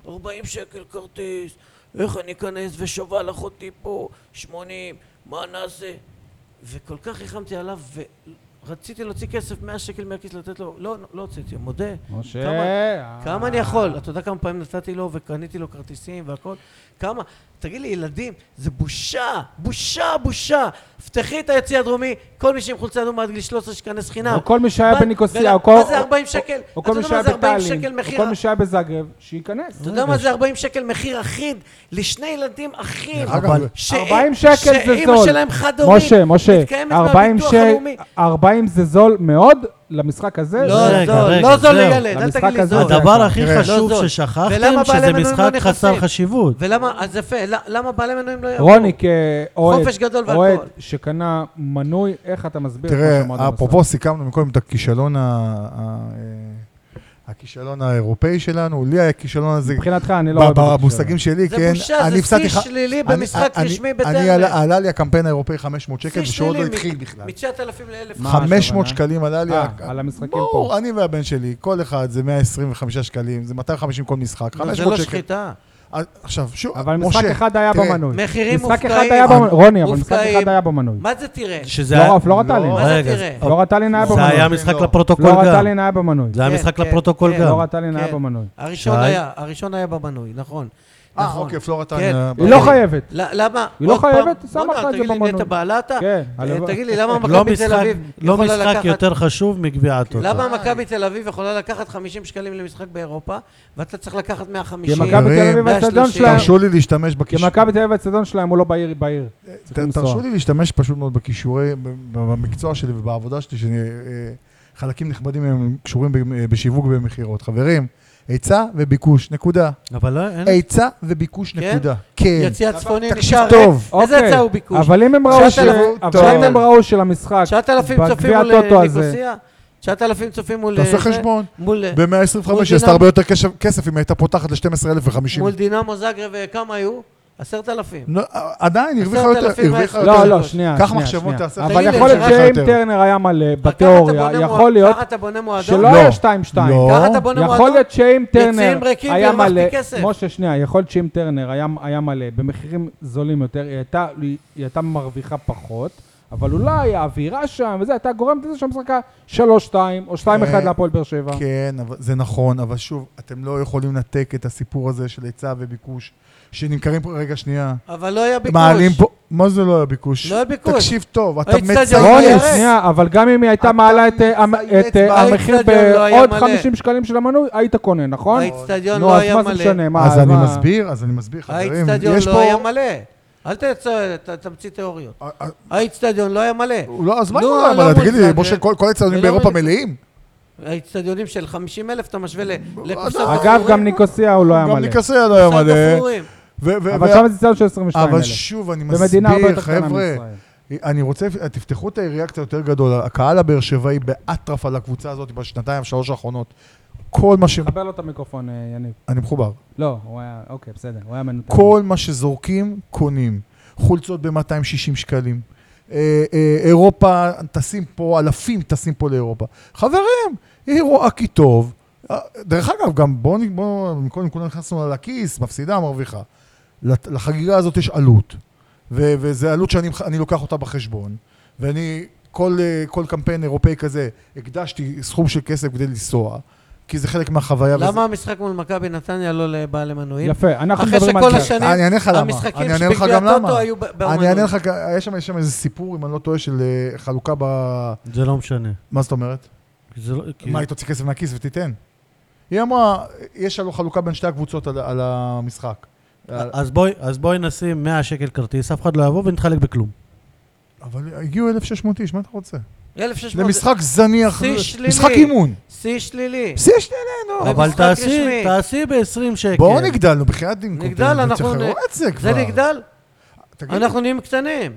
Speaker 4: 40 שקל כרטיס, איך אני אכנס, ושובל אחותי פה, 80, מה נעשה? וכל כך ריחמתי עליו, רציתי להוציא כסף, 100 שקל מהכיס לתת לו, לא, לא הוצאתי, מודה.
Speaker 2: משה...
Speaker 4: כמה-
Speaker 2: אה.
Speaker 4: כמה אני יכול? אתה יודע כמה פעמים נתתי לו וקניתי לו כרטיסים והכל? כמה? תגיד לי, ילדים, זה בושה, בושה, בושה. פתחי את היציע הדרומי, כל מי שעם חולצה אדומה עד גיל 13 שיכנס חינם.
Speaker 2: או כל מי שהיה
Speaker 4: מה-
Speaker 2: בניקוסיה,
Speaker 4: ולא,
Speaker 2: או כל...
Speaker 4: לא, מה זה 40
Speaker 2: או-
Speaker 4: שקל?
Speaker 2: או
Speaker 4: אתה
Speaker 2: כל מי
Speaker 4: יודע מה
Speaker 2: שהיה
Speaker 4: זה 40
Speaker 2: בטאלין,
Speaker 4: שקל
Speaker 2: או
Speaker 4: מחיר?
Speaker 2: כל מי שהיה בזאגרב, שייכנס.
Speaker 4: אתה יודע מה זה 40 שקל מחיר אחיד לשני ילדים אחים?
Speaker 5: אגב,
Speaker 3: אבל-
Speaker 4: ש-
Speaker 2: 40 שקל זה זול.
Speaker 4: שאימא שלהם חד-הורית.
Speaker 2: משה, משה,
Speaker 4: מתקיימת
Speaker 2: 40
Speaker 4: מהביטוח
Speaker 2: ש-
Speaker 4: הלאומי.
Speaker 2: 40 זה זול מאוד למשחק הזה.
Speaker 4: לא
Speaker 3: רגע,
Speaker 4: זול,
Speaker 3: רגע,
Speaker 4: לא זול
Speaker 3: זהו.
Speaker 4: לילד, אל
Speaker 2: למשחק
Speaker 4: תגיד לי
Speaker 2: הזה
Speaker 4: זול.
Speaker 2: זה-
Speaker 3: הדבר הכי
Speaker 5: תראה,
Speaker 3: חשוב
Speaker 4: לא זול.
Speaker 3: ששכחתם,
Speaker 4: ולמה בעלי
Speaker 3: שזה
Speaker 4: מנויים לא
Speaker 3: משחק חסר
Speaker 4: נכנסים?
Speaker 3: חשיבות.
Speaker 4: ולמה, אז יפה, ל- למה בעלי מנויים לא יעברו?
Speaker 2: רוני, כאוהד
Speaker 4: חופש גדול
Speaker 2: אוהד
Speaker 4: והכל.
Speaker 2: שקנה מנוי, איך אתה מסביר את מה שהמועדון
Speaker 5: תראה,
Speaker 2: עשה?
Speaker 5: אפרופו סיכמנו מקודם את הכישלון ה... ה- אה, הכישלון האירופאי שלנו, לי היה הכישלון הזה,
Speaker 2: מבחינתך אני לא
Speaker 5: ב-
Speaker 2: אוהב את
Speaker 5: במושגים שלי,
Speaker 4: זה
Speaker 5: כן,
Speaker 4: בושה,
Speaker 5: אני
Speaker 4: זה
Speaker 5: הפסדתי
Speaker 4: שיא
Speaker 5: ח-
Speaker 4: שלילי
Speaker 5: אני-
Speaker 4: במשחק
Speaker 5: אני-
Speaker 4: רשמי
Speaker 5: אני, עלה-
Speaker 4: בטרנר.
Speaker 5: עלה לי הקמפיין האירופאי 500 שקל,
Speaker 4: שיא
Speaker 5: ושעוד לא
Speaker 4: שלילי מ-
Speaker 5: התחיל בכלל.
Speaker 4: מ-9,000 ל-1,000.
Speaker 2: מה? הכוונה?
Speaker 5: 500 שקלים עלה לי.
Speaker 2: אה,
Speaker 5: הק-
Speaker 2: על המשחקים
Speaker 5: ברור,
Speaker 2: פה.
Speaker 5: אני והבן שלי, כל אחד זה 125 שקלים, זה 250 כל משחק,
Speaker 4: זה
Speaker 5: 500
Speaker 4: לא
Speaker 5: שקל.
Speaker 4: שחיטה.
Speaker 5: אז- עכשיו, שוב,
Speaker 2: אבל משחק
Speaker 5: משה,
Speaker 2: אחד היה
Speaker 5: תראה,
Speaker 2: במנוי.
Speaker 4: מחירים
Speaker 2: משחק אחד
Speaker 4: מופקעים.
Speaker 2: היה במנוי. רוני, אבל משחק
Speaker 4: מופקעים.
Speaker 2: אחד היה במנוי.
Speaker 4: מה זה תראה?
Speaker 3: שזה
Speaker 2: לא, פלורה טלין.
Speaker 4: מה זה
Speaker 3: רגע,
Speaker 4: תראה?
Speaker 3: זה-
Speaker 2: פלורה טלין היה
Speaker 5: לא.
Speaker 3: זה
Speaker 2: במנוי.
Speaker 3: היה משחק
Speaker 5: לא.
Speaker 3: לפרוטוקול
Speaker 2: פלורה
Speaker 3: גם.
Speaker 2: טלין היה במנוי.
Speaker 3: זה היה
Speaker 4: כן,
Speaker 3: משחק
Speaker 4: כן,
Speaker 3: לפרוטוקול
Speaker 4: כן.
Speaker 3: גם.
Speaker 2: פלורה טלין היה
Speaker 4: כן.
Speaker 2: במנוי.
Speaker 4: הראשון
Speaker 3: שי?
Speaker 4: היה, הראשון היה במנוי, נכון.
Speaker 5: אה,
Speaker 4: נכון.
Speaker 5: אוקיי, פלורטן.
Speaker 4: כן.
Speaker 2: היא לא חייבת.
Speaker 4: ל- למה?
Speaker 2: היא לא
Speaker 4: עוד פעם?
Speaker 2: חייבת, שמה
Speaker 4: בוא'נה,
Speaker 2: לך את זה
Speaker 4: תגיד לי,
Speaker 2: במנוי.
Speaker 4: נטע בעלתה?
Speaker 2: כן,
Speaker 4: אה,
Speaker 2: הלוואי.
Speaker 4: תגיד לי, למה
Speaker 3: לא
Speaker 4: מכבי תל
Speaker 3: משחק-
Speaker 4: אביב
Speaker 3: לא
Speaker 4: יכולה
Speaker 3: משחק
Speaker 4: לקחת...
Speaker 3: יותר חשוב מגביע הטוטו.
Speaker 4: למה מכבי תל אביב יכולה לקחת 50 שקלים למשחק באירופה, ואתה צריך לקחת
Speaker 2: כי
Speaker 4: 150?
Speaker 2: מכבי תל אביב
Speaker 5: חברים,
Speaker 2: והאצטדיון
Speaker 4: והשלישי.
Speaker 2: שלהם...
Speaker 5: תרשו לי להשתמש
Speaker 2: כי
Speaker 5: בכישור.
Speaker 2: מכבי תל אביב והאצטדיון שלהם הוא לא בעיר, בעיר.
Speaker 5: ת- תרשו לי להשתמש פשוט מאוד בכישורי, ב- ב- במקצוע שלי ובעבודה שלי, שחלקים נכבדים הם קשורים ב- אה, בשיווק ובמכירות. חברים, היצע וביקוש, נקודה.
Speaker 3: אבל לא, אין...
Speaker 5: היצע וביקוש,
Speaker 4: כן?
Speaker 5: נקודה. כן.
Speaker 4: יציע צפוני
Speaker 5: תקשיב
Speaker 4: נשאר ריק.
Speaker 5: טוב.
Speaker 4: איזה
Speaker 2: אוקיי,
Speaker 4: הצעה הוא ביקוש?
Speaker 2: אבל אם הם ראו ש-
Speaker 5: תשלחו-
Speaker 2: אבל
Speaker 5: טוב.
Speaker 2: אם הם ראו שלמשחק,
Speaker 4: 9,000 צופים
Speaker 2: בגביע
Speaker 4: מול
Speaker 2: הטוטו הזה.
Speaker 4: ניקוסיה? 9,000 צופים מול... אה,
Speaker 5: תעשה
Speaker 4: זה?
Speaker 5: חשבון.
Speaker 4: מול...
Speaker 5: ב-125
Speaker 4: מול
Speaker 5: היא עשתה
Speaker 4: דינמו.
Speaker 5: הרבה יותר כסף- כסף אם היא הייתה פותחת ל-12,050. לא,
Speaker 4: מול דינמו זאגרה וכמה היו? 10,000.
Speaker 5: אה, עדיין הרוויחה יותר.
Speaker 4: עשרת אלפים
Speaker 5: הרוויחה
Speaker 4: ועשרה.
Speaker 5: יותר.
Speaker 2: לא, לא,
Speaker 4: קח
Speaker 2: שנייה.
Speaker 5: מחשבות,
Speaker 2: שנייה, שנייה.
Speaker 5: תעשה-
Speaker 4: תגיד
Speaker 2: אבל
Speaker 4: לי,
Speaker 2: יכול להיות
Speaker 4: שלך
Speaker 2: שאם
Speaker 5: יותר.
Speaker 2: טרנר היה מלא
Speaker 4: ככה אתה
Speaker 2: בתיאוריה,
Speaker 4: בונה
Speaker 2: יכול
Speaker 4: מועד-
Speaker 2: להיות
Speaker 4: ככה אתה בונה מועדון?
Speaker 2: שלא
Speaker 5: לא.
Speaker 2: היה 2-2.
Speaker 5: לא.
Speaker 4: ככה אתה בונה מועדון?
Speaker 2: יכול להיות שאם טרנר
Speaker 4: יציעים ריקים
Speaker 2: היה
Speaker 4: והרווחתי
Speaker 2: מלא,
Speaker 4: כסף.
Speaker 2: משה שנייה, יכול להיות שאם טרנר היה, היה מלא במחירים זולים יותר, היא הייתה, היא הייתה מרוויחה פחות, אבל אולי האווירה שם וזה, הייתה גורמת לזה שהמשחק היה 3-2 או 2-1
Speaker 5: אה,
Speaker 2: להפועל באר שבע.
Speaker 4: לא.
Speaker 5: כן, אבל זה נכון, אבל שוב, אתם לא יכולים לנתק את הסיפור הזה של היצע וביקוש, שנמכרים פה, רגע, שנייה.
Speaker 4: אבל לא היה ביקוש.
Speaker 5: מעלים פה, מה זה לא היה ביקוש?
Speaker 4: לא היה ביקוש.
Speaker 5: תקשיב טוב, אתה
Speaker 4: האצטדיון לא
Speaker 2: רוני,
Speaker 4: ירד.
Speaker 5: מצייץ.
Speaker 2: שנייה, אבל גם אם היא הייתה מעלה את, אה, המ-
Speaker 5: מצייץ
Speaker 2: את אה,
Speaker 4: באיצטדיון
Speaker 2: המחיר
Speaker 4: לא היה
Speaker 2: בעוד
Speaker 4: מלא.
Speaker 2: 50 שקלים של המנוי, היית קונה, נכון?
Speaker 4: האיצטדיון
Speaker 2: נו,
Speaker 4: לא
Speaker 2: אז
Speaker 4: היה
Speaker 2: מה זה
Speaker 4: מלא.
Speaker 2: משנה? מה-
Speaker 5: אז אני
Speaker 2: מה-
Speaker 5: מסביר, אז אני מסביר, חברים.
Speaker 4: האיצטדיון
Speaker 5: יש
Speaker 4: לא
Speaker 5: פה-
Speaker 4: היה מלא. אל תצא, ת- תמציא תיאוריות.
Speaker 5: אה, אה,
Speaker 4: האיצטדיון לא היה מלא.
Speaker 5: הוא לא, אז מה
Speaker 4: לא,
Speaker 5: קורה?
Speaker 4: לא
Speaker 5: אבל תגיד לי,
Speaker 4: מוצדק.
Speaker 5: משה, כל כל האצטדיונים
Speaker 4: ולא
Speaker 5: באירופה
Speaker 4: מוצדק.
Speaker 5: מלאים?
Speaker 4: האיצטדיונים של 50 אלף אתה משווה ל- לקופסת
Speaker 2: אגב, גם ניקוסיה הוא לא היה
Speaker 5: גם
Speaker 2: מלא.
Speaker 5: ניקסיה לא היה
Speaker 4: קופסת
Speaker 5: מלא.
Speaker 4: גפרורים.
Speaker 5: ו- ו-
Speaker 2: אבל
Speaker 5: ו-
Speaker 2: שם זה סדר של 22
Speaker 5: אבל
Speaker 2: אלף.
Speaker 5: שוב, אני
Speaker 2: במדינה הרבה
Speaker 5: מסביר,
Speaker 2: יותר קטנה
Speaker 5: חבר'ה.
Speaker 2: מישראל.
Speaker 5: אני רוצה, תפתחו את היריעה קצת יותר גדול. הקהל הבאר שבעי באטרף על הקבוצה הזאת בשנתיים, שלוש האחרונות. כל מה ש...
Speaker 2: תחבר לו את המיקרופון, אה, יניב.
Speaker 5: אני מחובר.
Speaker 2: לא, הוא היה, אוקיי, בסדר, הוא היה מנותק.
Speaker 5: כל מה שזורקים, קונים. חולצות ב-260 שקלים. אה, אה, אירופה, טסים פה, אלפים טסים פה לאירופה. חברים, היא רואה כי טוב. אה, דרך אגב, גם בואו, נ- בואו, קודם כולם נכנסנו על הכיס, מפסידה, מרוויחה. לת- לחגיגה הזאת יש עלות. ו- וזו עלות שאני מח- אני לוקח אותה בחשבון. ואני, כל, אה, כל קמפיין אירופאי כזה, הקדשתי סכום של כסף כדי לנסוע, כי זה חלק מהחוויה. וזה-
Speaker 4: למה המשחק מול מכבי נתניה לא בעלי מנויים?
Speaker 2: יפה, אנחנו
Speaker 4: אחרי
Speaker 2: מדברים על
Speaker 4: שכל
Speaker 2: זה.
Speaker 4: השנים
Speaker 5: אני אענה לך למה.
Speaker 4: המשחקים
Speaker 5: אני אענה לך
Speaker 4: שבגביע
Speaker 5: גם למה.
Speaker 4: הטוטו היו ב-
Speaker 5: אני אענה
Speaker 4: באומנות.
Speaker 5: לך, יש שם, יש שם איזה סיפור, אם אני לא טועה, של אה, חלוקה ב...
Speaker 3: זה לא משנה.
Speaker 5: מה זאת אומרת?
Speaker 3: כי זה לא- כי-
Speaker 5: מה, היא תוציא כסף מהכיס ותיתן? היא אמרה, יש לנו חלוקה בין שתי הקבוצות על- על המשחק. אה, על-
Speaker 3: אז בואי- אז בואי נשים 100 שקל כרטיס, אף אחד לא יבוא ונתחלק בכלום.
Speaker 5: אבל הגיעו 1,600 איש, מה אתה רוצה?
Speaker 4: 1,600.
Speaker 5: זה משחק זניח,
Speaker 4: שיא
Speaker 5: זה-
Speaker 4: שלילי.
Speaker 5: משחק אימון.
Speaker 4: שיא שלילי.
Speaker 5: שיא שלילי, נו.
Speaker 4: אבל-
Speaker 3: אבל
Speaker 4: משחק
Speaker 3: תעשי,
Speaker 4: רשמי.
Speaker 3: תעשי ב-20 שקל.
Speaker 5: בואו נגדל, נו, בחייאת דינקו.
Speaker 4: נגדל, אנחנו נ-
Speaker 5: צריך לראות את זה כבר.
Speaker 4: זה נגדל?
Speaker 5: תגיד,
Speaker 4: אנחנו נהיים קטנים.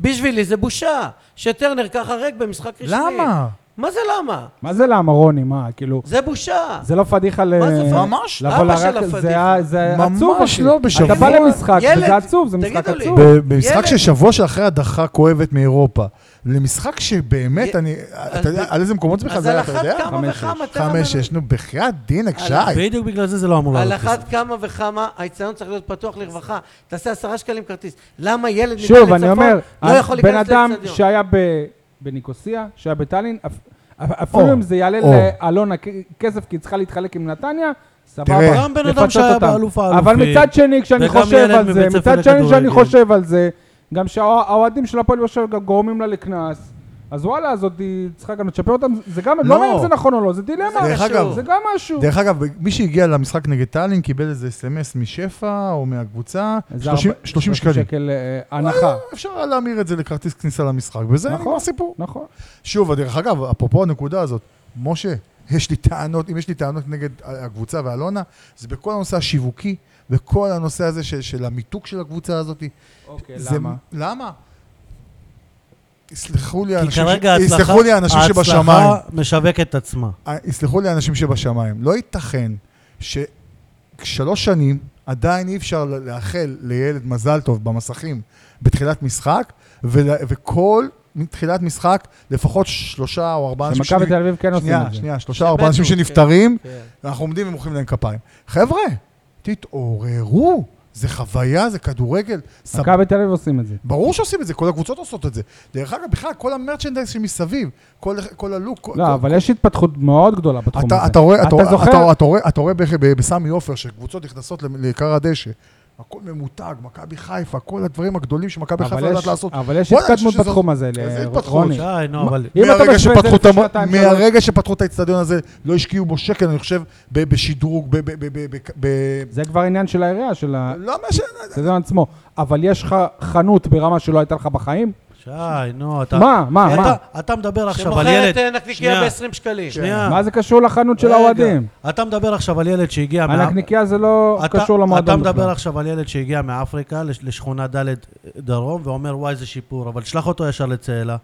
Speaker 4: בשבילי זה בושה שטרנר ככה ריק במשחק רשמי.
Speaker 5: למה?
Speaker 4: מה זה למה?
Speaker 2: מה זה למה, רוני? מה, כאילו,
Speaker 4: זה בושה.
Speaker 2: זה לא פדיחה ל...
Speaker 4: מה זה פדיחה?
Speaker 5: ממש
Speaker 2: לבוא
Speaker 4: אבא
Speaker 2: לרק-
Speaker 4: של הפדיחה.
Speaker 2: זה ה- זה
Speaker 5: ממש
Speaker 2: עצוב, אחי.
Speaker 5: לא, בשבוע-
Speaker 2: אתה בא למשחק,
Speaker 4: ילד,
Speaker 2: וזה עצוב, זה משחק
Speaker 4: תגידו לי.
Speaker 2: עצוב.
Speaker 5: ב- במשחק
Speaker 4: ילד.
Speaker 5: של שבוע שאחרי הדחה כואבת מאירופה, למשחק שבאמת,
Speaker 4: י-
Speaker 5: אני, אתה יודע,
Speaker 4: ב-
Speaker 5: על איזה מקומות זה בכלל
Speaker 4: אז
Speaker 5: זה
Speaker 4: על
Speaker 5: היה, אתה
Speaker 4: אחת
Speaker 5: יודע?
Speaker 4: כמה
Speaker 2: חמש,
Speaker 4: וכמה. טרנר-
Speaker 5: חמש, שש, נו, בחייאת דינק,
Speaker 4: על-
Speaker 5: שי.
Speaker 3: בדיוק בגלל זה זה לא אמור
Speaker 4: על
Speaker 3: לעלות.
Speaker 4: אחת
Speaker 3: כסף.
Speaker 4: כמה וכמה האיצטדיון צריך להיות פתוח לרווחה. תעשה עשרה שקלים כרטיס. למה ילד מטל
Speaker 2: שוב,
Speaker 4: לצפון
Speaker 2: אני אומר,
Speaker 4: לא יכול
Speaker 2: בן
Speaker 4: להיכנס
Speaker 2: אדם
Speaker 4: לאצטדיון?
Speaker 2: שהיה ב- בניקוסיה, שהיה בטאלין, אפ- אפ- אפילו אם זה יעלה
Speaker 5: או.
Speaker 2: לאלונה כ- כסף כי היא צריכה להתחלק עם נטניה, סבבה,
Speaker 5: תראה,
Speaker 2: לפצות
Speaker 5: כן,
Speaker 3: גם בן אדם שהיה
Speaker 2: אותם.
Speaker 3: באלוף האלופים.
Speaker 2: אבל מצד שני, כשאני
Speaker 3: וגם
Speaker 2: חושב
Speaker 3: ילד
Speaker 2: על זה,
Speaker 3: מבית ספר
Speaker 2: מצד שני, כשאני
Speaker 3: לכדורגל.
Speaker 2: חושב על זה, גם שהאוהדים של הפועל באר שבע גם גורמים לה לקנס, אז וואלה, הזאת היא צריכה גם לצ'פר אותם, זה גם, לא
Speaker 5: לא.
Speaker 2: אומר אם זה נכון או לא, זה דילמה,
Speaker 5: דרך אגב,
Speaker 2: זה גם משהו.
Speaker 5: דרך אגב, מי שהגיע למשחק נגד טאלין קיבל איזה אס.אם.אס משפע או מהקבוצה,
Speaker 2: זה
Speaker 5: 30
Speaker 2: ארבע-
Speaker 5: 30 שקלים.
Speaker 2: שקל אה, הנחה,
Speaker 5: אפשר היה להמיר את זה לכרטיס כניסה למשחק, וזה
Speaker 2: נכון.
Speaker 5: נגמר הסיפור.
Speaker 2: נכון.
Speaker 5: שוב, דרך אגב, אפרופו הנקודה הזאת, משה, יש לי טענות, אם יש לי טענות נגד הקבוצה ואלונה, זה בכל הנושא השיווקי, בכל הנושא הזה של, של המיתוג של הקבוצה הזאת.
Speaker 2: אוקיי,
Speaker 5: זה-
Speaker 2: למה?
Speaker 5: למה? יסלחו לי
Speaker 3: כי
Speaker 5: האנשים,
Speaker 3: כרגע
Speaker 5: ש...
Speaker 3: ההצלחה,
Speaker 5: יסלחו לי האנשים שבשמיים,
Speaker 3: ההצלחה משווקת את עצמה.
Speaker 5: אה, יסלחו לי האנשים שבשמיים, לא ייתכן ששלוש שנים עדיין אי אפשר ל- לאחל לילד מזל טוב במסכים בתחילת משחק, ול... וכל תחילת משחק לפחות שלושה או ארבעה אנשים
Speaker 2: שמכבי תל אביב כן עושים
Speaker 5: שנייה,
Speaker 2: את זה.
Speaker 5: שנייה, שלושה, ארבעה אנשים
Speaker 4: שבטו, כן.
Speaker 5: שנפטרים,
Speaker 4: כן.
Speaker 5: אנחנו עומדים ומוחאים להם כפיים. חבר'ה, תתעוררו, זה חוויה, זה כדורגל. סבבה.
Speaker 2: מכבי תל אביב עושים את זה.
Speaker 5: ברור שעושים את זה, כל הקבוצות עושות את זה. דרך אגב, בכלל, כל המרצ'נדייז שמסביב, כל, כל הלוק, כל-
Speaker 2: לא,
Speaker 5: כל-
Speaker 2: אבל יש התפתחות מאוד גדולה בתחום הזה.
Speaker 5: אוקיי. אתה, אתה רואה, אתה,
Speaker 2: אתה
Speaker 5: רואה-
Speaker 2: זוכר?
Speaker 5: אתה, רואה- אתה רואה, אתה רואה בכ- ב- בסמי עופר שקבוצות נכנסות למ- לעיקר הדשא. הכל ממותג, מכבי חיפה, כל הדברים הגדולים שמכבי חיפה
Speaker 2: אבל
Speaker 5: יודעת
Speaker 2: יש-
Speaker 5: לעשות.
Speaker 2: אבל יש
Speaker 5: וואלה, אני
Speaker 2: התקדמות
Speaker 5: חושב שזאת-
Speaker 2: בתחום הזה,
Speaker 5: איזה
Speaker 2: ל-
Speaker 5: התפתחות?
Speaker 2: רוני.
Speaker 3: שי, נו, אבל...
Speaker 2: אם אתה
Speaker 5: מהרגע
Speaker 2: משווה את זה
Speaker 5: שפתחו, את המ...
Speaker 2: לפני שנתיים, שלוש-
Speaker 5: מהרגע שפתחו את האצטדיון הזה, לא השקיעו בו שקל, אני חושב, ב- בשדרוג, ב... ב, ב, ב, ב, ב...
Speaker 2: זה כבר עניין של העירייה, של
Speaker 5: לא מה ש...
Speaker 2: הסטדיון עצמו. אבל יש לך חנות ברמה שלא הייתה לך בחיים?
Speaker 3: שי, נו, אתה...
Speaker 2: מה, מה,
Speaker 3: אתה-
Speaker 2: מה?
Speaker 3: אתה מדבר עכשיו על ילד...
Speaker 4: שמוכרת אה, נקניקייה
Speaker 3: שנייה,
Speaker 4: ב-20 שקלים.
Speaker 3: שנייה.
Speaker 2: מה זה קשור לחנות של
Speaker 3: רגע.
Speaker 2: האוהדים?
Speaker 3: אתה מדבר עכשיו על ילד שהגיע... מה-
Speaker 2: הנקניקייה זה לא
Speaker 3: אתה-
Speaker 2: קשור
Speaker 3: אתה
Speaker 2: למועדון
Speaker 3: מדבר
Speaker 2: בכלל.
Speaker 3: עכשיו על ילד שהגיע מאפריקה לש- לשכונה ד' דרום, ואומר, וואי, זה שיפור, אבל שלח אותו ישר לצאלה.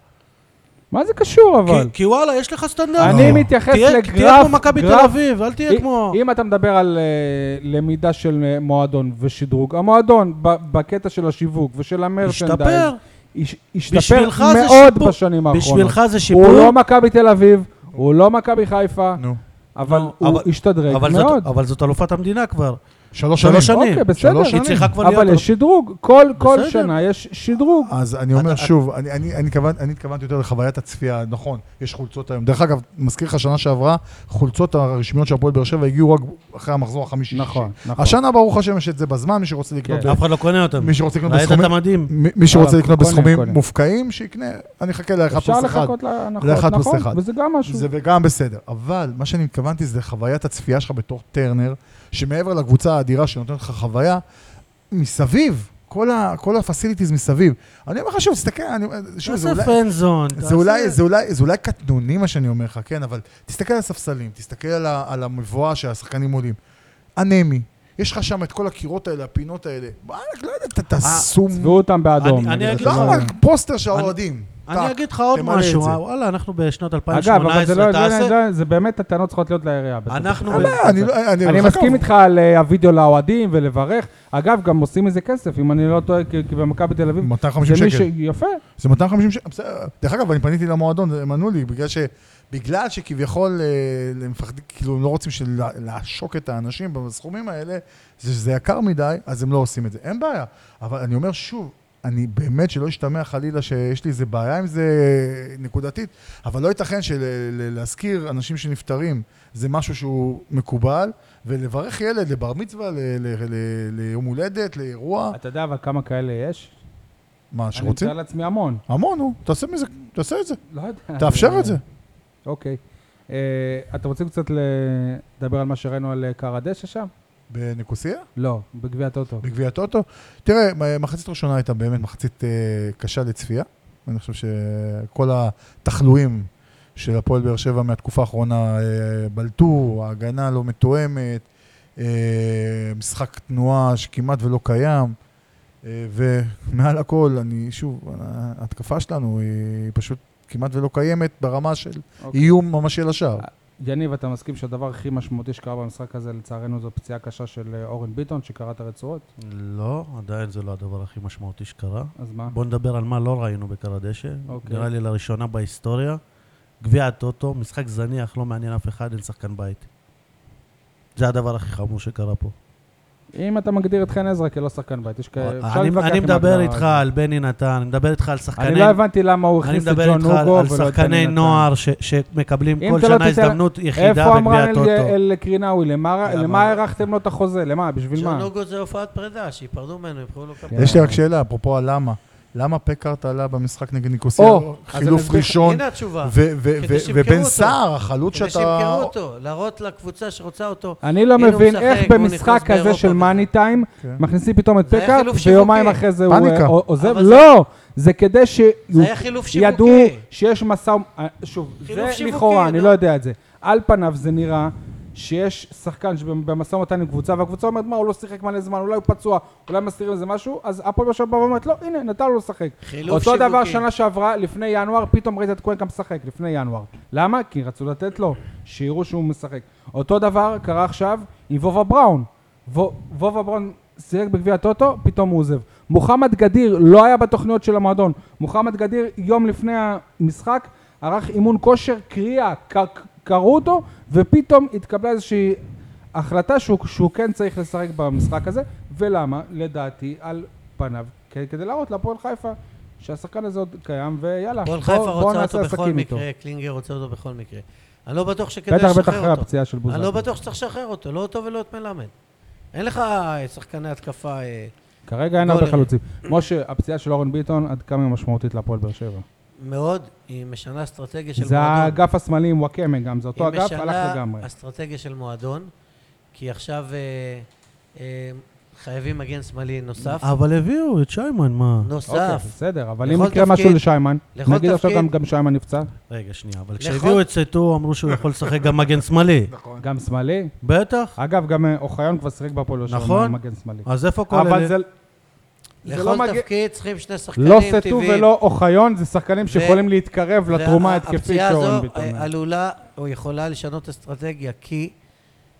Speaker 2: מה זה קשור אבל?
Speaker 3: כי- כי וואלה, יש לך סטנדרט.
Speaker 2: אני
Speaker 5: לא.
Speaker 2: מתייחס
Speaker 3: תהיה-
Speaker 2: לגרף...
Speaker 3: תהיה כמו מכבי תל
Speaker 2: גרף-
Speaker 3: אביב, אל תהיה
Speaker 2: אם-
Speaker 3: כמו...
Speaker 2: אם אתה מדבר על אה, למידה של אה, מועדון ושדרוג, המועדון ב- בקטע של השיווק ושל המרצ'נדייז,
Speaker 3: השתפר.
Speaker 2: הש- השתפר
Speaker 3: בשבילך זה
Speaker 2: מאוד
Speaker 3: שיפור.
Speaker 2: בשנים האחרונות.
Speaker 3: בשבילך זה שיפור.
Speaker 2: הוא לא מכבי תל אביב, הוא לא מכבי חיפה,
Speaker 5: נו.
Speaker 2: אבל
Speaker 3: נו,
Speaker 2: הוא
Speaker 3: אבל-
Speaker 2: השתדרג
Speaker 3: אבל זאת-
Speaker 2: לא מאוד.
Speaker 3: אבל זאת אלופת המדינה כבר.
Speaker 5: שלוש שנים.
Speaker 3: שלוש שנים.
Speaker 2: אוקיי, בסדר,
Speaker 5: שלוש
Speaker 3: היא צריכה כבר להיות...
Speaker 2: אבל יש שדרוג, כל כל
Speaker 3: בסדר.
Speaker 2: שנה יש שדרוג.
Speaker 5: אז אני אומר
Speaker 3: אתה-
Speaker 5: שוב, אני, אני, אני, כיוון, אני התכוונתי יותר לחוויית הצפייה, נכון, יש חולצות היום. דרך אגב, מזכיר לך, שנה שעברה, חולצות הרשמיות של הפועל באר שבע הגיעו רק אחרי המחזור החמישי.
Speaker 2: נכון, נכון.
Speaker 5: השנה, ברוך השם, יש את זה בזמן, מי שרוצה לקנות,
Speaker 2: כן.
Speaker 5: ב-
Speaker 3: אף אחד לא קונה אותם.
Speaker 5: מי שרוצה לקנות
Speaker 3: ראית את
Speaker 5: בסכומים,
Speaker 3: המדים?
Speaker 5: מ- מי שרוצה
Speaker 2: וואלה,
Speaker 5: לקנות
Speaker 2: קונה,
Speaker 5: בסכומים
Speaker 2: קונה.
Speaker 5: מופקעים, שיקנה, אני אחכה לאחד
Speaker 2: אפשר
Speaker 5: אה, פלוס אחד.
Speaker 2: לחכות להנחות,
Speaker 5: לאחד פלוס
Speaker 2: נכון?
Speaker 5: אחד.
Speaker 2: וזה גם משהו.
Speaker 5: זה וגם בסדר. אבל מה שאני התכוונתי זה לחוויית הצפייה שלך בתור טרנר, שמעבר לקבוצה האדירה שנותנת לך חוויה, מסביב, כל, ה, כל הפסיליטיז מסביב. אני אומר לך שוב, תסתכל, אני,
Speaker 2: לא
Speaker 5: שוב, זה
Speaker 3: תעשה
Speaker 5: אולי...
Speaker 3: פנזון.
Speaker 5: זה
Speaker 3: תעשה-
Speaker 5: אולי, זה, אולי, זה אולי קטנוני מה שאני אומר לך, כן, אבל תסתכל על הספסלים, תסתכל על, ה- על המבואה שהשחקנים עולים. אנמי, יש לך שם את כל הקירות האלה, הפינות האלה. וואלכ, לא יודע, ת- תעשו...
Speaker 3: אה,
Speaker 2: צבעו אותם באדום.
Speaker 3: אני- אני
Speaker 2: בגלל
Speaker 3: אגיד
Speaker 2: זה.
Speaker 5: לא, רק פוסטר של האוהדים. טאק.
Speaker 3: אני אגיד לך עוד
Speaker 5: תמלא את
Speaker 3: משהו, אה,
Speaker 5: זה.
Speaker 3: וואלה, אנחנו בשנת
Speaker 2: אגב, אבל זה
Speaker 3: 2018,
Speaker 2: לא... זה-
Speaker 3: תעשה...
Speaker 2: זה- זה באמת, הטענות צריכות להיות לעירייה. בסופו של
Speaker 3: אנחנו-
Speaker 2: דבר.
Speaker 5: אה, אני לא-
Speaker 2: אני
Speaker 5: דרך
Speaker 2: מסכים
Speaker 5: אגב,
Speaker 2: איתך על אה, הווידאו לאוהדים ולברך. אגב, גם עושים מזה כסף, אם אני לא טועה, כי כי במכבי תל אביב...
Speaker 5: 250
Speaker 2: זה מי
Speaker 5: שקל.
Speaker 2: ש- יפה.
Speaker 5: זה 250 שקל, בסדר. דרך אגב, אני פניתי למועדון, הם ענו לי, בגלל ש... בגלל שכביכול אה, הם מפחדים, כאילו הם לא רוצים של... לעשוק את האנשים בסכומים האלה, זה שזה יקר מדי, אז הם לא עושים את זה. אין בעיה. אבל אני אומר שוב, אני באמת שלא ישתמע חלילה שיש לי איזה בעיה עם זה אה, נקודתית, אבל לא ייתכן שלהזכיר אנשים שנפטרים זה משהו שהוא מקובל, ולברך ילד לבר מצווה, ל- ל- ל- ליום הולדת, לאירוע,
Speaker 2: אתה יודע אבל כמה כאלה יש?
Speaker 5: אה. מה
Speaker 2: אני
Speaker 5: שרוצים.
Speaker 2: מתאר לעצמי המון.
Speaker 5: המון, נו, תעשה מזה, תעשה את זה.
Speaker 2: לא יודע.
Speaker 5: תאפשר את זה.
Speaker 2: אוקיי. אה, אתה רוצה קצת לדבר על מה שראינו על אה, כר הדשא שם?
Speaker 5: בניקוסיה?
Speaker 2: לא, בגביע הטוטו.
Speaker 5: בגביע הטוטו? תראה, מ- מחצית ראשונה הייתה באמת מחצית אה, קשה לצפייה. אני חושב שכל התחלואים של הפועל באר שבע מהתקופה האחרונה אה, בלטו, ההגנה לא מתואמת, אה, משחק תנועה שכמעט ולא קיים, אה, ומעל הכל, אני, שוב, ההתקפה שלנו היא פשוט כמעט ולא קיימת ברמה של
Speaker 2: אוקיי.
Speaker 5: איום ממשי לשער.
Speaker 2: יניב, אתה מסכים שהדבר הכי משמעותי שקרה במשחק הזה, לצערנו, זו פציעה קשה של אה, אורן ביטון, שקרע את הרצועות?
Speaker 3: לא, עדיין זה לא הדבר הכי משמעותי שקרה.
Speaker 2: אז מה?
Speaker 3: בואו נדבר על מה לא ראינו בקר הדשא.
Speaker 2: אוקיי.
Speaker 3: נראה לי לראשונה בהיסטוריה. גביע הטוטו, משחק
Speaker 2: אוקיי,
Speaker 3: זניח, לא מעניין אף אחד, אין שחקן בית. זה הדבר הכי חמור שקרה פה.
Speaker 2: אם אתה מגדיר את חן עזרא כלא שחקן בית, יש כאלה... אפשר
Speaker 3: אני-
Speaker 2: להתווכח
Speaker 3: אני
Speaker 2: עם
Speaker 3: מדבר
Speaker 2: ההגדרה
Speaker 3: איתך
Speaker 2: הזאת.
Speaker 3: על בני נתן, אני מדבר איתך על שחקני...
Speaker 2: אני לא הבנתי למה הוא
Speaker 3: אני
Speaker 2: הכניס את
Speaker 3: מדבר
Speaker 2: ג'ון
Speaker 3: איתך
Speaker 2: הוגו
Speaker 3: על-
Speaker 2: ולא
Speaker 3: על
Speaker 2: את דני
Speaker 3: שחקני
Speaker 2: נתן.
Speaker 3: נוער ש- שמקבלים
Speaker 2: אם
Speaker 3: כל
Speaker 2: אתה לא
Speaker 3: שנה
Speaker 2: תיתן-
Speaker 3: הזדמנות יחידה
Speaker 2: איפה אמרה
Speaker 3: בגביע
Speaker 2: אל-
Speaker 3: הטוטו.
Speaker 2: אל קרינאווי? למה-
Speaker 3: למה?
Speaker 2: למה הארכתם לו את החוזה? למה? בשביל
Speaker 4: ג'ון
Speaker 2: כן. מה?
Speaker 4: הוגו זה הופעת פרידה, שיפרדו ממנו, יבחרו לו כפיים.
Speaker 2: כן.
Speaker 5: יש לי רק שאלה, אפרופו הלמה. למה פקארט עלה במשחק נגד ניקוסיה?
Speaker 2: או,
Speaker 5: חילוף ראשון,
Speaker 4: הנה התשובה.
Speaker 5: ו- ו-
Speaker 4: כדי
Speaker 5: ו-
Speaker 4: שימכרו
Speaker 5: ובן
Speaker 4: אותו.
Speaker 5: סער, החלוץ
Speaker 4: כדי
Speaker 5: שאתה...
Speaker 4: שימכרו אותו, להראות לקבוצה שרוצה אותו.
Speaker 2: אני לא
Speaker 4: הנה כאילו הוא
Speaker 2: מבין
Speaker 4: משחק,
Speaker 2: איך
Speaker 4: הוא
Speaker 2: במשחק
Speaker 4: נכנס
Speaker 2: כזה
Speaker 4: באירופה
Speaker 2: של
Speaker 4: בכלל.
Speaker 2: מאני טיים
Speaker 5: כן.
Speaker 2: מכניסים פתאום את
Speaker 4: זה היה
Speaker 2: פקארט
Speaker 4: חילוף שיווקי.
Speaker 2: ויומיים אחרי זה הוא
Speaker 5: פאניקה.
Speaker 2: אה, עוזב.
Speaker 4: אבל זה-
Speaker 2: לא! זה כדי ש...
Speaker 4: זה היה חילוף שיווקי.
Speaker 2: ידעו שיש משא... אה, שוב,
Speaker 4: חילוף
Speaker 2: זה
Speaker 4: שיווקי,
Speaker 2: לכאורה, אני
Speaker 4: נו.
Speaker 2: לא יודע את זה. על פניו זה נראה שיש שחקן שבמשא ומתן עם קבוצה, והקבוצה אומרת, מה, הוא לא שיחק מלא זמן, אולי הוא פצוע, אולי מסתירים איזה משהו, אז הפועל באר שבע באה ואומרת, לא, הנה, נתן לו לשחק.
Speaker 4: חילוף
Speaker 2: אותו
Speaker 4: שיווקי.
Speaker 2: דבר שנה שעברה, לפני ינואר, פתאום ראית את קוונקה משחק, לפני ינואר. למה? כי רצו לתת לו, שיראו שהוא משחק. אותו דבר קרה עכשיו עם וובה בראון. וו- וובה בראון שיחק בגביע הטוטו, פתאום הוא עוזב. מוחמד גדיר לא היה בתוכניות של המועדון. מוחמד גדיר, יום לפני המשחק, ערך אימון כושר, קריאה, ק- קראו אותו, ופתאום התקבלה איזושהי החלטה שהוא, שהוא כן צריך לשחק במשחק הזה. ולמה? לדעתי, על פניו, כ- כדי להראות להפועל חיפה שהשחקן הזה עוד קיים, ויאללה,
Speaker 4: הפועל
Speaker 2: בוא-
Speaker 4: חיפה
Speaker 2: בוא
Speaker 4: רוצה
Speaker 2: נעשה
Speaker 4: אותו בכל
Speaker 2: עסקים איתו.
Speaker 4: מקרה, קלינגר רוצה אותו בכל מקרה. אני לא בטוח שכדאי
Speaker 2: בטח,
Speaker 4: לשחרר
Speaker 2: בטח אחרי
Speaker 4: אותו.
Speaker 2: הפציעה של בוזגלו.
Speaker 4: אני לא בטוח שצריך לשחרר אותו, לא אותו ולא את מלמד. אין לך אה, שחקני התקפה... אה,
Speaker 2: כרגע אין
Speaker 4: בוא
Speaker 2: הרבה
Speaker 4: נראה.
Speaker 2: חלוצים. משה, הפציעה של אורן ביטון, עד כמה היא משמעותית להפועל באר שבע?
Speaker 4: מאוד, היא משנה אסטרטגיה של
Speaker 2: זה
Speaker 4: מועדון.
Speaker 2: האגף השמאלי עם וואקמה גם, זה אותו
Speaker 4: היא
Speaker 2: אגף,
Speaker 4: משנה
Speaker 2: הלך לגמרי.
Speaker 4: אסטרטגיה של מועדון, כי עכשיו אה, אה, חייבים מגן שמאלי נוסף.
Speaker 3: אבל הביאו את שיימן, מה?
Speaker 2: אוקיי,
Speaker 4: נוסף.
Speaker 2: בסדר, אבל אם
Speaker 4: לכל
Speaker 2: יקרה משהו
Speaker 4: תפקיד-
Speaker 2: לשיימן,
Speaker 4: לכל
Speaker 2: נגיד עכשיו
Speaker 4: תפקיד-
Speaker 2: גם- גם שיימן נפצע,
Speaker 3: רגע, שנייה, אבל
Speaker 4: לכל-
Speaker 3: כשהביאו את סטו אמרו שהוא יכול לשחק גם מגן שמאלי.
Speaker 4: נכון.
Speaker 2: גם שמאלי.
Speaker 3: בטח.
Speaker 2: אגב, גם אה, אוחיון כבר שיחק בהפועל באר שבע,
Speaker 3: נכון.
Speaker 2: מגן שמאלי.
Speaker 3: אז איפה כל
Speaker 2: אבל
Speaker 3: אלה?
Speaker 2: זה לא- זה לא
Speaker 4: לכל
Speaker 2: מגן-
Speaker 4: תפקיד צריכים שני שחקנים
Speaker 2: לא
Speaker 4: טבעיים.
Speaker 2: סטו ולא אוחיון, זה שחקנים שיכולים להתקרב לתרומה ההתקפית שאורן ביטון.
Speaker 4: והפציעה הזו אה,
Speaker 2: נתן.
Speaker 4: עלולה או יכולה לשנות אסטרטגיה, כי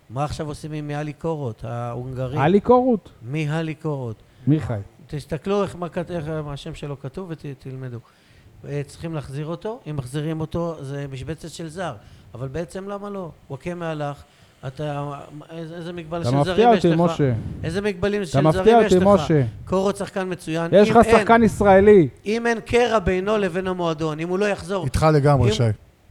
Speaker 4: מה עכשיו עושים עם מיאלי קורות, ההונגרי?
Speaker 2: עלי קורות,
Speaker 4: מיאלי קורות.
Speaker 2: מיכאי.
Speaker 4: תסתכלו איך, מה, כת- איך השם שלו כתוב ותלמדו. אה, צריכים להחזיר אותו, אם מחזירים אותו זה משבצת של זר, אבל בעצם למה לא? וואקמה הלך, אתה, איזה איזה מגבל
Speaker 2: אתה
Speaker 4: של
Speaker 2: מפתיע
Speaker 4: זרים יש
Speaker 2: אותי,
Speaker 4: לך?
Speaker 2: משה.
Speaker 4: איזה מגבלים
Speaker 2: אתה
Speaker 4: של
Speaker 2: מפתיע
Speaker 4: זרים יש
Speaker 2: אותי,
Speaker 4: לך?
Speaker 2: משה.
Speaker 4: קורות שחקן מצוין.
Speaker 2: יש
Speaker 4: אם
Speaker 2: לך
Speaker 4: אין-
Speaker 2: שחקן ישראלי.
Speaker 4: אם אין קרע בינו לבין המועדון, אם הוא לא יחזור,
Speaker 5: איתך לגמרי,
Speaker 4: אם-
Speaker 5: שי.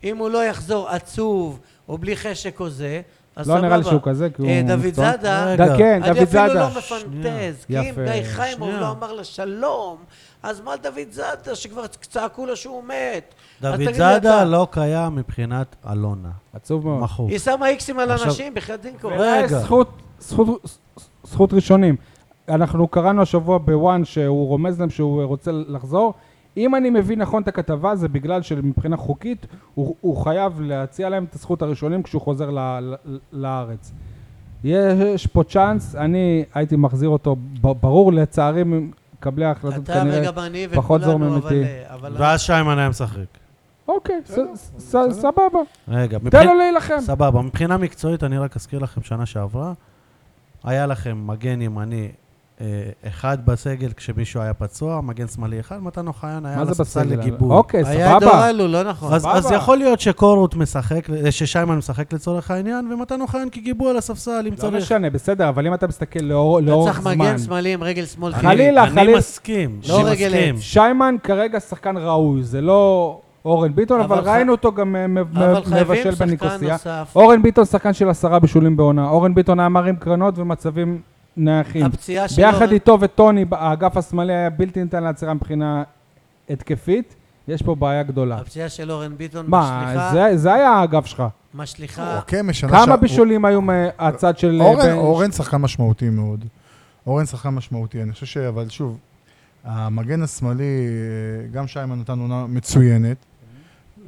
Speaker 4: אם הוא לא יחזור עצוב או בלי חשק או זה, אז
Speaker 2: לא
Speaker 4: סבבה.
Speaker 2: נראה לי שהוא כזה, כי הוא...
Speaker 4: אה, דוד
Speaker 2: מקצוען.
Speaker 4: זאדה,
Speaker 3: רגע.
Speaker 2: ד- כן,
Speaker 4: אני
Speaker 2: דוד
Speaker 4: אפילו
Speaker 2: זאדה.
Speaker 4: לא מפנטז, כי אם
Speaker 2: יפה.
Speaker 4: גיא חיימוב
Speaker 3: שנייה.
Speaker 4: לא אמר לה שלום, אז מה דוד זאדה, שכבר צעקו לו שהוא מת? אז תגיד
Speaker 3: דוד
Speaker 4: לי
Speaker 3: זאדה
Speaker 4: אתה,
Speaker 3: לא קיים מבחינת אלונה.
Speaker 2: עצוב מאוד.
Speaker 3: מכור.
Speaker 4: היא שמה איקסים על
Speaker 3: עכשיו-
Speaker 4: אנשים, בחייאת דינקו.
Speaker 3: רגע.
Speaker 2: אה, זכות, זכות, זכות ראשונים. אנחנו קראנו השבוע בוואן שהוא רומז להם שהוא רוצה לחזור. אם אני מבין נכון את הכתבה, זה בגלל שמבחינה חוקית הוא, הוא חייב להציע להם את הזכות הראשונים כשהוא חוזר ל, ל, לארץ. יש פה צ'אנס, אני הייתי מחזיר אותו, ב, ברור, לצערי מקבלי ההחלטות
Speaker 4: אתה
Speaker 2: כנראה.
Speaker 4: וגם אני
Speaker 2: פחות זורמים
Speaker 4: וכולנו, אבל...
Speaker 2: איתי.
Speaker 4: אה, אבל-
Speaker 3: ואז שיימן היה משחק.
Speaker 2: אוקיי, ס- ס- סבבה,
Speaker 3: רגע,
Speaker 2: תן
Speaker 3: מבחינת...
Speaker 2: לו להילחם.
Speaker 3: סבבה, מבחינה מקצועית אני רק אזכיר לכם שנה שעברה, היה לכם מגן ימני אה, אחד בסגל כשמישהו היה פצוע, מגן שמאלי אחד, מתן אוחיון היה
Speaker 2: מה
Speaker 3: על
Speaker 2: זה
Speaker 3: הספסל
Speaker 2: בסגל?
Speaker 3: לגיבוי.
Speaker 2: אוקיי,
Speaker 4: היה דור
Speaker 2: סבבה.
Speaker 4: אלו, לא נכון.
Speaker 3: אז, אז
Speaker 2: סבבה.
Speaker 3: יכול להיות שקורות משחק, אה, ששיימן משחק לצורך העניין, ומתן אוחיון כגיבוי על הספסל אם
Speaker 2: לא
Speaker 3: צריך.
Speaker 2: משנה, בסדר, אבל אם אתה מסתכל לאור-
Speaker 4: אתה
Speaker 2: לאורך
Speaker 4: צריך
Speaker 2: זמן...
Speaker 4: מגן שמאלי עם רגל שמאל.
Speaker 3: אני-
Speaker 2: חלילה,
Speaker 3: אני
Speaker 2: חלילה.
Speaker 3: מסכים,
Speaker 4: לא
Speaker 3: אני
Speaker 4: רגל
Speaker 3: מסכים.
Speaker 2: שיימן כרגע שחקן ראוי, זה לא אורן ביטון, אבל,
Speaker 4: אבל ח-
Speaker 2: ראינו אותו גם אה, מ-
Speaker 4: אבל
Speaker 2: מ-
Speaker 4: חייבים
Speaker 2: מבשל
Speaker 4: שחקן
Speaker 2: בניקוסיה.
Speaker 4: נוסף.
Speaker 2: אורן ביטון שחקן של עשרה בישולים בעונה, אורן ביטון היה מרים קרנות ומצבים נייחים.
Speaker 4: הפציעה של
Speaker 2: אוקיי, ביחד
Speaker 4: אורן-
Speaker 2: איתו וטוני, האגף השמאלי היה בלתי ניתן לעצירה מבחינה התקפית, יש פה בעיה גדולה.
Speaker 4: הפציעה של אורן ביטון
Speaker 2: מה,
Speaker 4: משליכה-
Speaker 2: זה- זה היה האגף שלך.
Speaker 4: משליכה
Speaker 5: וואקמה שנה
Speaker 2: כמה
Speaker 5: שע-
Speaker 2: בישולים היו מהצד של... אה,
Speaker 5: אורן,
Speaker 2: בן-
Speaker 5: אורן שחקן משמעותי מאוד. אורן שחקן משמעותי. אני חושב ש... אבל שוב, המגן השמאלי, אה, גם שיימן נתן עונה מצוינת,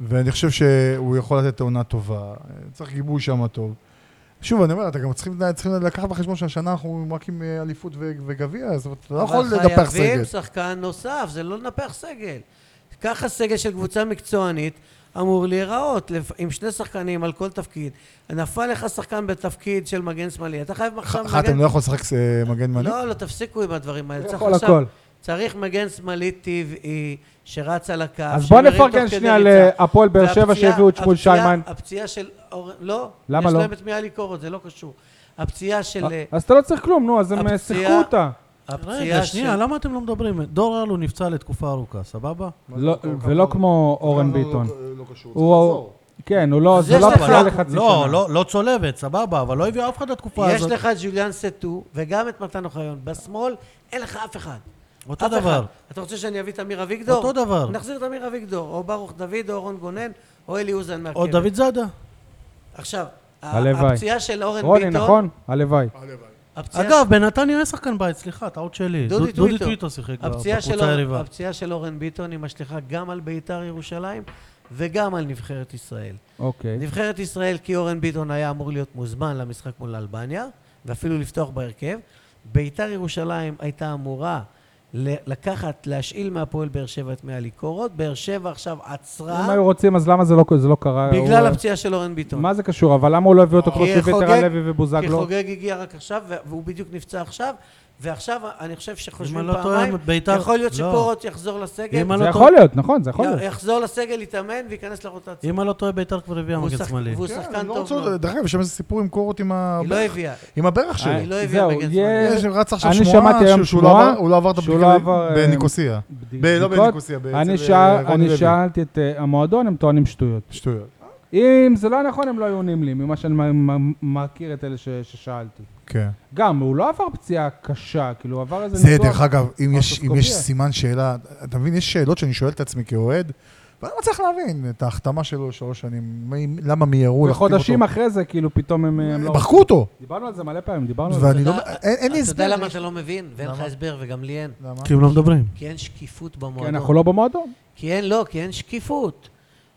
Speaker 5: ואני חושב שהוא יכול לתת עונה טובה. אה, צריך גיבוי שם טוב. שוב, אני אומר, אתה גם צריכים, צריכים לקחת בחשבון שהשנה אנחנו רק עם אה, אליפות ו- וגביע, אז אתה לא יכול לדפח
Speaker 4: אבל חייבים
Speaker 5: סגל.
Speaker 4: שחקן נוסף, זה לא לנפח סגל. ככה סגל של קבוצה מקצוענית אמור להיראות, לפ- עם שני שחקנים על כל תפקיד. נפל לך שחקן בתפקיד של מגן שמאלי, אתה חייב עכשיו
Speaker 5: ח- חתם
Speaker 4: מגן...
Speaker 5: לא יכול לשחק אה, מגן מלא?
Speaker 4: לא, לא, תפסיקו עם הדברים האלה. צריך
Speaker 2: הכל
Speaker 4: עכשיו...
Speaker 2: הכל.
Speaker 4: צריך מגן שמאלי טבעי, שרץ על הקו,
Speaker 2: אז בוא
Speaker 4: שמרים
Speaker 2: נפרגן
Speaker 4: תוך כדי
Speaker 2: שנייה
Speaker 4: ריצה.
Speaker 2: להפועל באר שבע
Speaker 4: והפציעה-
Speaker 2: שהביאו את שמואל
Speaker 4: הפציעה-
Speaker 2: שיימן.
Speaker 4: הפציעה של אורן... לא.
Speaker 2: למה
Speaker 4: יש
Speaker 2: לא?
Speaker 4: להם את מיאלי קורות, זה לא קשור. הפציעה של... אה,
Speaker 2: אז אתה לא צריך כלום, נו, אז הם
Speaker 4: הפציעה-
Speaker 2: שיחקו אותה.
Speaker 4: הפציעה
Speaker 3: רגע,
Speaker 4: של...
Speaker 3: שנייה, למה אתם לא מדברים? דור אלו נפצע לתקופה ארוכה, סבבה?
Speaker 2: לא- ולא כמו אורן
Speaker 4: לא,
Speaker 2: ביטון. הוא... כן, הוא לא,
Speaker 4: אז
Speaker 2: זה
Speaker 4: יש
Speaker 2: לא
Speaker 4: לך-
Speaker 2: פציעה
Speaker 4: לא-
Speaker 2: לחצי שנה.
Speaker 3: לא, לא, לא צולבת, סבבה, אבל לא הביאו אף אחד לתקופה
Speaker 4: יש
Speaker 3: הזאת.
Speaker 4: לך את ג'וליאן סטו וגם את מתן אוחיון. בשמאל אין לך אף אחד.
Speaker 3: אותו
Speaker 4: אף אחד.
Speaker 3: דבר.
Speaker 4: אתה רוצה שאני אביא את אמיר אביגדור?
Speaker 3: אותו דבר.
Speaker 4: נחזיר את אמיר אביגדור, או ברוך דוד, או אורון גונן, או אלי אוזן מהרכבת.
Speaker 3: או דוד זאדה.
Speaker 4: עכשיו, ה-
Speaker 2: הלוואי.
Speaker 4: הפציעה של אורן ביטון...
Speaker 2: רוני, נכון? הלוואי.
Speaker 4: הפציעה-
Speaker 3: אגב, בנתניה אין שחקן בית, סליחה, טעות שלי.
Speaker 4: דודי
Speaker 3: דוד- דודי
Speaker 4: טוויטו.
Speaker 3: טוויטו שיחק בה,
Speaker 4: הפציעה של,
Speaker 3: בקבוצה
Speaker 4: אור...
Speaker 3: היריבה.
Speaker 4: הפציעה של אורן ביטון היא משליכה גם על בית"ר ירושלים וגם על נבחרת ישראל.
Speaker 2: אוקיי.
Speaker 4: נבחרת ישראל, כי אורן ביטון היה אמור להיות מוזמן למשחק מול אלבניה, ואפילו לפתוח בהרכב. בית"ר ירושלים הייתה אמורה ל- לקחת, להשאיל מהפועל באר שבע את מאלי קורות. באר שבע עכשיו
Speaker 2: אם
Speaker 4: עצרה
Speaker 2: היו רוצים, אז למה זה לא- זה לא קרה?
Speaker 4: בגלל
Speaker 2: הוא-
Speaker 4: הפציעה של אורן ביטון.
Speaker 2: מה זה קשור? אבל למה הוא לא הביא אותו
Speaker 4: כי
Speaker 2: כמו שהביא את
Speaker 4: חוגג-
Speaker 2: ערן לוי
Speaker 4: כי
Speaker 2: ובוזגלו?
Speaker 4: חוגג הגיע רק עכשיו, ו- והוא בדיוק נפצע עכשיו, ועכשיו אני חושב
Speaker 3: אני
Speaker 4: שחושבים
Speaker 3: לא טועה,
Speaker 4: פעמיים,
Speaker 3: בית"ר-
Speaker 4: יכול להיות
Speaker 3: לא.
Speaker 4: שפורות יחזור לסגל,
Speaker 3: אם אני
Speaker 2: זה
Speaker 3: לא
Speaker 2: יכול להיות, נכון, זה יכול להיות.
Speaker 4: יחזור לסגל, יתאמן וייכנס לרוטציה. הוא
Speaker 3: אם אני לא טועה, ביתר כבר הביאה מגן
Speaker 4: שחק-
Speaker 3: שמאלי.
Speaker 5: כן,
Speaker 4: והוא שחקן טוב מאוד.
Speaker 5: לא דרך אגב, יש שם איזה סיפור עם קורות עם ה-
Speaker 4: היא לא הביאה.
Speaker 5: עם הברך שלו.
Speaker 4: היא לא הביאה
Speaker 2: אה, זהו,
Speaker 4: מגן
Speaker 2: יהיה-
Speaker 4: שמאלי.
Speaker 5: יש רץ עכשיו
Speaker 2: אה, אני
Speaker 5: שמועה
Speaker 2: שמעתי היום
Speaker 5: שהוא- שהוא לא
Speaker 2: שמועה
Speaker 5: עבר- הוא לא עבר את
Speaker 2: שהוא
Speaker 5: הבדיקה
Speaker 2: לא עבר, אה,
Speaker 5: בניקוסיה. ב- לא
Speaker 2: בדיקות.
Speaker 5: בניקוסיה, בעצם,
Speaker 2: אני
Speaker 5: אה,
Speaker 2: שאל-
Speaker 5: רוני
Speaker 2: אני
Speaker 5: לוי.
Speaker 2: שאלתי את אה, המועדון, הם טוענים שטויות.
Speaker 5: שטויות.
Speaker 2: אם זה לא היה נכון, הם לא היו עונים לי, ממה שאני מ- מ- מכיר את אלה ש- ששאלתי.
Speaker 5: כן.
Speaker 2: גם, הוא לא עבר פציעה קשה, כאילו, הוא עבר איזה
Speaker 5: זה, דרך אגב, אם יש, אם
Speaker 2: אוסטרוסקופיה.
Speaker 5: יש סימן שאלה, אתה מבין, יש שאלות שאני שואל את עצמי כאוהד, ואני לא מצליח להבין את ההחתמה שלו שלוש שנים, מי- למה מיהרו
Speaker 2: וחודשים אחרי זה, כאילו, פתאום הם הם לא...
Speaker 5: מחקו אותו,
Speaker 2: דיברנו על זה מלא פעמים, דיברנו על זה.
Speaker 5: ואני לא...
Speaker 4: אתה יודע-
Speaker 5: אין אין לי
Speaker 4: אתה יודע
Speaker 5: הסבר.
Speaker 4: למה אתה לא מבין? ואין לך
Speaker 5: למה?
Speaker 4: הסבר, וגם לי אין.
Speaker 5: למה?
Speaker 3: כי הם לא מדברים.
Speaker 4: כי אין שקיפות
Speaker 2: כי
Speaker 4: במועדון.
Speaker 2: אנחנו לא במועדון.
Speaker 4: כי אין, לא, כי אין שקיפות.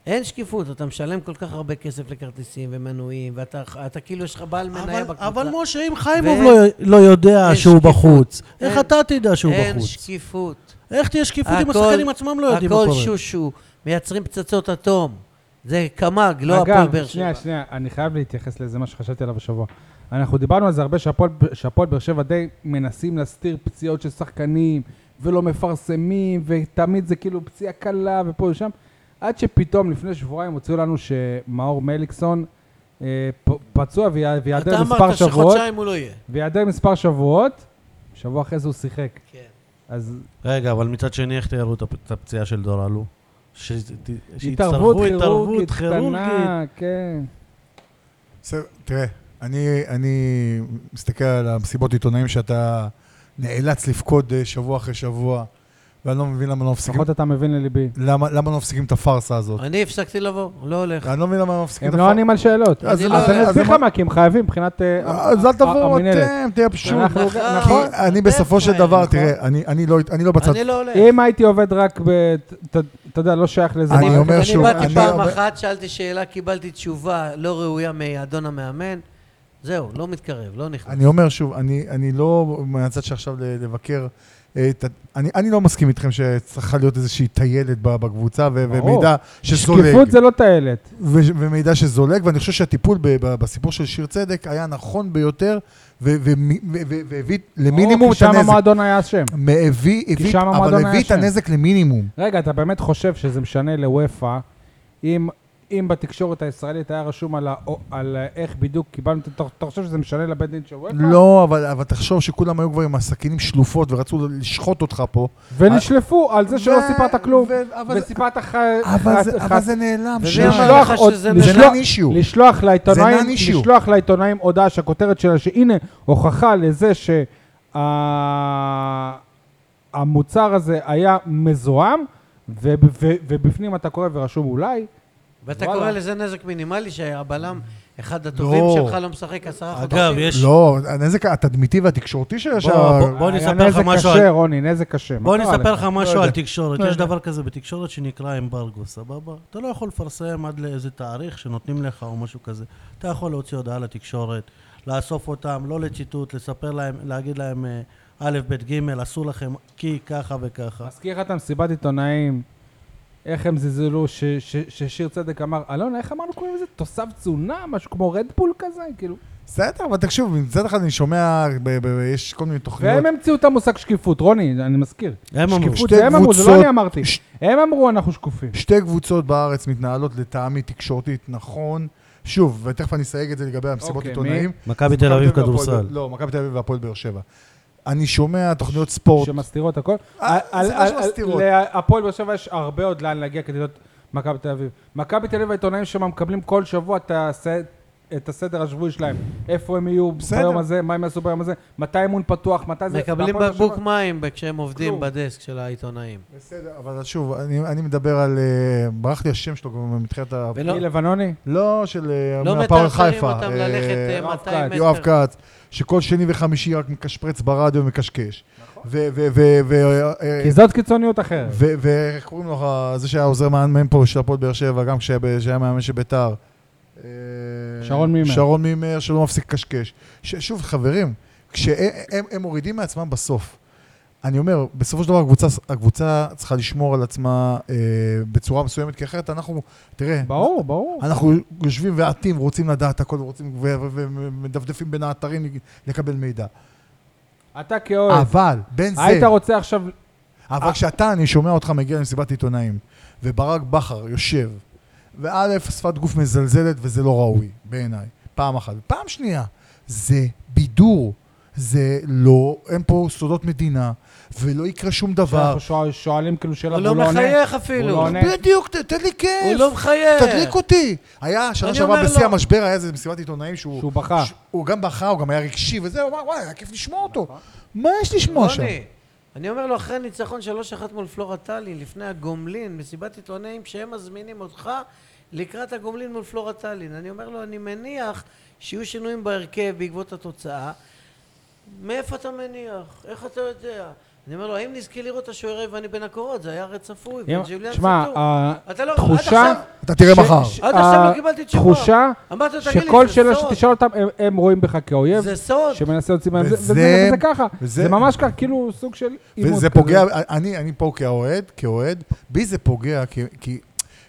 Speaker 4: אין שקיפות, אתה משלם כל כך הרבה כסף לכרטיסים ומנויים, ואתה אתה כאילו יש לך בעל מניה
Speaker 3: אבל-
Speaker 4: בקבוצה.
Speaker 3: אבל משה, אם חיימוב
Speaker 4: ואין-
Speaker 3: לא- לא יודע
Speaker 4: אין
Speaker 3: שהוא
Speaker 4: שקיפות.
Speaker 3: בחוץ, איך
Speaker 4: אין-
Speaker 3: אתה תדע שהוא
Speaker 4: אין
Speaker 3: בחוץ?
Speaker 4: שקיפות.
Speaker 3: איך תהיה שקיפות אם
Speaker 4: הכל-
Speaker 3: השחקנים עצמם לא יודעים מה
Speaker 4: הכל
Speaker 3: קורה?
Speaker 4: שושו, מייצרים פצצות אטום. זה קמ"ג, לא
Speaker 2: אגב,
Speaker 4: הפועל באר שבע.
Speaker 2: שנייה, שנייה, אני חייב להתייחס לזה, מה שחשבתי עליו השבוע. אנחנו דיברנו על זה הרבה, שהפועל- שהפועל באר שבע די מנסים להסתיר פציעות של שחקנים, ולא מפרסמים, ותמיד זה כאילו פציעה קלה ופה ושם, עד שפתאום לפני שבועיים הוציאו לנו שמאור מליקסון אה, פ- פצוע ויה- ויעדר מספר שבועות,
Speaker 4: הוא לא יהיה.
Speaker 2: ויעדר מספר שבועות, שבוע אחרי זה הוא שיחק.
Speaker 4: כן.
Speaker 2: אז
Speaker 3: רגע, אבל מצד שני, איך תיארו את הפ- את הפציעה של דור אלו? ש- ת-
Speaker 2: התערבות
Speaker 3: שיצטרכו
Speaker 2: כירורגית קטנה, כן.
Speaker 5: בסדר, תראה, אני, אני מסתכל על המסיבות עיתונאים שאתה נאלץ לפקוד אה, שבוע אחרי שבוע, ואני לא מבין למה לא מפסיקים,
Speaker 2: לפחות אתה מבין לליבי.
Speaker 5: למה, למה לא מפסיקים את הפארסה הזאת.
Speaker 4: אני הפסקתי לבוא, לא הולך.
Speaker 5: אני לא מבין למה לא מפסיקים את
Speaker 2: הם לא
Speaker 5: הפארסה.
Speaker 2: עונים על שאלות.
Speaker 5: אז
Speaker 2: אז
Speaker 5: לא-
Speaker 2: אני
Speaker 5: אז
Speaker 2: אסביר לך
Speaker 5: למה-
Speaker 2: מה, כי הם חייבים מבחינת אה,
Speaker 5: אז אל
Speaker 2: ה-
Speaker 5: תבואו
Speaker 2: המינהלת.
Speaker 5: אתם, תייבשו.
Speaker 2: אנחנו-
Speaker 5: אה, כי
Speaker 4: נכון.
Speaker 5: אוקיי. אני בסופו של
Speaker 4: נכון.
Speaker 5: דבר, תראה, אני- אני לא- אה, אני לא בצד
Speaker 4: אני לא הולך.
Speaker 2: אם הייתי עובד רק ב... ת- אתה יודע, לא שייך לזה.
Speaker 5: אני
Speaker 2: מערכת.
Speaker 5: אומר
Speaker 4: אני
Speaker 5: שוב,
Speaker 4: באתי
Speaker 5: אני
Speaker 4: פעם
Speaker 5: אומר-
Speaker 4: אחת, שאלתי שאלה, קיבלתי תשובה לא ראויה מאדון המאמן. זהו, לא מתקרב, לא נכנס.
Speaker 5: אני אומר שוב, אני, אני לא מהצד שעכשיו ל- לבקר. אה, את ה- אני, אני לא מסכים איתכם שצריכה להיות איזושהי טיילת ב- בקבוצה ו-
Speaker 2: ברור.
Speaker 5: ומידע שזולג.
Speaker 2: שקיפות זה לא טיילת.
Speaker 5: ו- ומידע שזולג, ואני חושב שהטיפול ב- ב- בסיפור של שיר צדק היה נכון ביותר, ו- ומי- ו- ו- והביא למינימום
Speaker 2: כי
Speaker 5: את הנזק.
Speaker 2: שם המועדון היה אשם.
Speaker 5: הביא, הביא,
Speaker 2: שם
Speaker 5: אבל
Speaker 2: המועדון
Speaker 5: הביא
Speaker 2: היה
Speaker 5: את
Speaker 2: אשם.
Speaker 5: הנזק למינימום.
Speaker 2: רגע, אתה באמת חושב שזה משנה לוופא אם... אם בתקשורת הישראלית היה רשום על, ה... על אה, איך בדיוק קיבלנו, את- אתה, אתה חושב שזה משנה לבית דין של וופא?
Speaker 5: לא, אבל, אבל תחשוב שכולם היו כבר עם הסכינים שלופות ורצו לשחוט אותך פה.
Speaker 2: ונשלפו על זה שלא
Speaker 5: ו-
Speaker 2: סיפרת כלום,
Speaker 5: ו- אבל-
Speaker 2: וסיפרת ח...
Speaker 5: אבל זה-
Speaker 2: ח-
Speaker 5: אבל זה נעלם.
Speaker 4: ומי
Speaker 5: שי.
Speaker 4: אמר
Speaker 2: לשלוח
Speaker 4: לך
Speaker 2: עוד-
Speaker 4: שזה
Speaker 5: זה
Speaker 2: לשלוח-
Speaker 5: נעלם אישיו.
Speaker 2: לשלוח לעיתונאים,
Speaker 5: non issue.
Speaker 2: לשלוח לעיתונאים הודעה שהכותרת שלה שהנה הוכחה לזה שהמוצר הזה היה מזוהם ו- ו- ובפנים אתה קורא ורשום אולי,
Speaker 4: ואתה
Speaker 2: וואלה.
Speaker 4: קורא לזה נזק מינימלי שהבלם, אחד הטובים
Speaker 5: לא.
Speaker 4: שלך לא משחק עשרה חודשים.
Speaker 3: אגב, יש...
Speaker 5: לא, הנזק התדמיתי והתקשורתי של השאר.
Speaker 3: בוא- בוא
Speaker 2: היה
Speaker 3: נספר לך
Speaker 2: נזק
Speaker 3: משהו
Speaker 2: קשה
Speaker 3: על-
Speaker 2: רוני, נזק קשה. מה
Speaker 3: בוא
Speaker 2: קרה
Speaker 3: נספר לך משהו
Speaker 5: לא
Speaker 3: על
Speaker 5: יודע.
Speaker 3: תקשורת.
Speaker 5: לא
Speaker 3: יש
Speaker 5: יודע.
Speaker 3: דבר כזה בתקשורת שנקרא אמברגו, סבבה? אתה לא יכול לפרסם עד לאיזה תאריך שנותנים לך או משהו כזה. אתה יכול להוציא הודעה לתקשורת, לאסוף אותם, לא לציטוט, לספר להם, להגיד להם אה, א', ב', ג', עשו לכם כי ככה וככה.
Speaker 2: מזכיר לך את המסיבת עיתונאים, איך הם זלזלו, ש- ש- ששיר צדק אמר, אלונה, איך אמרנו קוראים לזה? תוסף תזונה? משהו כמו רדבול כזה? כאילו,
Speaker 5: בסדר, אבל תקשיב, מצד אחד אני שומע, ב- ב- יש כל מיני תוכניות.
Speaker 2: והם המציאו את המושג שקיפות, רוני, אני מזכיר.
Speaker 3: הם אמרו.
Speaker 2: שקיפות
Speaker 5: שתי
Speaker 2: זה הם אמרו, זה לא
Speaker 5: קבוצות-
Speaker 2: אני אמרתי.
Speaker 5: ש-
Speaker 2: הם אמרו, אנחנו שקופים.
Speaker 5: שתי קבוצות בארץ מתנהלות לטעמי תקשורתית נכון. שוב, ותכף אני אסייג את זה לגבי המסיבות
Speaker 2: אוקיי,
Speaker 5: עיתונאים.
Speaker 3: מכבי תל אביב
Speaker 5: והפועל-
Speaker 3: כדורסל.
Speaker 5: לא, מכבי תל אביב והפועל באר שבע. אני שומע תוכניות ספורט.
Speaker 2: שמסתירות הכל.
Speaker 5: אה,
Speaker 2: על-
Speaker 5: זה
Speaker 2: על-
Speaker 5: לא
Speaker 2: על-
Speaker 5: שמסתירות.
Speaker 2: להפועל באר שבע יש הרבה עוד לאן להגיע כדי להיות מכבי תל אביב. מכבי תל אביב העיתונאים שם מקבלים כל שבוע את הסד- את הסדר השבועי שלהם. איפה הם יהיו
Speaker 5: בסדר.
Speaker 2: ביום הזה, מה הם יעשו ביום הזה, מתי אימון פתוח, מתי זה...
Speaker 4: מקבלים
Speaker 2: והפועל באר
Speaker 4: בקבוק
Speaker 2: שבע-
Speaker 4: מים כשהם עובדים
Speaker 2: כלום.
Speaker 4: בדסק של העיתונאים.
Speaker 5: בסדר, אבל שוב, אני אני מדבר על... אה, ברח לי השם שלו כבר מתחילת ה...
Speaker 4: ולא-
Speaker 2: מי לבנוני?
Speaker 5: לא, של אה,
Speaker 4: לא
Speaker 5: מהפועל
Speaker 4: מטרטרים
Speaker 5: חיפה.
Speaker 4: אותם
Speaker 5: אה,
Speaker 4: ללכת אה,
Speaker 2: יואב
Speaker 4: 200
Speaker 2: כץ.
Speaker 4: מטר.
Speaker 5: יואב כץ, שכל שני וחמישי רק מקשפרץ ברדיו ומקשקש.
Speaker 4: נכון.
Speaker 5: ו- ו- ו- ו- אה,
Speaker 2: כי זאת קיצוניות אחרת.
Speaker 5: ו- ואיך קוראים לך, זה שהיה עוזר מאמן פה של הפועל באר שבע, גם כשהיה ב- כשהיה מאמן של ביתר. אה,
Speaker 2: שרון מימר.
Speaker 5: שרון מימר, שלא מפסיק לקשקש. ש- שוב, חברים, כשהם הם- הם מורידים מעצמם בסוף. אני אומר, בסופו של דבר הקבוצה, הקבוצה צריכה לשמור על עצמה אה, בצורה מסוימת, כי אחרת אנחנו, תראה,
Speaker 2: ברור, ברור.
Speaker 5: אנחנו יושבים ועטים, רוצים לדעת הכל, רוצים, ו- ו- ומדפדפים בין האתרים לקבל מידע.
Speaker 2: אתה כאוהד,
Speaker 5: אבל, בין זה...
Speaker 2: היית רוצה עכשיו...
Speaker 4: אה.
Speaker 5: אבל כשאתה, אני שומע אותך מגיע למסיבת עיתונאים, וברק בכר יושב, וא', שפת גוף מזלזלת, וזה לא ראוי, בעיניי, פעם אחת. פעם שנייה, זה בידור. זה לא, אין פה סודות מדינה, ולא יקרה שום דבר.
Speaker 2: שאנחנו שואל- שואלים כאילו שאלה
Speaker 4: הוא
Speaker 2: והוא
Speaker 4: לא
Speaker 2: עונה?
Speaker 4: מחייך
Speaker 2: הוא לא
Speaker 4: אפילו.
Speaker 2: עונה.
Speaker 5: בדיוק, ת- תן לי כיף.
Speaker 4: הוא לא מחייך.
Speaker 5: תדליק אותי. היה שנה
Speaker 4: אני
Speaker 5: שעברה
Speaker 4: אומר לא.
Speaker 5: בשיא
Speaker 4: לו-
Speaker 5: המשבר, היה איזה מסיבת עיתונאים שהוא...
Speaker 2: שהוא בכה.
Speaker 5: ש- הוא גם בכה, הוא גם היה רגשי וזה, הוא אמר, וואי, היה כיף לשמוע אותו. מה יש לשמוע שם?
Speaker 4: רוני, אני אומר לו, אחרי ניצחון 3-1 מול פלורטלי, לפני הגומלין, מסיבת עיתונאים שהם מזמינים אותך לקראת הגומלין מול פלורטלין. אני אומר לו, אני מניח שיהיו שינויים בהרכב בעקבות התוצאה. מאיפה אתה מניח? איך אתה יודע? אני אומר לו, האם נזכה לראות את השוער היווני בין הקורות? זה היה הרי צפוי,
Speaker 2: אם-
Speaker 4: בין כן, ג'וליאן
Speaker 2: כן, שמע, אה,
Speaker 4: סאטור. אתה לא- עד
Speaker 2: התחושה...
Speaker 4: עכשיו-
Speaker 5: אתה תראה
Speaker 2: ש-
Speaker 5: מחר.
Speaker 2: ש-
Speaker 4: עד עכשיו לא
Speaker 2: ה-
Speaker 4: קיבלתי תשובה.
Speaker 2: אה, תחושה
Speaker 4: אמרת לו, "תגיד לי,
Speaker 2: שכל
Speaker 4: זה
Speaker 2: שאלה
Speaker 4: סוד?"
Speaker 2: שתשאל אותם, הם- הם רואים בך כאויב,
Speaker 4: זה סוד.
Speaker 2: שמנסה להוציא מהם, זה-
Speaker 5: וזה-
Speaker 2: וזה וזה ככה.
Speaker 5: וזה-
Speaker 2: זה ממש ככה, כאילו סוג של עימות כזה.
Speaker 5: וזה פוגע, אני, אני פה כאוהד, כאוהד, בי זה פוגע, כי, כי,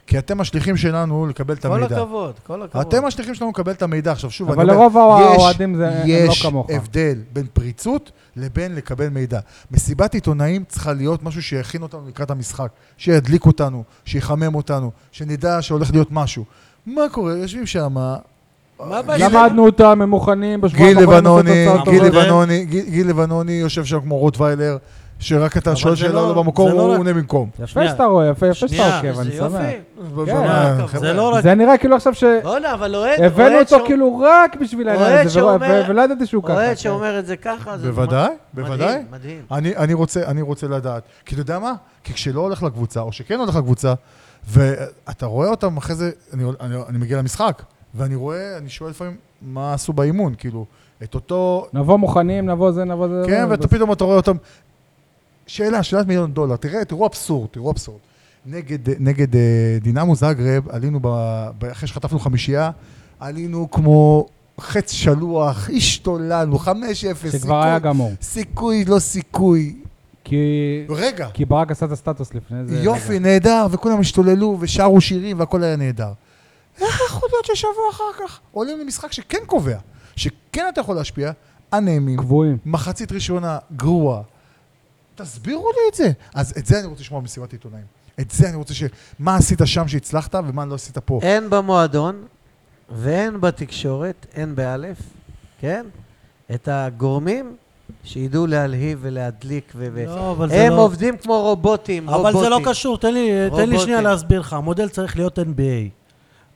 Speaker 5: כי אתם השליחים שלנו לקבל את
Speaker 4: כל
Speaker 5: המידע.
Speaker 4: הכבוד, כל הכבוד.
Speaker 5: אתם השליחים שלנו לקבל את המידע. עכשיו שוב,
Speaker 2: אבל
Speaker 5: אני
Speaker 2: לרוב
Speaker 5: אומר, יש-
Speaker 2: האוהדים זה- הם לא כמוך.
Speaker 5: יש הבדל בין פריצות לבין לקבל מידע. מסיבת עיתונאים צריכה להיות משהו שיכין אותנו לקראת המשחק, שידליק אותנו, שיחמם אותנו, שנדע שהולך להיות משהו. מה קורה? יושבים שם...
Speaker 4: מה הבעיה שלך?
Speaker 2: למדנו אותם, הם מוכנים, בשבועיים
Speaker 5: גיל
Speaker 2: האחרונים לעשות
Speaker 5: לבנוני,
Speaker 2: תוצאות
Speaker 5: גיל
Speaker 2: טובות.
Speaker 3: אבל-
Speaker 5: לבנוני, גיל גיל לבנוני יושב שם כמו רוטוויילר, שרק אתה
Speaker 3: אבל
Speaker 5: שואל
Speaker 3: זה
Speaker 5: שאלה
Speaker 3: לא-
Speaker 5: לא במקום,
Speaker 3: זה לא
Speaker 5: הוא
Speaker 3: רק-
Speaker 5: עונה במקום.
Speaker 2: יפה שאתה רואה, יפה יפה
Speaker 3: שנייה,
Speaker 2: שאתה עוקב, אני
Speaker 4: איזה
Speaker 2: שמח.
Speaker 4: יופי.
Speaker 5: במה,
Speaker 4: זה
Speaker 5: חבר'ה?
Speaker 3: זה לא רק...
Speaker 2: זה נראה כאילו עכשיו שהבאנו
Speaker 4: בואנה, אבל אוהד... אוהד
Speaker 2: אותו
Speaker 4: שהוא-
Speaker 2: כאילו רק בשביל העניין
Speaker 4: אוהד
Speaker 2: הזה, ולא-
Speaker 4: שאומר-
Speaker 2: ו- ולא ידעתי שהוא ככה.
Speaker 4: אוהד
Speaker 2: כן.
Speaker 4: שאומר את זה ככה, זה...
Speaker 5: בוודאי,
Speaker 4: מדהים,
Speaker 5: בוודאי.
Speaker 4: מדהים.
Speaker 5: אני, אני, רוצה, אני רוצה לדעת. כי אתה יודע מה? כי כשלא הולך לקבוצה, או שכן הולך לקבוצה, ואתה רואה אותם אחרי זה, אני, אני, אני מגיע למשחק, ואני רואה, אני שואל לפעמים, מה עשו באימון? כאילו, את אותו...
Speaker 2: נבוא מוכנים, נבוא זה, נבוא זה.
Speaker 5: כן,
Speaker 2: זה,
Speaker 5: ואתה פתאום אתה רואה אותם... שאלה, שאלת מיליון דולר. תראה, תראו אבסורד, תראו אבסורד. נגד, נגד אה, דינמו זאגרב, עלינו, ב, ב, אחרי שחטפנו חמישייה, עלינו כמו חץ שלוח, השתוללנו, 5-0.
Speaker 2: שכבר היה גמור.
Speaker 5: סיכוי, לא סיכוי.
Speaker 2: כי
Speaker 5: רגע,
Speaker 2: כי ברק עשה את הסטטוס לפני זה.
Speaker 5: יופי, נהדר, וכולם השתוללו ושרו שירים והכל היה נהדר. איך יכול להיות ששבוע אחר כך עולים למשחק שכן קובע, שכן אתה יכול להשפיע, אנמים,
Speaker 2: קבועים.
Speaker 5: מחצית ראשונה גרועה. תסבירו לי את זה. אז את זה אני רוצה לשמוע במסיבת עיתונאים. את זה אני רוצה ש... מה עשית שם שהצלחת ומה לא עשית פה.
Speaker 3: אוקיי.
Speaker 4: הן במועדון והן בתקשורת, הן באלף, כן? את הגורמים שידעו להלהיב ולהדליק ו... ו-
Speaker 3: לא, אבל זה
Speaker 4: הם
Speaker 3: לא...
Speaker 4: עובדים כמו רובוטים,
Speaker 3: אבל זה לא
Speaker 4: רובוטים.
Speaker 3: קשור, תן לי, תן לי
Speaker 4: רובוטים.
Speaker 3: שנייה להסביר לך. המודל צריך להיות NBA.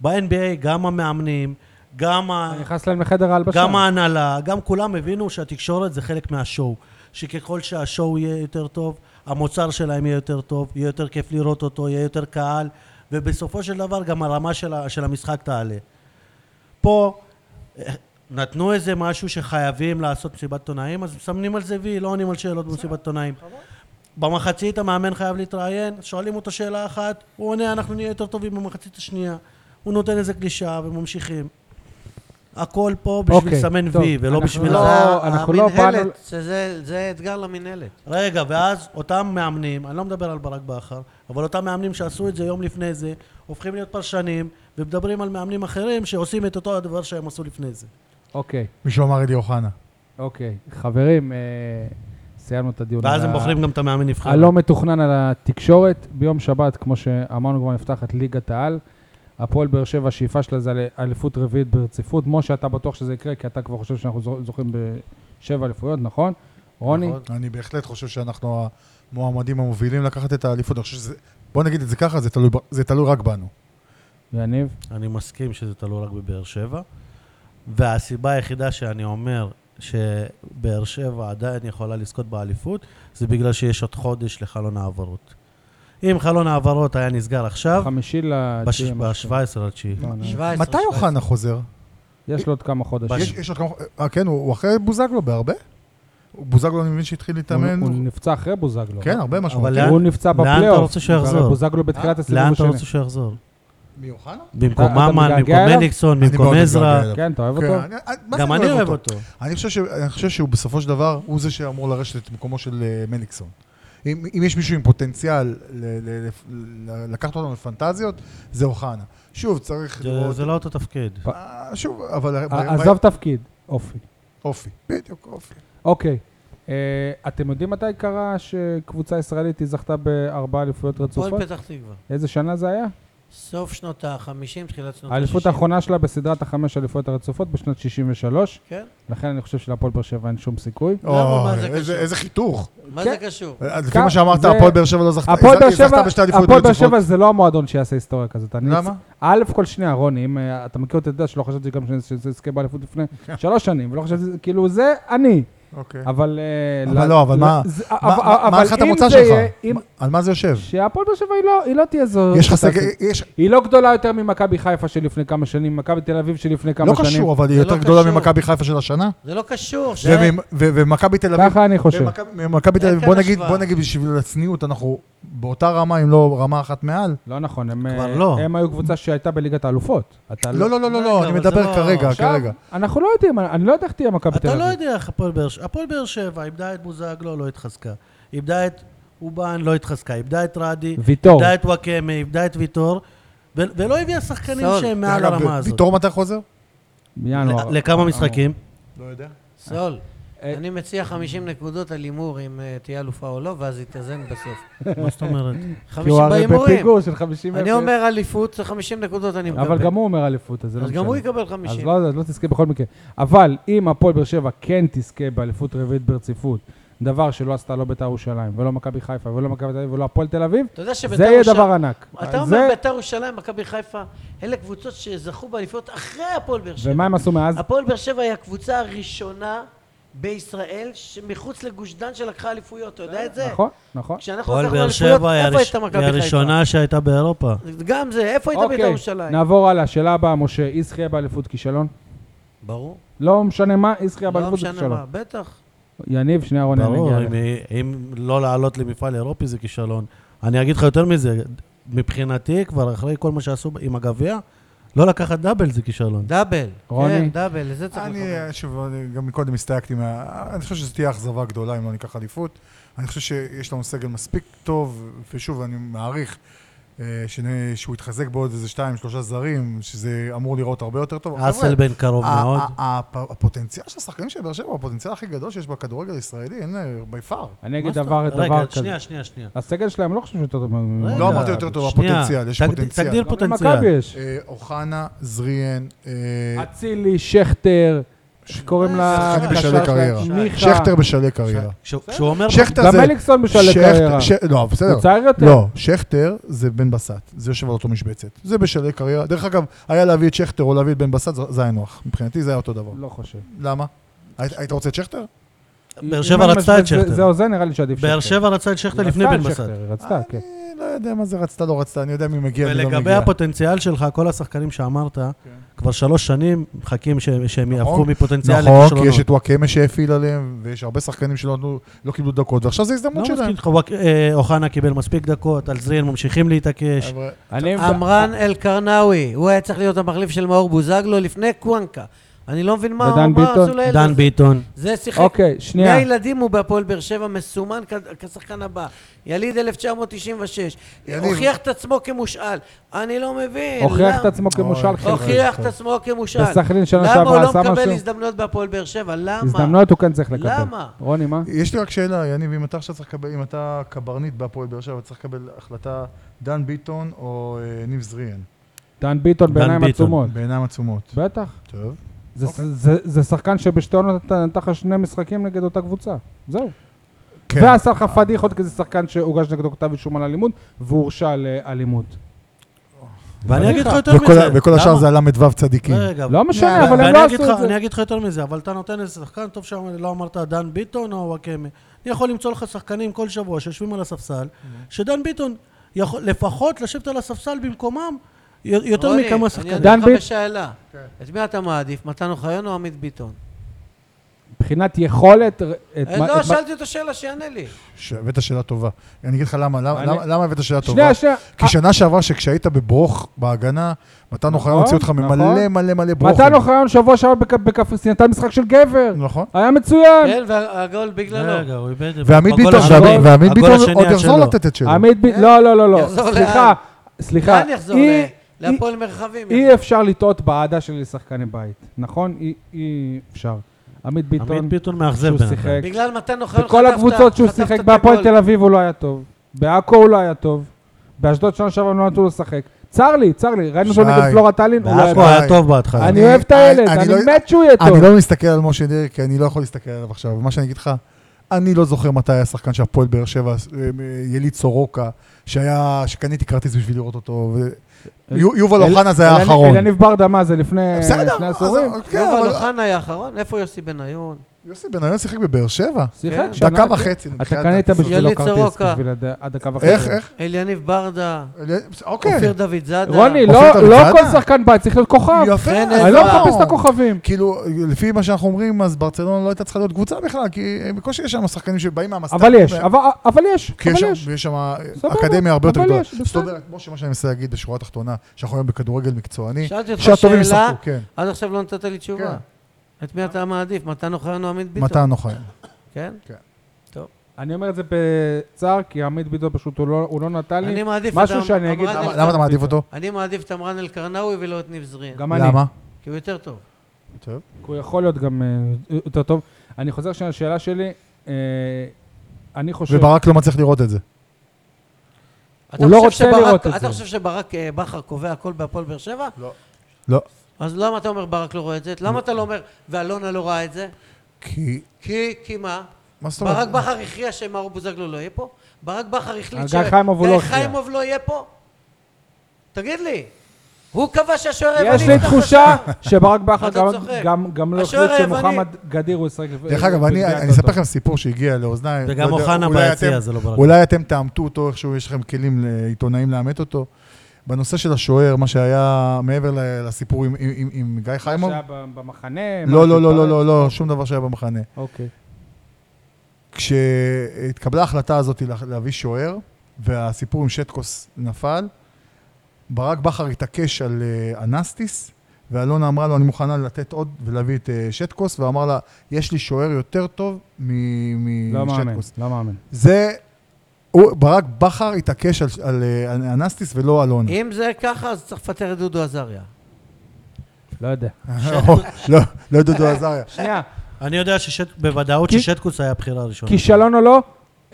Speaker 3: ב-NBA גם המאמנים, גם ה...
Speaker 2: אתה נכנס להם לחדר ההלבשה.
Speaker 3: גם ההנהלה, גם כולם הבינו שהתקשורת זה חלק מהשואו. שככל שהשואו יהיה יותר טוב, המוצר שלהם יהיה יותר טוב, יהיה יותר כיף לראות אותו, יהיה יותר קהל, ובסופו של דבר גם הרמה של, ה- של המשחק תעלה. פה אה, נתנו איזה משהו שחייבים לעשות מסיבת עיתונאים, אז מסמנים על זה וי, לא עונים על שאלות במסיבת עיתונאים. במחצית המאמן חייב להתראיין, שואלים אותו שאלה אחת, הוא עונה, אנחנו נהיה יותר טובים במחצית השנייה. הוא נותן איזה גלישה וממשיכים. הכל פה בשביל
Speaker 2: אוקיי,
Speaker 3: לסמן
Speaker 2: טוב.
Speaker 3: וי, ולא
Speaker 2: אנחנו
Speaker 3: בשביל...
Speaker 2: לא-
Speaker 3: ה-
Speaker 4: זה
Speaker 2: אנחנו לא באנו-
Speaker 4: המינהלת, שזה- זה אתגר למינהלת.
Speaker 3: רגע, ואז אותם מאמנים, אני לא מדבר על ברק בכר, אבל אותם מאמנים שעשו את זה יום לפני זה, הופכים להיות פרשנים, ומדברים על מאמנים אחרים שעושים את אותו הדבר שהם עשו לפני זה.
Speaker 2: אוקיי,
Speaker 5: מישהו אמר אלי אוחנה.
Speaker 2: אוקיי. חברים, אה, סיימנו את הדיון. על
Speaker 3: ואז הם
Speaker 2: ה-
Speaker 3: בוחרים גם את המאמן נבחרת.
Speaker 2: הלא מתוכנן על התקשורת. ביום שבת, כמו שאמרנו, כבר נפתחת ליגת העל. הפועל באר שבע, השאיפה שלה זה על- אליפות רביעית ברציפות. משה, אתה בטוח שזה יקרה, כי אתה כבר חושב שאנחנו זוכ- זוכים בשבע אליפויות, נכון? רוני?
Speaker 3: נכון.
Speaker 5: אני בהחלט חושב שאנחנו המועמדים המובילים לקחת את האליפות. אני חושב שזה... בוא נגיד את זה ככה, זה תלוי, ב- זה תלוי רק בנו.
Speaker 2: יניב?
Speaker 3: אני מסכים שזה תלוי רק בבאר שבע, והסיבה היחידה שאני אומר שבאר שבע עדיין יכולה לזכות באליפות, זה בגלל שיש עוד חודש לחלון העברות. אם חלון העברות היה נסגר עכשיו,
Speaker 2: חמישי לתשיעי. משהו.
Speaker 3: ב-17 לתשיעי.
Speaker 2: לא, אני-
Speaker 4: 17,
Speaker 5: מתי
Speaker 4: 17.
Speaker 5: אוחנה חוזר?
Speaker 2: יש לו עוד כמה חודשים.
Speaker 5: יש, יש עוד כמה... אה, כן, הוא, הוא אחרי בוזגלו בהרבה? בוזגלו, אני מבין שהתחיל להתאמן.
Speaker 2: הוא- הוא נפצע אחרי בוזגלו.
Speaker 5: כן, הרבה משמעותי.
Speaker 3: לאן-
Speaker 2: הוא נפצע
Speaker 3: לאן אתה
Speaker 2: בפלייאוף.
Speaker 3: רוצה שהוא יחזור?
Speaker 2: הרי בוזגלו בתחילת
Speaker 3: לאן
Speaker 2: הסיבוב
Speaker 3: אתה רוצה
Speaker 2: השני.
Speaker 3: שהוא יחזור? כן.
Speaker 5: מי אוחנה?
Speaker 3: במקום
Speaker 2: אתה
Speaker 3: ממן,
Speaker 2: מתגעגע
Speaker 3: במקום
Speaker 2: אליו?
Speaker 3: מליקסון,
Speaker 5: אני
Speaker 3: במקום
Speaker 5: מאוד
Speaker 3: עזרא?
Speaker 5: מתגעגע אליו.
Speaker 2: כן, אתה אוהב
Speaker 5: כן,
Speaker 2: אותו?
Speaker 5: אני- מה זה
Speaker 3: גם אני אוהב אותו.
Speaker 5: אני חושב, ש... אני חושב שהוא בסופו של דבר, הוא זה שאמור לרשת את מקומו של אה, מליקסון. אם, אם יש מישהו עם פוטנציאל ל, ל, ל, לקחת אותנו לפנטזיות, זה אוחנה. שוב, צריך
Speaker 3: זה-
Speaker 5: לראות...
Speaker 3: זה לא אותו תפקיד.
Speaker 5: אה, שוב, אבל... ב-
Speaker 2: ע-
Speaker 5: ב-
Speaker 2: עזוב תפקיד, אופי.
Speaker 5: אופי, בדיוק, אופי.
Speaker 2: אוקיי. אה, אתם יודעים מתי קרה שקבוצה ישראלית היא זכתה בארבע אליפויות רצופות?
Speaker 4: הפועל פתח תקווה.
Speaker 2: איזה שנה זה היה?
Speaker 4: סוף שנות ה-50, תחילת שנות ה-60.
Speaker 2: האליפות האחרונה שלה בסדרת החמש אליפויות הרצופות בשנת 63,
Speaker 4: כן?
Speaker 2: לכן אני חושב שלהפועל באר שבע אין שום סיכוי.
Speaker 5: לא,
Speaker 4: למה? מה זה
Speaker 5: אוי, איזה-
Speaker 4: קשור?
Speaker 5: איזה חיתוך.
Speaker 4: מה
Speaker 2: כן.
Speaker 4: זה קשור?
Speaker 5: אה, לפי
Speaker 2: כ-
Speaker 5: מה שאמרת,
Speaker 2: זה-
Speaker 5: הפועל באר שבע לא זכתה
Speaker 2: הפועל באר
Speaker 5: זכתה
Speaker 2: שבע-
Speaker 5: בשתי אליפויות
Speaker 2: הפועל באר
Speaker 5: רצופות.
Speaker 2: שבע זה לא המועדון שיעשה היסטוריה כזאת. אני-
Speaker 5: למה?
Speaker 2: א' כל שנייה, רוני, אם אה, אתה מכיר אותי, אתה יודע שלא חשבתי גם שזה- שזה יזכה באליפות לפני שלוש שנים, ולא חשבתי, כאילו זה אני,
Speaker 5: כן. אוקיי.
Speaker 2: אבל... אה,
Speaker 5: אבל לא, אבל מה-
Speaker 2: זה-
Speaker 5: מה-
Speaker 2: אבל-
Speaker 5: מה- מה
Speaker 2: אבל
Speaker 5: הנחת
Speaker 2: אם זה
Speaker 5: המוצא שלך?
Speaker 2: יהיה- אם-
Speaker 5: מה- על מה זה יושב?
Speaker 2: שהפועל באר שבע היא לא- היא לא תהיה זו...
Speaker 5: יש לך סגל...
Speaker 2: פנטסטית.
Speaker 5: יש-
Speaker 2: היא לא גדולה יותר ממכבי חיפה של לפני כמה שנים, מכבי תל אביב של לפני כמה
Speaker 5: לא
Speaker 2: שנים.
Speaker 5: קשור, אבל היא
Speaker 4: זה
Speaker 5: יותר
Speaker 4: לא
Speaker 5: גדולה
Speaker 4: קשור.
Speaker 5: ממכבי חיפה של השנה.
Speaker 4: זה לא קשור. ש-
Speaker 5: ומ- ו- ומכבי תל אביב...
Speaker 2: ככה אני חושב.
Speaker 5: ומכבי- ומכבי תל
Speaker 4: אין
Speaker 5: אביב,
Speaker 4: כאן
Speaker 5: בוא נגיד,
Speaker 4: השוואה.
Speaker 5: בוא נגיד בשביל הצניעות, אנחנו באותה רמה, אם לא רמה אחת מעל.
Speaker 2: לא נכון, הם,
Speaker 3: כבר
Speaker 2: אה,
Speaker 3: לא.
Speaker 2: הם היו קבוצה שהייתה בליגת האלופות. אתה
Speaker 5: לא, לא, לא, לא,
Speaker 3: רגע,
Speaker 5: לא, אני
Speaker 3: אבל זה
Speaker 5: מדבר
Speaker 3: לא-
Speaker 5: כרגע,
Speaker 2: עכשיו,
Speaker 5: כרגע.
Speaker 2: אנחנו לא יודעים, אני- אני לא יודע איך תהיה מכבי תל
Speaker 3: אתה
Speaker 2: אביב.
Speaker 3: לא יודע איך הפועל באר שבע, הפועל באר שבע איבדה את בוזגלו, לא התחזקה. איבדה את אובן, לא התחזקה. איבדה את רדי,
Speaker 2: ויטור.
Speaker 3: איבדה את וואקמה, איבדה את ויטור, ו- ולא הביאה שחקנים
Speaker 4: סול.
Speaker 3: שהם מעל
Speaker 5: אגב,
Speaker 3: הרמה הזאת.
Speaker 5: ויטור מתי חוזר?
Speaker 2: ינואר.
Speaker 3: ל- לכמה משחקים?
Speaker 5: לא יודע.
Speaker 4: סול,
Speaker 2: אה,
Speaker 4: אני מציע 50 נקודות על הימור אם אה, תהיה אלופה או לא, ואז יתאזן בסוף.
Speaker 3: [laughs] מה זאת אומרת?
Speaker 4: 50
Speaker 2: כי הוא הרי
Speaker 4: בהימורים.
Speaker 2: בפיגור של 50
Speaker 4: אני אומר אליפות, זה 50 נקודות אני מקבל.
Speaker 2: אבל גם הוא אומר אליפות, אז זה לא
Speaker 4: אז
Speaker 2: משנה.
Speaker 4: גם הוא יקבל
Speaker 2: אז
Speaker 4: 50.
Speaker 2: לא, אז לא תזכה בכל מקרה. אבל אם הפועל באר שבע כן תזכה באליפות רביעית ברציפות, דבר שלא עשתה לא בית"ר ירושלים, ולא מכבי חיפה, ולא מכבי תל אביב, ולא הפועל תל אביב,
Speaker 4: אתה יודע
Speaker 2: זה
Speaker 4: שביתר
Speaker 2: יהיה
Speaker 4: ירושלים-
Speaker 2: דבר ענק.
Speaker 4: אתה אומר
Speaker 2: זה-
Speaker 4: ביתר ירושלים, מכבי חיפה, אלה קבוצות שזכו באליפויות אחרי הפועל באר שבע.
Speaker 2: ומה הם עשו מאז?
Speaker 4: הפועל באר שבע היא הקבוצה הראשונה בישראל שמחוץ לגוש דן שלקחה אליפויות, אתה יודע את זה?
Speaker 2: נכון, נכון.
Speaker 4: כשאנחנו
Speaker 3: [laughs] הפועל
Speaker 4: לקחנו
Speaker 3: באר
Speaker 4: אליפויות,
Speaker 3: שבע היא
Speaker 4: איפה
Speaker 3: הראש-
Speaker 4: הייתה מכבי
Speaker 3: היא
Speaker 4: חיפה?
Speaker 3: הראשונה שהייתה באירופה.
Speaker 4: גם זה, איפה הייתה
Speaker 2: אוקיי,
Speaker 4: בית"ר ירושלים?
Speaker 2: נעבור הלאה, שאלה הבאה, משה, היא זכייה באליפות כישלון?
Speaker 4: ברור.
Speaker 2: לא משנה מה, היא זכייה
Speaker 4: לא
Speaker 2: באליפות
Speaker 4: משנה
Speaker 2: כישלון.
Speaker 4: מה, בטח.
Speaker 2: יניב, שנייה רוני, אני
Speaker 3: ברור,
Speaker 2: אגיע
Speaker 3: אם-
Speaker 2: אליך.
Speaker 3: אם לא לעלות למפעל אירופי זה כישלון. אני אגיד לך יותר מזה, מבחינתי, כבר אחרי כל מה שעשו עם הגביע, לא לקחת דאבל זה כישלון.
Speaker 4: דאבל.
Speaker 2: רוני?
Speaker 4: כן, דאבל, לזה צריך
Speaker 5: אני,
Speaker 4: לחבר.
Speaker 5: אה, שוב, אני גם קודם הסתייגתי מה... אני חושב שזו תהיה אכזבה גדולה אם לא ניקח אליפות. אני חושב שיש לנו סגל מספיק טוב, ושוב, אני מעריך אה, שנ- שהוא יתחזק בעוד איזה שתיים, שלושה זרים, שזה אמור להיראות הרבה יותר טוב. חבר'ה,
Speaker 3: אסלבן קרוב
Speaker 4: אה,
Speaker 5: ה-
Speaker 3: מאוד.
Speaker 5: ה- ה- הפ- הפוטנציאל של השחקנים של באר שבע הוא הפוטנציאל הכי גדול שיש בכדורגל הישראלי, אין אה, בי פאר.
Speaker 2: אני
Speaker 3: מה
Speaker 2: אגיד
Speaker 3: זאת
Speaker 2: דבר
Speaker 3: אומרת?
Speaker 2: דבר
Speaker 3: רגע,
Speaker 2: כזה.
Speaker 3: שנייה, שנייה, שנייה.
Speaker 2: הסגל שלהם אני לא חושב שהוא יותר טוב. מ-
Speaker 3: רגע.
Speaker 5: לא אמרתי יותר טוב,
Speaker 3: שנייה.
Speaker 5: הפוטנציאל, יש
Speaker 3: תגד-
Speaker 5: פוטנציאל.
Speaker 3: תגדיר
Speaker 5: גם
Speaker 2: גם
Speaker 3: פוטנציאל.
Speaker 2: למכבי יש.
Speaker 5: אה, אוחנה, זריאן, אה,
Speaker 2: אצילי, שכטר, שקוראים לה...
Speaker 5: שחקנים בשלהי
Speaker 2: הקשר
Speaker 5: קריירה.
Speaker 2: שלהם, מיכה.
Speaker 5: שכטר בשלהי קריירה.
Speaker 3: כש- כשהוא אומר...
Speaker 5: שכטר
Speaker 2: גם
Speaker 5: זה...
Speaker 2: אליקסון בשלהי
Speaker 5: שכטר-
Speaker 2: קריירה.
Speaker 5: ש- לא, בסדר.
Speaker 2: הוא צעיר יותר.
Speaker 5: לא, שכטר זה בן בסט, זה יושב על אותו משבצת. זה בשלהי קריירה. דרך אגב, היה להביא את שכטר או להביא את בן בסט, זה- זה היה נוח. מבחינתי זה היה אותו דבר.
Speaker 2: לא חושב.
Speaker 5: למה? היית- היית רוצה את שכטר?
Speaker 3: באר שבע
Speaker 2: אם אני
Speaker 3: רצתה את
Speaker 2: משווה- זה-
Speaker 3: שכטר.
Speaker 2: זהו, זה נראה לי שעדיף שכטר.
Speaker 3: באר שבע רצה את שכטר
Speaker 2: היא
Speaker 3: לפני
Speaker 2: רצתה
Speaker 3: בן
Speaker 2: את
Speaker 3: בסט.
Speaker 2: שכטר, היא רצתה, כן.
Speaker 5: אני לא יודע מה זה רצתה, לא רצתה, אני יודע מי מגיע ומי לא מגיע.
Speaker 3: ולגבי הפוטנציאל שלך, כל השחקנים שאמרת,
Speaker 2: כן.
Speaker 3: כבר שלוש שנים מחכים שהם- שהם יהפכו מפוטנציאל
Speaker 5: נכון, כי יש
Speaker 3: לכישלונות.
Speaker 5: את וואקמה שהפעיל עליהם, ויש הרבה שחקנים שלא נתנו- לא קיבלו דקות, ועכשיו זו
Speaker 3: לא
Speaker 5: הזדמנות
Speaker 3: מסכים
Speaker 5: שלהם.
Speaker 3: איתך, וואק- אה, אוחנה קיבל מספיק דקות, על זריאן ממשיכים להתעקש.
Speaker 5: אבל-
Speaker 2: אני-
Speaker 4: עמרן אלקרנאווי, הוא היה צריך להיות המחליף של מאור בוזגלו לפני קוואנקה. אני לא מבין מה
Speaker 2: ודן
Speaker 4: מה
Speaker 2: ביטון?
Speaker 4: עשו לילד
Speaker 3: דן
Speaker 4: הזה.
Speaker 3: ביטון.
Speaker 4: זה שיחק
Speaker 2: אוקיי, שנייה.
Speaker 4: מהילדים הוא בהפועל באר שבע מסומן כ- כשחקן הבא. יליד 1996.
Speaker 5: יניב.
Speaker 4: הוכיח את עצמו כמושאל. אני לא מבין.
Speaker 2: הוכיח
Speaker 4: למה-
Speaker 2: את עצמו כמושל
Speaker 5: אוי,
Speaker 2: חלקי.
Speaker 4: הוכיח את עצמו כמושאל.
Speaker 2: בסכנין שנה
Speaker 4: למה הוא
Speaker 2: שעברה
Speaker 4: לא
Speaker 2: עשה
Speaker 4: מקבל
Speaker 2: משהו?
Speaker 4: הזדמנויות בהפועל באר שבע? למה?
Speaker 2: הזדמנויות הוא כן צריך לקבל.
Speaker 4: למה?
Speaker 2: רוני, מה?
Speaker 5: יש לי רק שאלה, יניב, אם אתה עכשיו צריך לקבל, אם אתה קברניט בהפועל באר שבע, צריך לקבל החלטה דן ביטון או אה, ניב זריאן,
Speaker 2: דן ביטון
Speaker 3: דן
Speaker 2: בעיניים
Speaker 3: ביטון.
Speaker 2: עצומות.
Speaker 5: בעיניים עצומות.
Speaker 2: בטח.
Speaker 5: טוב.
Speaker 2: זה-
Speaker 4: אוקיי.
Speaker 2: זה- זה שחקן שבשתי עונות אתה נתן לך שני משחקים נגד אותה קבוצה. זהו.
Speaker 5: כן.
Speaker 2: ועשה לך פדיחות כי זה שחקן שהוגש נגדו כתב אישום על אלימות והורשע על אה, אלימות.
Speaker 3: ואני אגיד לך יותר
Speaker 5: וכל-
Speaker 3: מזה.
Speaker 5: וכל השאר
Speaker 3: למה?
Speaker 5: זה ל"ו צדיקים.
Speaker 3: רגע,
Speaker 2: לא משנה, אבל
Speaker 3: ואני
Speaker 2: הם לא
Speaker 3: אגיד
Speaker 2: עשו
Speaker 3: לך-
Speaker 2: את זה.
Speaker 3: אני אגיד לך יותר מזה, אבל אתה נותן איזה שחקן, טוב שלא אמרת דן ביטון או וואקמה. אני יכול למצוא לך שחקנים כל שבוע שיושבים על הספסל,
Speaker 2: Mm.
Speaker 3: שדן ביטון יכול לפחות לשבת על הספסל במקומם י- יותר
Speaker 4: רוני,
Speaker 3: מכמה
Speaker 4: אני
Speaker 3: שחקנים.
Speaker 2: דן
Speaker 4: אענה
Speaker 2: ביט-
Speaker 4: לך בשאלה. את מי אתה מעדיף, מתן אוחיון או עמית ביטון?
Speaker 2: מבחינת יכולת... ר- את
Speaker 4: אה,
Speaker 2: מה- את
Speaker 4: לא,
Speaker 2: מה-
Speaker 4: שאלתי אותו שאלה, שיענה לי.
Speaker 5: שהבאת שאלה טובה. אני אגיד לך למה, למה-
Speaker 2: אני-
Speaker 5: למה למה הבאת שאלה טובה.
Speaker 2: שנייה, אה. שנייה.
Speaker 5: כי שנה שעברה שכשהיית בברוך בהגנה, מתן אוחיון
Speaker 2: נכון,
Speaker 5: הוציא אותך ממלא
Speaker 2: נכון.
Speaker 5: מלא מלא ברוכים.
Speaker 2: מתן אוחיון שבוע שעבר בק- בקפריסין נתן משחק של גבר.
Speaker 5: נכון.
Speaker 2: היה מצוין.
Speaker 4: כן, והגול בגללו.
Speaker 3: רגע, הוא איבד את זה.
Speaker 5: ועמית
Speaker 3: בגול
Speaker 5: ביטון,
Speaker 3: השני-
Speaker 5: ועמית- ועמית
Speaker 3: הגול
Speaker 5: ביטון
Speaker 3: השני
Speaker 5: עוד
Speaker 3: עד
Speaker 5: יחזור
Speaker 3: שלו.
Speaker 5: לתת את שלו.
Speaker 2: עמית ב... לא, לא, לא, לא.
Speaker 4: כן? יחזור
Speaker 2: סליחה. סליחה.
Speaker 4: לאן יחזור?
Speaker 2: אי-
Speaker 4: ל- להפועל מרחבים.
Speaker 2: אי אפשר לטעות באהדה של שחקני בית, נכון? אי- אי אפשר. עמית ביטון,
Speaker 3: עמית ביטון מאכזב
Speaker 2: שהוא
Speaker 3: בינתיים.
Speaker 2: שיחק.
Speaker 4: בגלל מתן אוחיון
Speaker 2: בכל
Speaker 4: חטפת-
Speaker 2: הקבוצות שהוא
Speaker 4: חטפת
Speaker 2: שיחק
Speaker 4: את
Speaker 2: בהפועל
Speaker 4: הגול.
Speaker 2: תל אביב הוא לא היה טוב. בעכו הוא לא היה טוב. באשדוד שנה שעברה הם לא נתנו לו לשחק. צר לי, צר לי. ראינו אותו
Speaker 5: שי,
Speaker 2: נגד פלורטלין, הוא לא היה
Speaker 3: בעכו
Speaker 2: טוב.
Speaker 5: אולי-
Speaker 3: היה טוב בהתחלה.
Speaker 2: אני
Speaker 5: אני-
Speaker 2: אוהב את הילד,
Speaker 5: אני-
Speaker 2: אני
Speaker 5: אני לא-
Speaker 2: מת שהוא יהיה טוב.
Speaker 5: אני לא מסתכל על משה דרעי, כי אני לא יכול להסתכל עליו עכשיו. מה שאני אגיד לך, אני לא זוכר מתי היה שחקן של הפועל באר שבע, אה, אה, יליד סורוקה, שהיה, שקניתי כרטיס בשביל לראות אותו. ו- יו- יובל
Speaker 2: אה, אל-
Speaker 5: אוחנה לא, זה היה
Speaker 2: אלניב-
Speaker 5: האחרון.
Speaker 2: אלניב ברדה, מה זה, לפני
Speaker 5: בסדר,
Speaker 2: שני
Speaker 5: אז-
Speaker 2: עשורים?
Speaker 5: כן,
Speaker 4: יובל
Speaker 5: אבל-
Speaker 4: אוחנה היה האחרון? איפה יוסי בניון?
Speaker 5: יוסי בניון שיחק בבאר שבע?
Speaker 2: שיחק
Speaker 4: כן.
Speaker 2: שנה.
Speaker 5: דקה וחצי.
Speaker 2: אתה
Speaker 5: מבחינת-
Speaker 2: קנית בשבילו
Speaker 4: יליד
Speaker 2: כרטיס
Speaker 4: סורוקה.
Speaker 2: בשביל הד- הדקה וחצי.
Speaker 5: איך, איך?
Speaker 4: אליניב ברדה,
Speaker 5: אוקיי.
Speaker 4: אופיר דוד זאדה.
Speaker 2: רוני, לא-
Speaker 5: אופיר
Speaker 2: לא
Speaker 5: תמיד
Speaker 2: כל
Speaker 5: זאדה.
Speaker 2: שחקן בית צריך להיות כוכב.
Speaker 5: יפה.
Speaker 4: אני
Speaker 5: אז
Speaker 2: אני לא
Speaker 5: זהו.
Speaker 2: מחפש את הכוכבים.
Speaker 5: כאילו, לפי מה שאנחנו אומרים, אז ברצלונה לא הייתה צריכה להיות קבוצה בכלל, כי בקושי יש שם שחקנים שבאים מהמסטר.
Speaker 2: אבל יש, אבל אבל יש,
Speaker 5: כי יש
Speaker 2: אבל יש.
Speaker 5: שם, יש שם
Speaker 2: סבבה,
Speaker 5: אקדמיה הרבה יותר
Speaker 2: אבל
Speaker 5: גדולה.
Speaker 2: יש, בסדר.
Speaker 5: זאת אומרת, כמו שמה שאני מנסה להגיד בשורה התחתונה, שאנחנו היום בכדורגל מקצועני,
Speaker 4: שאלתי אותך
Speaker 5: שהטובים
Speaker 4: שאלה,
Speaker 5: ישחקו, כן.
Speaker 4: עד עכשיו לא נתת לי תשובה. את מי אתה מעדיף, מתן אוחיון או עמית ביטון?
Speaker 5: מתן אוחיון.
Speaker 4: כן?
Speaker 2: אני אומר את זה בצער, כי עמית ביטון פשוט הוא לא- הוא לא נתן לי.
Speaker 4: אני מעדיף
Speaker 2: משהו
Speaker 4: את
Speaker 2: שאני אגיד-
Speaker 4: אמרן
Speaker 5: למה
Speaker 4: אל-
Speaker 5: למה אתה מעדיף אותו?
Speaker 4: אני מעדיף את אמרן אלקרנאווי ולא את ניב זרין.
Speaker 2: גם אני.
Speaker 5: למה?
Speaker 4: כי הוא יותר טוב.
Speaker 5: טוב.
Speaker 2: כי הוא יכול להיות גם אה, יותר טוב. אני חוזר שנייה לשאלה שלי. אה, אני חושב...
Speaker 5: וברק לא מצליח לראות את זה.
Speaker 4: אתה
Speaker 2: הוא לא
Speaker 4: חושב
Speaker 2: רוצה
Speaker 4: שברק-
Speaker 2: לראות את זה.
Speaker 4: אתה חושב שברק אה, בכר קובע הכל בהפועל באר שבע?
Speaker 5: לא.
Speaker 4: אז למה אתה אומר ברק לא רואה את זה? למה אתה לא אומר, ואלונה לא ראה את זה?
Speaker 5: כי...
Speaker 4: כי, כי מה?
Speaker 5: מה זאת
Speaker 4: ברק
Speaker 5: אומרת?
Speaker 4: בכר הכריע שמאור בוזגלו לא יהיה פה? ברק בכר החליט
Speaker 2: גיא חיימוב הוא לא
Speaker 4: גיא
Speaker 2: הכריע.
Speaker 4: חיימוב לא יהיה פה? תגיד לי, הוא קבע שהשוער היווני... לא
Speaker 2: יש לי
Speaker 4: יפתח את
Speaker 2: תחושה
Speaker 4: השער.
Speaker 2: שברק בכר
Speaker 4: אתה
Speaker 2: גם-
Speaker 4: צוחק.
Speaker 2: גם- גם לא
Speaker 4: השוער
Speaker 2: החליט
Speaker 4: היווני.
Speaker 2: שמוחמד גדיר הוא ישחק.
Speaker 5: דרך אגב, אני
Speaker 2: בגביע
Speaker 5: אני אספר
Speaker 2: הטוטו.
Speaker 5: לכם סיפור שהגיע לאוזניי.
Speaker 3: וגם
Speaker 5: לא יודע,
Speaker 3: אוחנה
Speaker 5: אולי
Speaker 3: ביציע,
Speaker 5: אתם-
Speaker 3: זה לא ברק.
Speaker 5: אולי אתם תעמתו אותו איכשהו, יש לכם כלים לעיתונאים לאמת אותו. בנושא של השוער, מה שהיה מעבר ל- לסיפור עם- עם עם- עם גיא חיימוב?
Speaker 2: שהיה ב- במחנה? מה
Speaker 5: לא, לא, לא,
Speaker 2: שהתפרץ?
Speaker 5: לא, לא, לא, שום דבר שהיה במחנה.
Speaker 2: אוקיי.
Speaker 5: כשהתקבלה ההחלטה הזאת לה- להביא שוער, והסיפור עם שטקוס נפל, ברק בכר התעקש על אה, אנסטיס, ואלונה אמרה לו, אני מוכנה לתת עוד ולהביא את אה, שטקוס, ואמר לה, יש לי שוער יותר טוב מ-
Speaker 2: לא מאמן,
Speaker 5: משטקוס.
Speaker 2: לא מאמן.
Speaker 5: זה... הוא, ברק בכר התעקש על, על, על אנסטיס ולא אלונה.
Speaker 4: אם זה ככה, אז צריך לפטר את דודו עזריה.
Speaker 2: לא יודע.
Speaker 5: [laughs] לא, לא דודו עזריה.
Speaker 2: שנייה,
Speaker 3: אני יודע שבוודאות
Speaker 2: כי-
Speaker 3: ששטקוס היה הבחירה הראשונה.
Speaker 2: כישלון או לא,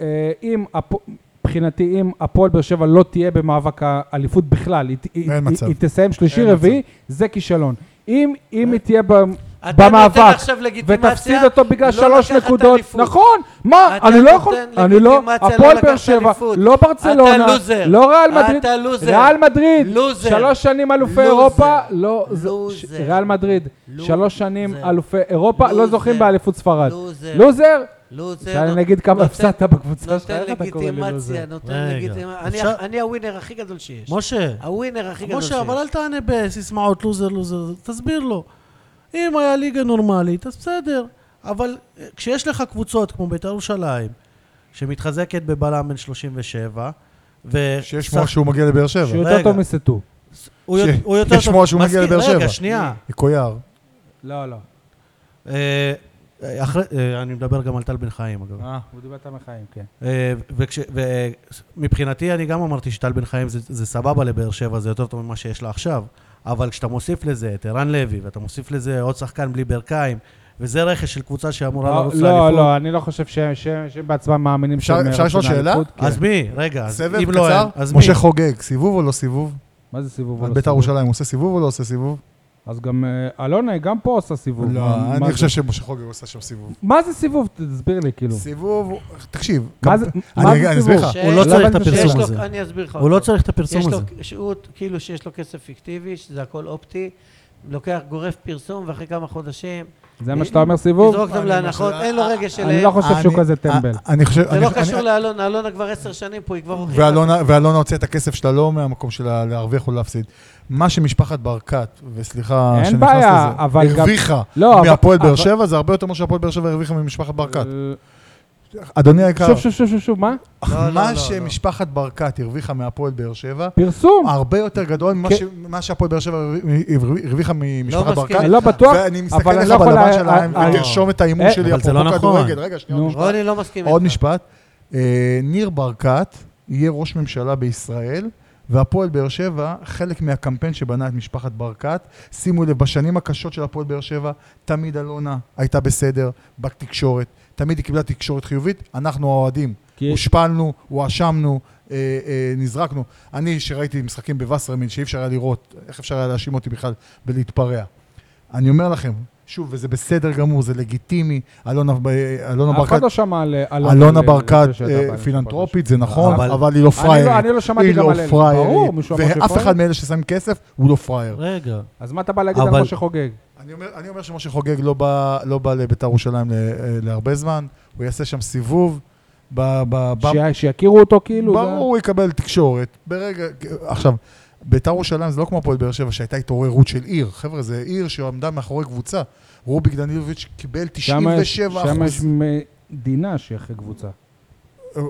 Speaker 2: אה, אם, הפו- מבחינתי, אם הפועל באר שבע לא תהיה במאבק האליפות בכלל, היא ת- היא-
Speaker 5: אין
Speaker 2: היא-
Speaker 5: מצב.
Speaker 2: היא תסיים שלישי
Speaker 5: אין
Speaker 2: רביעי, זה כישלון. אם אם היא תהיה ב-
Speaker 4: אה, אתה נותן
Speaker 2: במאבק,
Speaker 4: עכשיו לגיטימציה
Speaker 2: ותפסיד אותו
Speaker 4: לא
Speaker 2: בגלל שלוש
Speaker 4: לקחת
Speaker 2: נקודות,
Speaker 4: אליפות.
Speaker 2: נכון, מה,
Speaker 4: אתה
Speaker 2: אני לא
Speaker 4: נותן
Speaker 2: יכול, אני לא,
Speaker 4: לגיטימציה לא
Speaker 2: הפועל באר
Speaker 4: לקחת
Speaker 2: שבע,
Speaker 4: אליפות.
Speaker 2: לא
Speaker 4: אתה
Speaker 2: ברצלונה,
Speaker 4: לוזר.
Speaker 2: לא ריאל מדריד,
Speaker 4: אתה לוזר.
Speaker 2: ריאל מדריד,
Speaker 4: לוזר.
Speaker 2: שלוש שנים אלופי
Speaker 4: לוזר.
Speaker 2: אירופה, לא, זה-
Speaker 4: לוזר.
Speaker 2: ש- ריאל מדריד,
Speaker 4: לוזר.
Speaker 2: שלוש שנים אלופי אירופה, לא
Speaker 4: לוזר.
Speaker 2: זוכים באליפות ספרד,
Speaker 4: לוזר.
Speaker 2: לוזר,
Speaker 4: לוזר.
Speaker 2: לא- שאני אגיד כמה
Speaker 4: נותן-
Speaker 2: הפסדת בקבוצה שלך,
Speaker 4: נותן
Speaker 2: איך אתה קורא לי לוזר?
Speaker 4: לגיטימציה, נותן
Speaker 3: רגע.
Speaker 4: לגיטימציה.
Speaker 3: אפשר-
Speaker 4: אני- אני הווינר הכי גדול שיש.
Speaker 3: משה,
Speaker 4: הווינר הכי גדול שיש.
Speaker 3: משה, אבל אל תענה בסיסמאות לוזר לוזר, תסביר לו. אם היה ליגה נורמלית, אז בסדר. אבל אה, כשיש לך קבוצות כמו בית"ר ירושלים, שמתחזקת בבלם בן 37, ו...
Speaker 5: שיש שמועה שהוא מגיע לבאר שבע.
Speaker 2: שהוא
Speaker 3: רגע.
Speaker 2: יותר טוב מסטו.
Speaker 3: הוא, י-
Speaker 5: ש-
Speaker 3: הוא יותר
Speaker 5: יש שמועה שהוא מגיע
Speaker 3: מסכים,
Speaker 5: לבאר שבע.
Speaker 3: רגע, שנייה.
Speaker 5: קויאר.
Speaker 2: לא, לא.
Speaker 3: אה, אה, אחרי, אה, אני מדבר גם על טל בן חיים, אגב.
Speaker 2: אה, הוא דיבר על מחיים, כן.
Speaker 3: אה, וכש, ומבחינתי אני גם אמרתי שטל בן חיים זה, זה סבבה לבאר שבע, זה יותר טוב ממה שיש לה עכשיו, אבל כשאתה מוסיף לזה את ערן לוי, ואתה מוסיף לזה עוד שחקן בלי ברכיים, וזה רכש של קבוצה שאמורה
Speaker 2: לא,
Speaker 3: לרוץ
Speaker 2: לא, לא, אני לא חושב שהם- שהם שהם בעצמם מאמינים
Speaker 5: אפשר-
Speaker 2: שהם
Speaker 5: אפשר לשאול
Speaker 2: רוצים
Speaker 5: שאלה?
Speaker 2: לאליפות, כן.
Speaker 3: אז מי? רגע, אז
Speaker 5: סבב
Speaker 3: אם לא
Speaker 5: קצר,
Speaker 3: הם, אז מי?
Speaker 5: משה חוגג, סיבוב או לא סיבוב?
Speaker 2: מה זה סיבוב?
Speaker 5: על
Speaker 2: לא
Speaker 5: בית"ר
Speaker 2: סיבוב?
Speaker 5: ירושלים, הוא עושה סיבוב או לא עושה סיבוב?
Speaker 2: אז גם אה, אלונה היא גם פה עושה סיבוב.
Speaker 5: לא,
Speaker 2: מה- מה
Speaker 5: אני
Speaker 2: זה?
Speaker 5: חושב שמשה חוגג עושה שם סיבוב.
Speaker 2: מה זה סיבוב? תסביר לי, כאילו.
Speaker 5: סיבוב, תקשיב,
Speaker 2: מה זה
Speaker 5: אני-
Speaker 2: מה
Speaker 5: אני
Speaker 2: זה
Speaker 5: אסביר
Speaker 2: סיבוב?
Speaker 5: לך.
Speaker 4: ש-
Speaker 3: הוא לא
Speaker 2: לא
Speaker 3: צריך את
Speaker 2: הבנתי את
Speaker 4: שיש
Speaker 3: הפרסום
Speaker 4: לו-
Speaker 3: הזה.
Speaker 4: אני אסביר לך.
Speaker 3: הוא לא
Speaker 4: אותו.
Speaker 3: צריך את
Speaker 4: יש
Speaker 3: הפרסום
Speaker 4: לו-
Speaker 3: הזה.
Speaker 4: שהוא, כאילו שיש לו כסף פיקטיבי, שזה הכל אופטי, לוקח, גורף פרסום, ואחרי כמה חודשים,
Speaker 2: זה מה שאתה אומר סיבוב?
Speaker 4: לזרוק אותם
Speaker 5: אני לא
Speaker 4: להנחות,
Speaker 5: משלה-
Speaker 4: אין לו רגש
Speaker 2: אני
Speaker 4: שלהם.
Speaker 2: לא חושב שהוא
Speaker 5: אני- אה,
Speaker 2: כזה טמבל.
Speaker 5: אני חושב...
Speaker 4: זה
Speaker 5: אני-
Speaker 4: לא
Speaker 5: אני-
Speaker 4: קשור לאלונה, אלונה כבר עשר שנים פה, היא כבר הוכיחה.
Speaker 5: ואלונה, ואלונה הוציאה את הכסף שלה לא מהמקום שלה להרוויח או להפסיד. מה שמשפחת ברקת, וסליחה
Speaker 2: אין
Speaker 5: שנכנס
Speaker 2: בעיה,
Speaker 5: לזה,
Speaker 2: אבל גם-
Speaker 5: הרוויחה
Speaker 2: לא, אבל-
Speaker 5: מהפועל באר
Speaker 2: אבל-
Speaker 5: שבע, זה הרבה יותר מה שהפועל באר שבע הרוויחה ממשפחת ברקת.
Speaker 2: אה,
Speaker 5: אדוני היקר,
Speaker 2: שוב, שוב, שוב, שוב, שוב, מה?
Speaker 4: לא, לא, לא,
Speaker 5: מה
Speaker 4: לא.
Speaker 5: שמשפחת ברקת הרוויחה מהפועל באר שבע,
Speaker 2: פרסום.
Speaker 5: הרבה יותר גדול ממה
Speaker 2: כן.
Speaker 5: ש- ממה שהפועל באר שבע הרוויח- הרוויחה ממשפחת
Speaker 4: מסכים.
Speaker 5: ברקת.
Speaker 2: אני לא בטוח,
Speaker 5: ואני מסתכל
Speaker 2: אבל אני
Speaker 5: לך
Speaker 2: לא יכול...
Speaker 5: בלבן
Speaker 2: לה-
Speaker 5: של העין
Speaker 2: אה,
Speaker 5: ותרשום את ההימור
Speaker 2: אה,
Speaker 5: שלי,
Speaker 3: אבל זה לא
Speaker 5: אפרופו
Speaker 3: נכון.
Speaker 5: כדורגל. רגע, שנייה,
Speaker 2: נו.
Speaker 5: עוד משפט.
Speaker 4: רוני לא מסכים
Speaker 5: עוד
Speaker 4: איתך.
Speaker 5: משפט. אה, ניר ברקת יהיה ראש ממשלה בישראל, והפועל באר שבע, חלק מהקמפיין שבנה את משפחת ברקת, שימו לב, בשנים הקשות של הפועל באר שבע, תמיד אלונה הייתה בסדר בתקשורת, תמיד היא קיבלה תקשורת חיובית, אנחנו האוהדים.
Speaker 2: כי-
Speaker 5: הושפלנו, הואשמנו, אה, אה, נזרקנו. אני, שראיתי משחקים בווסרמיל, שאי אפשר היה לראות, איך אפשר היה להאשים אותי בכלל בלהתפרע. אני אומר לכם, שוב, וזה בסדר גמור, זה לגיטימי, אלונה, אה, אלונה
Speaker 2: אף
Speaker 5: ברקת...
Speaker 2: אחד לא שמע על אלונה.
Speaker 5: אלונה
Speaker 2: ל-
Speaker 5: ברקת
Speaker 2: לזה שהייתה
Speaker 5: אה,
Speaker 2: בעיה.
Speaker 5: פילנטרופית, זה נכון,
Speaker 3: אבל-
Speaker 5: אבל היא לא
Speaker 2: אני לא-
Speaker 5: פראיירית.
Speaker 2: אני לא שמעתי
Speaker 5: היא
Speaker 2: גם
Speaker 5: לא
Speaker 2: על אלה.
Speaker 5: פראיירית.
Speaker 2: ברור, מישהו אמר שהיא
Speaker 5: ואף אחד
Speaker 2: פראיירית?
Speaker 5: מאלה ששם כסף, הוא לא פראייר.
Speaker 3: רגע.
Speaker 2: אז מה אתה בא להגיד
Speaker 3: אבל-
Speaker 2: על משה חוגג?
Speaker 5: אני אומר- אני אומר שמשה חוגג לא בא- לא בא לביתר ירושלים ל- אה, להרבה זמן, הוא יעשה שם סיבוב. ב- ב- ב-
Speaker 2: שיה- שיכירו אותו כאילו? זה-
Speaker 5: ברור, הוא יקבל תקשורת. ברגע... עכשיו, ביתר ירושלים זה לא כמו הפועל באר שבע, שהייתה התעוררות של עיר. חבר'ה, זה עיר שעמדה מאחורי קבוצה. רוביק דנילוביץ' קיבל
Speaker 2: שם יש-
Speaker 5: 97
Speaker 2: שם יש
Speaker 5: אחוז.
Speaker 2: מדינה שהיא אחרי קבוצה.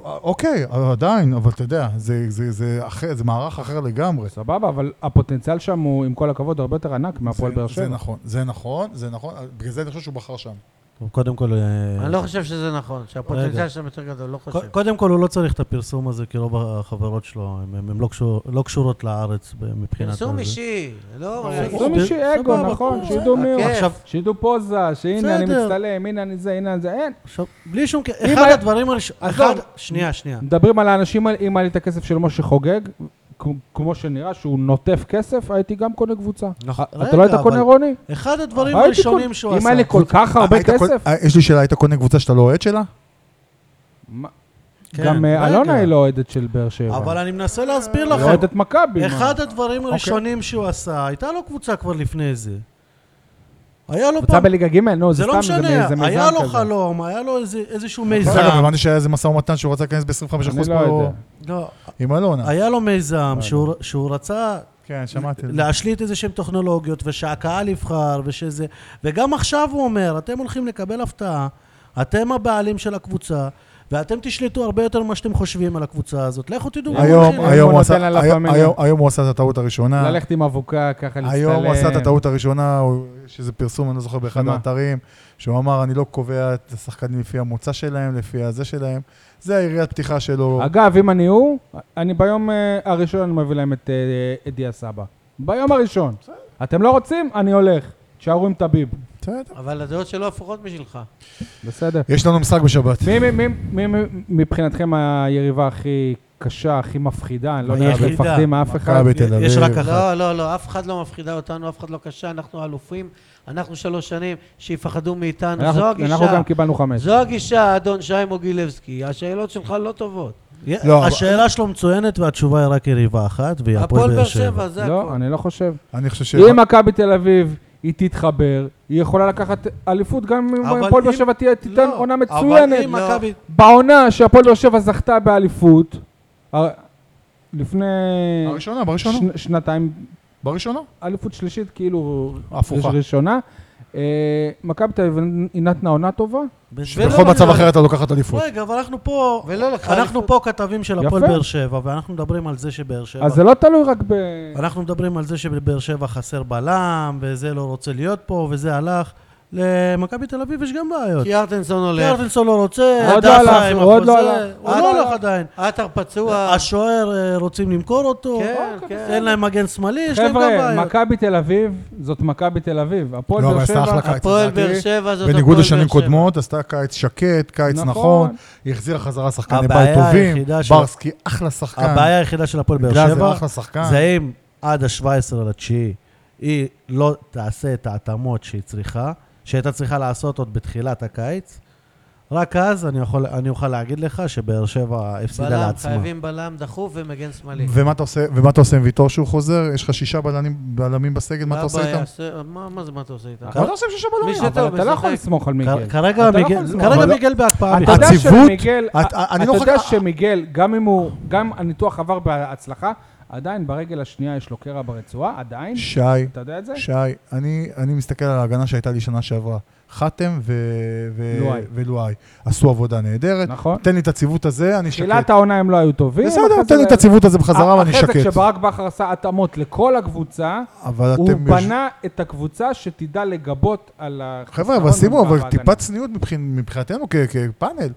Speaker 5: אוקיי, אבל עדיין, אבל אתה יודע, זה- זה- זה אחר- זה מערך אחר לגמרי.
Speaker 2: סבבה, אבל הפוטנציאל שם הוא, עם כל הכבוד, הרבה יותר ענק מהפועל
Speaker 5: זה-
Speaker 2: באר
Speaker 5: זה
Speaker 2: שבע.
Speaker 5: נכון, זה נכון, זה נכון, בגלל זה אני חושב שהוא בחר שם.
Speaker 3: טוב, קודם כל... אה,
Speaker 4: אני לא חושב שזה נכון, שהפוטנציאל שלהם יותר גדול, לא
Speaker 3: ק-
Speaker 4: חושב.
Speaker 3: קודם כל, הוא לא צריך את הפרסום הזה, כי רוב החברות שלו, הן לא קשורות לארץ ב- מבחינת...
Speaker 4: פרסום
Speaker 3: הזה.
Speaker 4: אישי, לא...
Speaker 2: זה מישהו אגו,
Speaker 3: סבבה,
Speaker 2: נכון,
Speaker 3: כן.
Speaker 2: שידעו מי הוא.
Speaker 4: הכיף.
Speaker 3: עכשיו,
Speaker 2: שידעו פוזה, שהנה אני
Speaker 3: בסדר.
Speaker 2: מצטלם, הנה אני זה, הנה אני זה, אין.
Speaker 3: עכשיו, בלי שום קשר,
Speaker 2: אם
Speaker 3: אחד
Speaker 2: היה-
Speaker 3: הדברים הראשונים,
Speaker 2: עזוב.
Speaker 3: אחד, שנייה, שנייה.
Speaker 2: מדברים על האנשים, על- אם היה לי את הכסף של משה חוגג, כ- כמו שנראה שהוא נוטף כסף, הייתי גם קונה קבוצה.
Speaker 3: נכון.
Speaker 2: אתה לא היית
Speaker 3: רגע,
Speaker 2: קונה
Speaker 3: אבל-
Speaker 2: רוני?
Speaker 3: אחד הדברים
Speaker 2: הייתי
Speaker 3: הראשונים
Speaker 2: קונה.
Speaker 3: שהוא עשה.
Speaker 2: אם היה לי כל כך הרבה
Speaker 5: היית
Speaker 2: כסף,
Speaker 5: קונה- אה, יש לי שאלה, היית קונה קבוצה שאתה לא אוהד שלה?
Speaker 2: מה-
Speaker 3: כן,
Speaker 2: גם אה,
Speaker 3: רגע.
Speaker 2: אלונה היא לא אוהדת של באר שבע.
Speaker 3: אבל אני מנסה להסביר
Speaker 2: היא
Speaker 3: לכם.
Speaker 2: אוהדת מכבי. מה?
Speaker 3: אחד הדברים
Speaker 2: אוקיי.
Speaker 3: הראשונים שהוא עשה, הייתה לו קבוצה כבר לפני זה. היה לו
Speaker 2: קבוצה
Speaker 3: פעם...
Speaker 2: בליגה ג' נו, זה
Speaker 3: זה לא
Speaker 2: סתם, זה מ-
Speaker 3: משנה,
Speaker 2: זה מיזם כזה. לא,
Speaker 3: היה לו חלום, היה לו איזה- איזשהו
Speaker 5: רגע,
Speaker 3: מיזם.
Speaker 5: הבנתי שהיה איזה משא ומתן שהוא רצה להיכנס ב-25%
Speaker 2: אני לא יודע.
Speaker 3: לא,
Speaker 5: עם אלונה.
Speaker 3: היה לו מיזם שהוא- שהוא רצה
Speaker 5: כן, שמעתי.
Speaker 2: לא,
Speaker 5: את זה.
Speaker 3: להשליט איזה שהן טכנולוגיות, ושהקהל יבחר, ושזה... וגם עכשיו הוא אומר, אתם הולכים לקבל הפתעה, אתם הבעלים של הקבוצה, ואתם תשלטו הרבה יותר ממה שאתם חושבים על הקבוצה הזאת. לכו תדעו.
Speaker 2: אה,
Speaker 3: מה
Speaker 5: היום-
Speaker 3: הולכים.
Speaker 2: הוא
Speaker 5: היום
Speaker 2: לא,
Speaker 5: הוא
Speaker 2: נותן לה לה
Speaker 5: עשה- היום-
Speaker 2: פמיליה.
Speaker 5: היום- היום הוא עשה את הטעות הראשונה.
Speaker 2: ללכת עם אבוקה, ככה להצטלם.
Speaker 5: היום הוא עשה את הטעות הראשונה, הוא- יש איזה פרסום, אני לא זוכר, באחד
Speaker 2: שמה?
Speaker 5: האתרים, שהוא אמר, אני לא קובע את השחקנים לפי המוצא שלהם, לפי הזה שלהם. זה היריית פתיחה שלו.
Speaker 2: אגב, אם אני הוא, אני ביום אה, הראשון אני מביא להם את אה, את דיה סבא. ביום הראשון. אתם לא רוצים? אני הולך. תשארו עם טביב.
Speaker 5: בסדר.
Speaker 4: אבל הדעות שלו הפוכות משלך.
Speaker 2: בסדר.
Speaker 5: יש לנו משחק בשבת.
Speaker 2: מי- מי- מי- מי מי- מבחינתכם היריבה הכי קשה, הכי מפחידה? אני לא יודע, אתם
Speaker 3: היחידה.
Speaker 2: מפחדים מאף אחד.
Speaker 5: מכבי תל
Speaker 3: יש
Speaker 2: אה.
Speaker 5: אביב.
Speaker 3: רק אחת.
Speaker 4: לא, לא, לא, אף אחד לא מפחידה אותנו, אף אחד לא קשה, אנחנו אלופים, אנחנו שלוש שנים, שיפחדו מאיתנו.
Speaker 2: אנחנו
Speaker 4: זו
Speaker 2: אנחנו
Speaker 4: הגישה,
Speaker 2: גם קיבלנו חמש.
Speaker 4: זו הגישה, אדון שי מוגילבסקי. השאלות שלך לא טובות.
Speaker 5: לא,
Speaker 3: השאלה שלו מצוינת, והתשובה היא רק יריבה אחת, והיא
Speaker 4: הפועל באר שבע, זה
Speaker 2: לא,
Speaker 4: הכול.
Speaker 2: אני לא חושב.
Speaker 5: אני חושב ש...
Speaker 2: אם מכבי תל אביב, היא תתחבר, היא יכולה לקחת אליפות גם אם
Speaker 3: אבל
Speaker 2: הפועל באר
Speaker 3: אם-
Speaker 2: שבע תהיה- תיתן
Speaker 3: לא,
Speaker 2: עונה
Speaker 3: אבל
Speaker 2: מצוינת.
Speaker 3: אם
Speaker 4: לא.
Speaker 3: מכבי...
Speaker 2: בעונה שהפועל באר שבע זכתה באליפות, הר- לפני
Speaker 5: הראשונה, בראשונה.
Speaker 2: שנ- שנתיים,
Speaker 5: בראשונה.
Speaker 2: אליפות שלישית כאילו
Speaker 5: הפוכה.
Speaker 2: ראשונה, אה, מכבי תל אביב נתנה עונה טובה,
Speaker 3: לא,
Speaker 5: בכל
Speaker 4: ולא-
Speaker 5: מצב אחר אתה לוקחת אליפות.
Speaker 3: רגע, אבל אנחנו פה,
Speaker 4: ולא לקחה
Speaker 3: אנחנו פה כתבים של הפועל
Speaker 2: יפה.
Speaker 3: באר שבע, ואנחנו מדברים על זה שבאר שבע...
Speaker 2: אז זה לא תלוי רק ב...
Speaker 3: אנחנו מדברים על זה שבבאר שבע חסר בלם, וזה לא רוצה להיות פה, וזה הלך. למכבי תל אביב יש גם בעיות.
Speaker 4: כי ארטנסון הולך,
Speaker 3: קרטנסון לא רוצה,
Speaker 2: עוד לא
Speaker 3: הדסה
Speaker 2: הלך,
Speaker 3: עם
Speaker 2: הוא עוד לא
Speaker 3: החוזה,
Speaker 2: הלך.
Speaker 3: הוא לא הלך עדיין.
Speaker 4: עטר פצוע,
Speaker 3: השוער אה, רוצים למכור אותו,
Speaker 4: כן,
Speaker 2: אוקיי,
Speaker 4: כן.
Speaker 3: אין להם מגן שמאלי, יש להם גם
Speaker 2: חבר'ה,
Speaker 3: בעיות.
Speaker 2: מכבי תל אביב זאת מכבי תל אביב. הפועל
Speaker 5: לא, אבל
Speaker 2: באר
Speaker 5: עשתה
Speaker 2: שבע... אה,
Speaker 5: אחלה קיץ,
Speaker 4: הפועל באר
Speaker 5: לדעתי.
Speaker 4: שבע זאת הפועל
Speaker 5: בניגוד
Speaker 4: באר
Speaker 5: לשנים
Speaker 4: שבע.
Speaker 5: קודמות, עשתה קיץ שקט, קיץ
Speaker 2: נכון.
Speaker 5: נכון, היא החזירה חזרה שחקני
Speaker 3: הבעיה
Speaker 5: בית טובים,
Speaker 3: היחידה של-
Speaker 5: ברסקי אחלה שחקן,
Speaker 3: הבעיה
Speaker 2: כן.
Speaker 3: היחידה של הפועל באר
Speaker 5: גלאזר
Speaker 3: שבע,
Speaker 5: אחלה שחקן.
Speaker 3: זה אם עד ה-17 לתשיעי היא לא תעשה את ההתאמות שהיא צריכה, שהייתה צריכה לעשות עוד בתחילת הקיץ, רק אז אני יכול- אני אוכל להגיד לך שבאר שבע הפסידה
Speaker 4: בלם,
Speaker 3: לעצמה.
Speaker 4: חייבים בלם דחוף ומגן שמאלי.
Speaker 5: ומה אתה עושה- ומה אתה עושה עם ויטור שהוא חוזר? יש לך שישה בלמים- בלמים בסגל, מה אתה עושה
Speaker 4: הבעיה?
Speaker 5: איתם?
Speaker 4: ש- מה מה זה מה אתה עושה איתם?
Speaker 5: מה אתה עושה עם שישה בלמים?
Speaker 4: מי שטוב
Speaker 2: אבל אתה לא
Speaker 4: משחק.
Speaker 2: יכול לסמוך על מיגל.
Speaker 3: כ- כרגע
Speaker 2: אתה לא
Speaker 3: מיגל-
Speaker 2: יכול לסמוך.
Speaker 3: כרגע
Speaker 5: אבל-
Speaker 3: מיגל בהקפאה.
Speaker 2: אתה
Speaker 3: בכלל.
Speaker 2: יודע
Speaker 5: הציוות?
Speaker 2: שמיגל,
Speaker 5: את-
Speaker 2: אתה
Speaker 5: אני לא
Speaker 2: יודע
Speaker 5: חכה-
Speaker 2: שמיגל, גם אם הוא, גם הניתוח עבר בהצלחה, עדיין ברגל השנייה יש לו קרע ברצועה, עדיין.
Speaker 5: שי,
Speaker 2: אתה יודע את זה?
Speaker 5: שי, אני אני מסתכל על ההגנה שהייתה לי שנה שעברה. חתם ו- ו-
Speaker 2: לואי.
Speaker 5: ולואי. עשו עבודה נהדרת.
Speaker 2: נכון.
Speaker 5: תן לי את הציוות הזה, אני
Speaker 2: תחילת
Speaker 5: שקט.
Speaker 2: העונה הם לא היו טובים.
Speaker 5: בסדר,
Speaker 2: אחרי
Speaker 5: תן לי
Speaker 2: זה-
Speaker 5: את הציוות הזה בחזרה ואני
Speaker 2: אחרי זה
Speaker 5: שקט.
Speaker 2: כשברק בכר עשה התאמות לכל הקבוצה,
Speaker 5: אבל
Speaker 2: הוא
Speaker 5: אתם... יוש-
Speaker 2: בנה לא את הקבוצה שתדע לגבות על ה...
Speaker 5: חבר'ה, אבל שימו, אבל טיפה צניעות מבחין- מבחינתנו כ- כפאנל.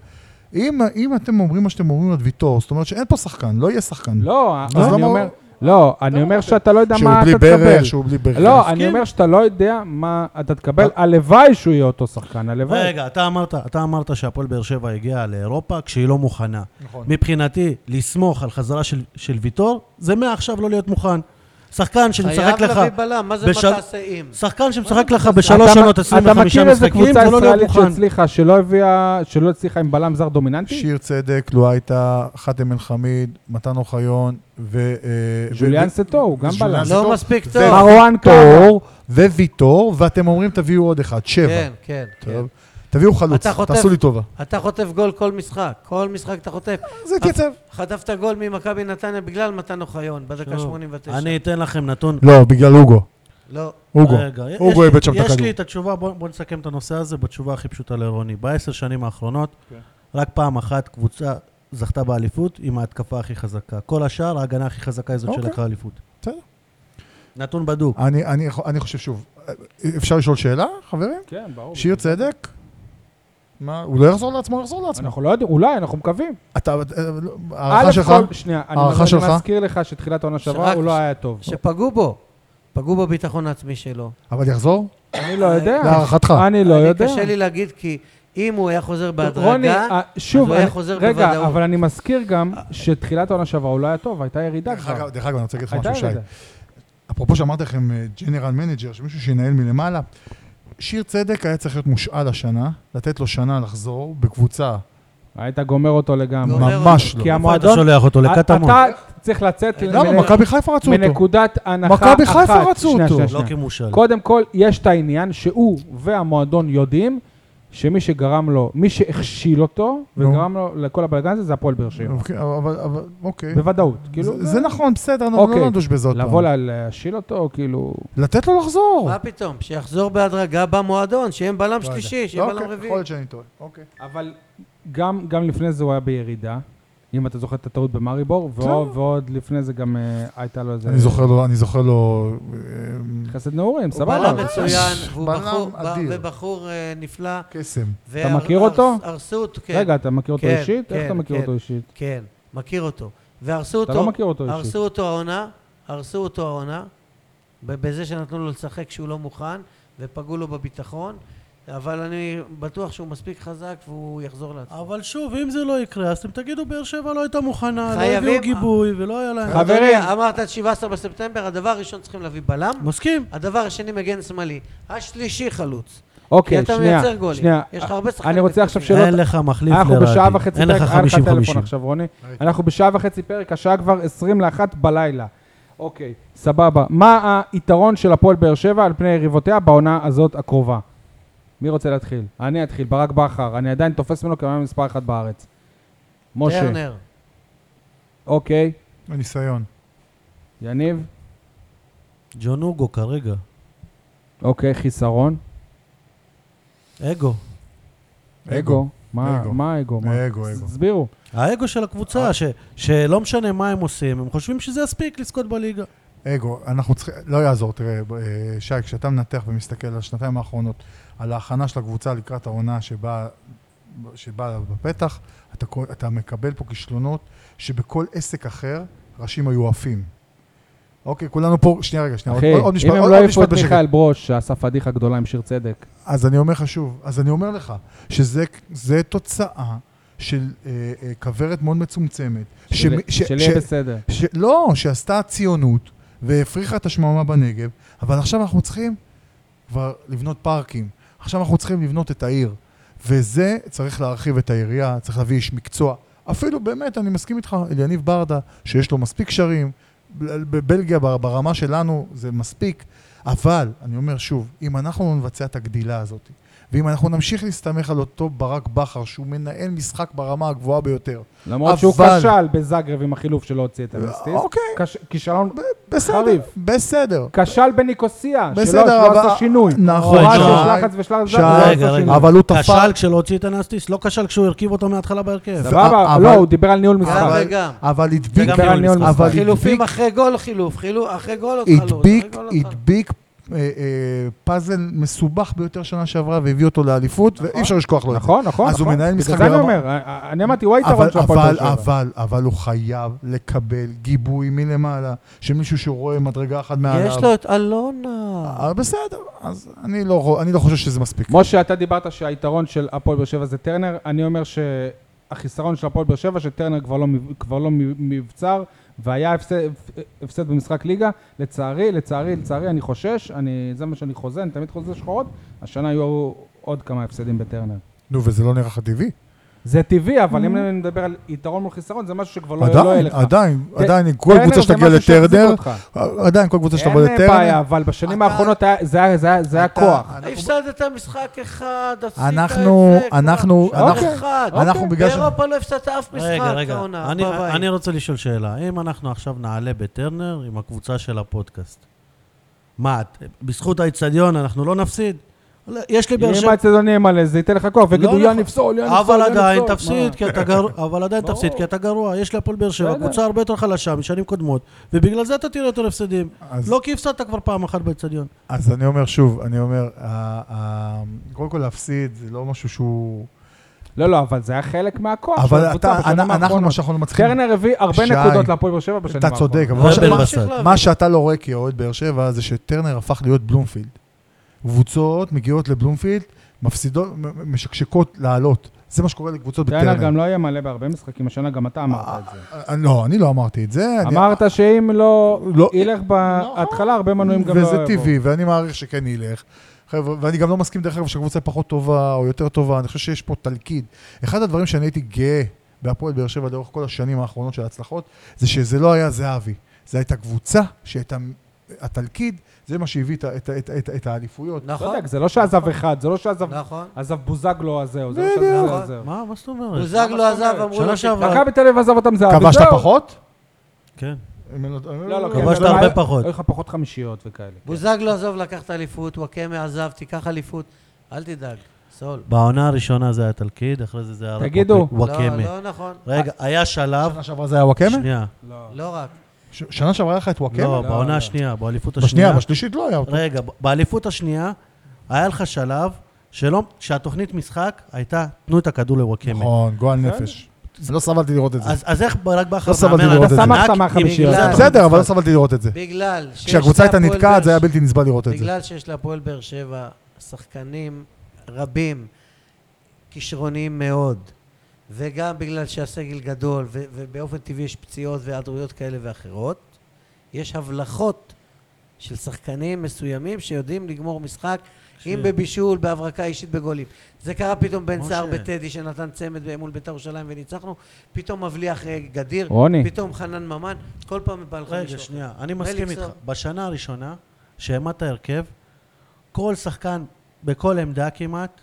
Speaker 5: אם, אם אתם אומרים מה שאתם אומרים על ויטור, זאת אומרת שאין פה שחקן, לא יהיה שחקן.
Speaker 2: לא,
Speaker 5: אז
Speaker 2: אני
Speaker 5: למה-
Speaker 2: אומר... לא, אני אומר שאתה לא יודע
Speaker 5: שהוא
Speaker 2: מה
Speaker 5: בלי
Speaker 2: אתה
Speaker 5: ברך,
Speaker 2: תקבל.
Speaker 5: שהוא בלי ברך.
Speaker 2: לא, אני אומר שאתה לא יודע מה אתה תקבל. הלוואי שהוא יהיה אותו שחקן, הלוואי.
Speaker 3: רגע, אתה אמרת, אתה אמרת שהפועל באר שבע הגיעה לאירופה כשהיא לא מוכנה.
Speaker 5: נכון.
Speaker 3: מבחינתי, לסמוך על חזרה של, של ויטור, זה מעכשיו לא להיות מוכן. שחקן שמשחק
Speaker 4: חייב
Speaker 3: לך...
Speaker 4: להביא בלם, מה זה מה
Speaker 3: בשל-
Speaker 4: תעשה אם?
Speaker 3: שחקן שמשחק לך בשלוש
Speaker 2: אתה-
Speaker 3: שנות 25
Speaker 2: אתה מכיר איזה
Speaker 3: משחקים,
Speaker 2: קבוצה
Speaker 3: זה לא להיות
Speaker 2: ישראלית
Speaker 3: מוכן.
Speaker 2: שהצליחה, שלא הביאה, שלא הצליחה עם בלם זר דומיננטי?
Speaker 5: שיר צדק, לואייטה, חתם אל חמיד, מתן אוחיון, ו... אה,
Speaker 2: ג'וליאן
Speaker 5: ו-
Speaker 2: סטו, הוא גם
Speaker 5: ג'וליאן
Speaker 2: בלם.
Speaker 5: סטו.
Speaker 4: לא מספיק
Speaker 5: זה-
Speaker 4: טוב.
Speaker 2: מרואן קאבה.
Speaker 5: ויטור וויטור, ואתם אומרים תביאו עוד אחד, שבע.
Speaker 4: כן, כן, כן.
Speaker 5: טוב. תביאו חלוץ,
Speaker 4: אתה חוטף.
Speaker 5: תעשו לי טובה.
Speaker 4: אתה חוטף גול כל משחק, כל משחק אתה חוטף.
Speaker 5: זה קצב.
Speaker 4: חטפת גול ממכבי נתניה בגלל מתן אוחיון בדקה 89.
Speaker 3: לא. אני אתן לכם נתון.
Speaker 5: לא, בגלל אוגו.
Speaker 4: לא.
Speaker 5: אוגו.
Speaker 3: רגע, יש
Speaker 5: אוגו
Speaker 3: לי-
Speaker 5: איבד שם את
Speaker 3: יש
Speaker 5: הכדור.
Speaker 3: לי את התשובה, בואו בוא נסכם את הנושא הזה בתשובה הכי פשוטה לרוני. בעשר שנים האחרונות,
Speaker 5: כן.
Speaker 3: רק פעם אחת קבוצה זכתה באליפות עם ההתקפה הכי חזקה. כל השאר, ההגנה הכי חזקה היא זאת
Speaker 5: אוקיי.
Speaker 3: שלקחה אליפות.
Speaker 5: בסדר.
Speaker 3: נתון בדוק.
Speaker 5: אני- אני- אני חושב שוב, אפשר לשאול שאלה, חברים?
Speaker 2: כן, ברור.
Speaker 5: שיר צדק? מה, הוא לא יחזור לעצמו, הוא יחזור לעצמו.
Speaker 2: אנחנו לא יודעים, אולי, אנחנו מקווים.
Speaker 5: אתה, אה, לא, הערכה
Speaker 2: א',
Speaker 5: שלך?
Speaker 2: כל- שנייה, אני
Speaker 5: הערכה
Speaker 2: אני
Speaker 5: שלך?
Speaker 2: מזכיר לך שתחילת העונה שעברה
Speaker 4: שרק-
Speaker 2: הוא לא היה טוב.
Speaker 4: שפגעו בו. פגעו בביטחון העצמי שלו.
Speaker 5: אבל יחזור?
Speaker 2: אני לא יודע.
Speaker 5: להערכתך.
Speaker 2: אני לא
Speaker 4: אני,
Speaker 2: יודע.
Speaker 4: קשה לי להגיד, כי אם הוא היה חוזר
Speaker 2: רוני,
Speaker 4: בהדרגה,
Speaker 2: אה, שוב,
Speaker 4: הוא היה
Speaker 2: אני-
Speaker 4: חוזר
Speaker 2: רגע,
Speaker 4: בוודאות.
Speaker 2: אבל אני מזכיר גם שתחילת העונה שעברה הוא לא היה טוב, הייתה ירידה
Speaker 5: דרך
Speaker 2: כבר.
Speaker 5: אגב, דרך אגב, אני רוצה להגיד לך
Speaker 2: הייתה
Speaker 5: משהו, שי.
Speaker 2: ירידה.
Speaker 5: אפרופו שאמרתי לכם ג'נרל מנג'ר, שמישהו שינהל מלמעלה, שיר צדק היה צריך להיות מושאל השנה, לתת לו שנה לחזור בקבוצה,
Speaker 2: היית גומר אותו לגמרי.
Speaker 4: גומר.
Speaker 5: ממש
Speaker 2: כי
Speaker 5: לא.
Speaker 3: איפה אתה
Speaker 2: המועדון... אה,
Speaker 3: שולח אותו? לקטמון.
Speaker 2: אתה צריך לצאת
Speaker 4: לא,
Speaker 5: למה?
Speaker 2: מנק-
Speaker 5: מכבי חיפה רצו אותו.
Speaker 2: מנקודת הנחה אחת.
Speaker 5: מכבי חיפה רצו
Speaker 2: שנייה,
Speaker 5: אותו.
Speaker 2: שנייה, שנייה.
Speaker 3: לא כמושל.
Speaker 2: קודם כל, יש את העניין שהוא והמועדון יודעים שמי שגרם לו, מי שהכשיל אותו
Speaker 5: נו.
Speaker 2: וגרם לו לכל הבלגן הזה, זה הפועל באר שבע.
Speaker 5: אוקיי, אבל, אבל, אוקיי.
Speaker 2: בוודאות. כאילו,
Speaker 5: זה- זה נכון, בסדר, נו,
Speaker 2: אוקיי.
Speaker 5: לא נדוש בזה עוד
Speaker 2: לבוא
Speaker 5: פעם.
Speaker 2: לה- להשיל אותו, כאילו...
Speaker 5: לתת לו לחזור.
Speaker 4: מה פתאום? שיחזור בהדרגה במועדון, שיהיה בלם
Speaker 5: לא יודע.
Speaker 4: שלישי, שיהיה
Speaker 5: לא,
Speaker 4: בלם
Speaker 5: אוקיי,
Speaker 4: רביעי.
Speaker 5: יכול להיות שאני טועה. אוקיי.
Speaker 2: אבל גם, גם לפני זה הוא היה בירידה, אם אתה זוכר את הטעות במאריבור, ועוד, ועוד לפני זה גם אה, הייתה לו איזה...
Speaker 5: כן. אני זוכר לו, אני זוכר לו... אה,
Speaker 2: חסד נעורים,
Speaker 4: הוא בלם
Speaker 2: סבבה.
Speaker 4: מצוין, והוא
Speaker 5: בלם
Speaker 4: בחור-
Speaker 5: אדיר.
Speaker 4: ובחור אה, נפלא.
Speaker 5: קסם.
Speaker 4: והר-
Speaker 2: מכיר אותו?
Speaker 4: הרס- הרסו אותו, כן.
Speaker 2: רגע, אתה מכיר אותו
Speaker 4: כן,
Speaker 2: אישית?
Speaker 4: כן,
Speaker 2: איך אתה מכיר
Speaker 4: כן.
Speaker 2: אותו אישית?
Speaker 4: כן, מכיר אותו. והרסו אותו,
Speaker 2: אתה לא מכיר אותו אישית.
Speaker 4: הרסו אותו העונה, הרסו אותו העונה, ב- בזה שנתנו לו לשחק כשהוא לא מוכן, ופגעו לו בביטחון, אבל אני בטוח שהוא מספיק חזק והוא יחזור לעצמו.
Speaker 3: אבל שוב, אם זה לא יקרה, אז אתם תגידו, באר שבע לא הייתה מוכנה, לא
Speaker 4: חייבים-
Speaker 3: הביאו גיבוי ולא היה להם...
Speaker 2: חייב- חברים.
Speaker 4: אדוני, אמרת עד 17 בספטמבר, הדבר הראשון צריכים להביא בלם,
Speaker 3: מסכים.
Speaker 4: הדבר השני מגן שמאלי, השלישי חלוץ. כי
Speaker 2: אוקיי,
Speaker 4: אתה
Speaker 2: שנייה.
Speaker 4: מייצר גולים.
Speaker 2: שנייה. אה,
Speaker 4: יש לך הרבה שחקנים. אה,
Speaker 2: אני רוצה עכשיו
Speaker 4: התקפיים.
Speaker 2: שאלות.
Speaker 3: אין לך מחליף
Speaker 2: אנחנו
Speaker 3: לרעתי.
Speaker 2: בשעה וחצי
Speaker 3: אין
Speaker 2: פרק,
Speaker 3: לך
Speaker 2: היה לך טלפון
Speaker 3: 50-50.
Speaker 2: עכשיו, רוני.
Speaker 5: אוקיי.
Speaker 2: אנחנו בשעה וחצי פרק, השעה כבר 21 בלילה. אוקיי, סבבה. מה היתרון של הפועל באר שבע על פני יריבותיה בעונה הזאת הקרובה? מי רוצה להתחיל? אני אתחיל, ברק בכר. אני עדיין תופס ממנו כמאמן מספר אחת בארץ. משה,
Speaker 4: טרנר,
Speaker 2: אוקיי.
Speaker 5: הניסיון.
Speaker 2: יניב,
Speaker 3: ג'ון אוגו כרגע.
Speaker 2: אוקיי, חיסרון.
Speaker 3: אגו.
Speaker 2: אגו. מה
Speaker 5: אגו.
Speaker 2: מה האגו? מה?
Speaker 5: אגו, אגו.
Speaker 2: תסבירו.
Speaker 3: האגו של הקבוצה, ש, שלא משנה מה הם עושים, הם חושבים שזה יספיק לזכות בליגה.
Speaker 5: אגו, אנחנו צריכים, לא יעזור, תראה, אה, שי, כשאתה מנתח ומסתכל על השנתיים האחרונות, על ההכנה של הקבוצה לקראת העונה שבאה שבא בפתח, אתה, כל- אתה מקבל פה כישלונות שבכל עסק אחר ראשים היו עפים. אוקיי, כולנו פה, שנייה רגע, שנייה,
Speaker 2: אחי,
Speaker 5: עוד, עוד משפט,
Speaker 2: אם הם
Speaker 5: עוד,
Speaker 2: לא
Speaker 5: עוד
Speaker 2: העיפו
Speaker 5: משפט
Speaker 2: את
Speaker 5: בשקט.
Speaker 2: מיכאל ברוש, שעשה פדיחה גדולה עם שיר צדק,
Speaker 5: אז אני אומר לך שוב, אז אני אומר לך, שזה זה תוצאה של אה, אה, כוורת מאוד מצומצמת.
Speaker 2: של
Speaker 5: שמ- ש-
Speaker 2: של
Speaker 5: ש-
Speaker 2: יהיה בסדר.
Speaker 5: ש... לא, שעשתה ציונות והפריחה את השממה בנגב, אבל עכשיו אנחנו צריכים כבר לבנות פארקים. עכשיו אנחנו צריכים לבנות את העיר. וזה, צריך להרחיב את העירייה, צריך להביא איש מקצוע. אפילו באמת, אני מסכים איתך, אל יניב ברדה, שיש לו מספיק קשרים. ב- בבלגיה, בר- ברמה שלנו, זה מספיק. אבל, אני אומר שוב, אם אנחנו לא נבצע את הגדילה הזאת, ואם אנחנו נמשיך להסתמך על אותו ברק בכר, שהוא מנהל משחק ברמה הגבוהה ביותר,
Speaker 2: למרות שהוא
Speaker 5: אבל-
Speaker 2: כשל בזאגרב עם החילוף שלא הוציא את המסטיס.
Speaker 5: אוקיי.
Speaker 2: כש- כישלון,
Speaker 5: בסדר,
Speaker 2: חריף.
Speaker 5: בסדר.
Speaker 2: כשל בניקוסיה, שלא
Speaker 5: בסדר,
Speaker 2: שלא
Speaker 5: אבל-
Speaker 2: עשה שינוי.
Speaker 5: נכון,
Speaker 2: הוא ראה
Speaker 3: שי.
Speaker 2: שיש לחץ ושלח
Speaker 5: שי,
Speaker 2: זאגרב, לא עשה
Speaker 3: רגע, רגע.
Speaker 2: שינוי.
Speaker 5: אבל הוא תפר,
Speaker 3: כשל כשלא הוציא את הנסטיס, לא כשל כשהוא הרכיב אותו מההתחלה בהרכב.
Speaker 2: סבבה,
Speaker 5: אבל-
Speaker 2: לא, הוא דיבר על ניהול
Speaker 4: גם
Speaker 2: משחק.
Speaker 4: וגם.
Speaker 5: אבל הדביק,
Speaker 2: דיבר על ניהול
Speaker 5: אבל
Speaker 2: משחק.
Speaker 5: הדביק,
Speaker 4: חילופים אחרי גול חילוף, חילוף אחרי גול עוד חלוץ.
Speaker 5: הדביק,
Speaker 4: אחרי
Speaker 2: לא
Speaker 4: גול עוד חלוץ.
Speaker 5: הדביק אה, אה, פאזל מסובך ביותר שנה שעברה והביא אותו לאליפות, ואי אפשר לשכוח לו את זה.
Speaker 2: נכון, נכון.
Speaker 5: אז הוא
Speaker 2: נכון.
Speaker 5: מנהל משחק
Speaker 2: בגלל זה אני
Speaker 5: ברמה-
Speaker 2: אומר, א- א- אני אמרתי, הוא היתרון
Speaker 5: אבל,
Speaker 2: של הפועל
Speaker 5: אבל,
Speaker 2: באר שבע.
Speaker 5: אבל, אבל הוא חייב לקבל גיבוי מלמעלה, של מישהו שרואה מדרגה אחת מעליו.
Speaker 4: יש לו את אלונה.
Speaker 5: אבל בסדר, אז אני לא, רוא- אני לא חושב שזה מספיק.
Speaker 2: משה, אתה דיברת שהיתרון של הפועל באר שבע זה טרנר, אני אומר שהחיסרון של הפועל באר שבע שטרנר כבר לא, מב- כבר לא מב- מבצר, והיה הפסד, הפסד במשחק ליגה. לצערי, לצערי, לצערי, אני חושש, אני, זה מה שאני חוזה, אני תמיד חוזה שחורות, השנה היו עוד כמה הפסדים בטרנר.
Speaker 5: נו, וזה לא נראה לך טבעי.
Speaker 2: זה טבעי, אבל אם אני מדבר על יתרון מול חיסרון, זה משהו שכבר לא לא יהיה
Speaker 5: עדיין,
Speaker 2: לך.
Speaker 5: עדיין,
Speaker 2: ט-
Speaker 5: עדיין, כל
Speaker 2: טרנר
Speaker 5: קבוצה
Speaker 2: זה
Speaker 5: שתגיע
Speaker 2: משהו שיחזיק
Speaker 5: לטרנר,
Speaker 2: אותך.
Speaker 5: עדיין כל קבוצה שתבוא
Speaker 2: אין בעיה,
Speaker 5: לטרנר,
Speaker 2: אבל בשנים
Speaker 5: אתה-
Speaker 2: האחרונות היה- זה היה- זה היה- זה היה
Speaker 5: אתה-
Speaker 2: כוח.
Speaker 4: הפסדת משחק אחד, עשית את זה.
Speaker 5: אנחנו-
Speaker 4: כבר.
Speaker 5: אנחנו-
Speaker 4: עוד
Speaker 2: אנחנו-
Speaker 4: אחד.
Speaker 5: אנחנו בגלל ש...
Speaker 4: באירופה לא הפסדת אף משחק
Speaker 3: רגע, רגע,
Speaker 4: העונה,
Speaker 3: אני-
Speaker 4: בבית.
Speaker 3: אני רוצה לשאול שאלה. אם אנחנו עכשיו נעלה בטרנר עם הקבוצה של הפודקאסט, מה, את- בזכות האיצטדיון אנחנו לא נפסיד? לא, יש לי באר
Speaker 2: אם
Speaker 3: שבע...
Speaker 2: האצטדיונים האלה, זה ייתן לך כוח, ויגידו,
Speaker 3: נכון.
Speaker 2: יאן נפסול, יאן נפסול,
Speaker 3: אבל
Speaker 2: יאן
Speaker 3: עדיין
Speaker 2: נפסול."
Speaker 3: תפסיד,
Speaker 2: מה?
Speaker 3: כי אתה גרוע, אבל עדיין
Speaker 2: ברור.
Speaker 3: תפסיד, כי אתה גרוע. יש להפועל באר שבע
Speaker 2: בסדר.
Speaker 3: קבוצה הרבה יותר חלשה משנים קודמות, ובגלל זה אתה תראה יותר הפסדים.
Speaker 5: אז-
Speaker 3: לא כי הפסדת כבר פעם אחת באצטדיון.
Speaker 5: אז אני אומר שוב, אני אומר, ה- ה- קודם כל להפסיד זה לא משהו שהוא...
Speaker 2: לא, לא, אבל זה היה חלק מהכוח של
Speaker 5: אבל
Speaker 2: הקבוצה
Speaker 5: אתה,
Speaker 2: בשנים
Speaker 5: אנ- אנחנו,
Speaker 2: האחרונות.
Speaker 5: מה שאנחנו מצחיקים,
Speaker 2: טרנר הביא הרבה
Speaker 5: שי,
Speaker 2: נקודות להפועל באר שבע בשנים
Speaker 5: אתה
Speaker 2: האחרונות.
Speaker 5: צודק, אבל מה ש-
Speaker 3: רבל
Speaker 5: מה-
Speaker 3: בסט.
Speaker 5: מה שאתה לא רואה כאוהד באר שבע זה שטרנר הפך להיות בלומפילד. קבוצות מגיעות לבלומפילד, מפסידות, מ- מ- משקשקות לעלות. זה מה שקורה לקבוצות
Speaker 2: טרנר גם
Speaker 5: בטרנר.
Speaker 2: לא יהיה מלא בהרבה משחקים, השנה גם אתה אמרת את זה.
Speaker 5: אה, לא, אני לא אמרתי את זה. אני-
Speaker 2: אמרת שאם לא
Speaker 5: לא-
Speaker 2: ילך בהתחלה, הרבה מנויים גם לא
Speaker 5: וזה
Speaker 2: יבואו.
Speaker 5: טבעי, ואני מעריך שכן ילך. חבר'ה, ואני גם לא מסכים, דרך אגב, שהקבוצה היא פחות טובה או יותר טובה, אני חושב שיש פה תלכיד. אחד הדברים שאני הייתי גאה בהפועל באר שבע לאורך כל השנים האחרונות של ההצלחות, זה שזה לא היה זהבי, זו הייתה קבוצה שהייתה... התלכיד, זה מה שהביא את, ה- את, ה- את, ה- את, ה- את האליפויות.
Speaker 4: נכון,
Speaker 2: צודק, זה לא שעזב אחד, זה לא שעזב
Speaker 4: נכון.
Speaker 2: עזב בוזגלו עזהו, זה לא שעזב
Speaker 4: בדיוק.
Speaker 2: לא עזהו.
Speaker 3: מה, מה זאת אומרת?
Speaker 4: בוזגלו עזב, אמרו לו
Speaker 3: שנה שעברה.
Speaker 2: מכבי תל אביב עזב אותם זהבי,
Speaker 5: כבשת
Speaker 2: זהו.
Speaker 5: פחות?
Speaker 3: כן.
Speaker 2: לא, לא, כן,
Speaker 3: כבשת
Speaker 2: אבל
Speaker 3: הרבה
Speaker 2: היה-
Speaker 3: פחות.
Speaker 2: היו לך פחות חמישיות וכאלה.
Speaker 4: בוזגלו עזוב, לקח את האליפות, וואקמה עזב, תיקח אליפות. אל תדאג, סול.
Speaker 3: בעונה הראשונה זה היה תלכיד, אחרי זה זה היה... רק
Speaker 2: תגידו.
Speaker 3: וואק-
Speaker 4: לא,
Speaker 3: וואקמה.
Speaker 4: לא נכון,
Speaker 3: רגע, היה שלב...
Speaker 5: שנה שעברה זה היה וואקמה?
Speaker 3: שנייה.
Speaker 4: לא רק.
Speaker 5: ש- שנה שעברה היה לך את וואקמה?
Speaker 3: לא, בעונה
Speaker 2: לא.
Speaker 3: השנייה, באליפות השנייה.
Speaker 5: בשנייה, בשלישית לא היה אותו.
Speaker 3: רגע, ב- באליפות השנייה, היה לך שלב שלא, שהתוכנית משחק הייתה, תנו את הכדור לוואקמה.
Speaker 5: נכון, גועל נפש. לא סבלתי לראות את זה.
Speaker 3: אז, אז איך ברק בכר
Speaker 5: לא סבלתי לראות את
Speaker 2: זה.
Speaker 3: ענק
Speaker 2: אתה שמחת
Speaker 3: עם
Speaker 2: מהחמישיות.
Speaker 3: קבוצה-
Speaker 4: זה.
Speaker 5: בסדר, אבל לא סבלתי לראות את זה.
Speaker 4: בגלל שיש
Speaker 5: כשהקבוצה הייתה
Speaker 4: להפועל
Speaker 5: נתקעת
Speaker 4: באר
Speaker 5: זה היה בלתי נסבל לראות את זה.
Speaker 4: בגלל שיש להפועל באר שבע שחקנים רבים, כישרוניים מאוד, וגם בגלל שהסגל גדול, ו- ובאופן טבעי יש פציעות והיעדרויות כאלה ואחרות, יש הבלחות של שחקנים מסוימים שיודעים לגמור משחק, אם בבישול, בהברקה אישית בגולים. זה קרה פתאום בן
Speaker 3: משה.
Speaker 4: סער בטדי שנתן צמד מול בית"ר ירושלים וניצחנו, פתאום מבליח אה, גדיר,
Speaker 2: רוני.
Speaker 4: פתאום חנן ממן, כל פעם בא לך
Speaker 3: רגע,
Speaker 4: מישהו אחר.
Speaker 3: שנייה, אני מסכים
Speaker 4: מליקסון.
Speaker 3: איתך. בשנה הראשונה, שהעמדת הרכב, כל שחקן, בכל עמדה כמעט,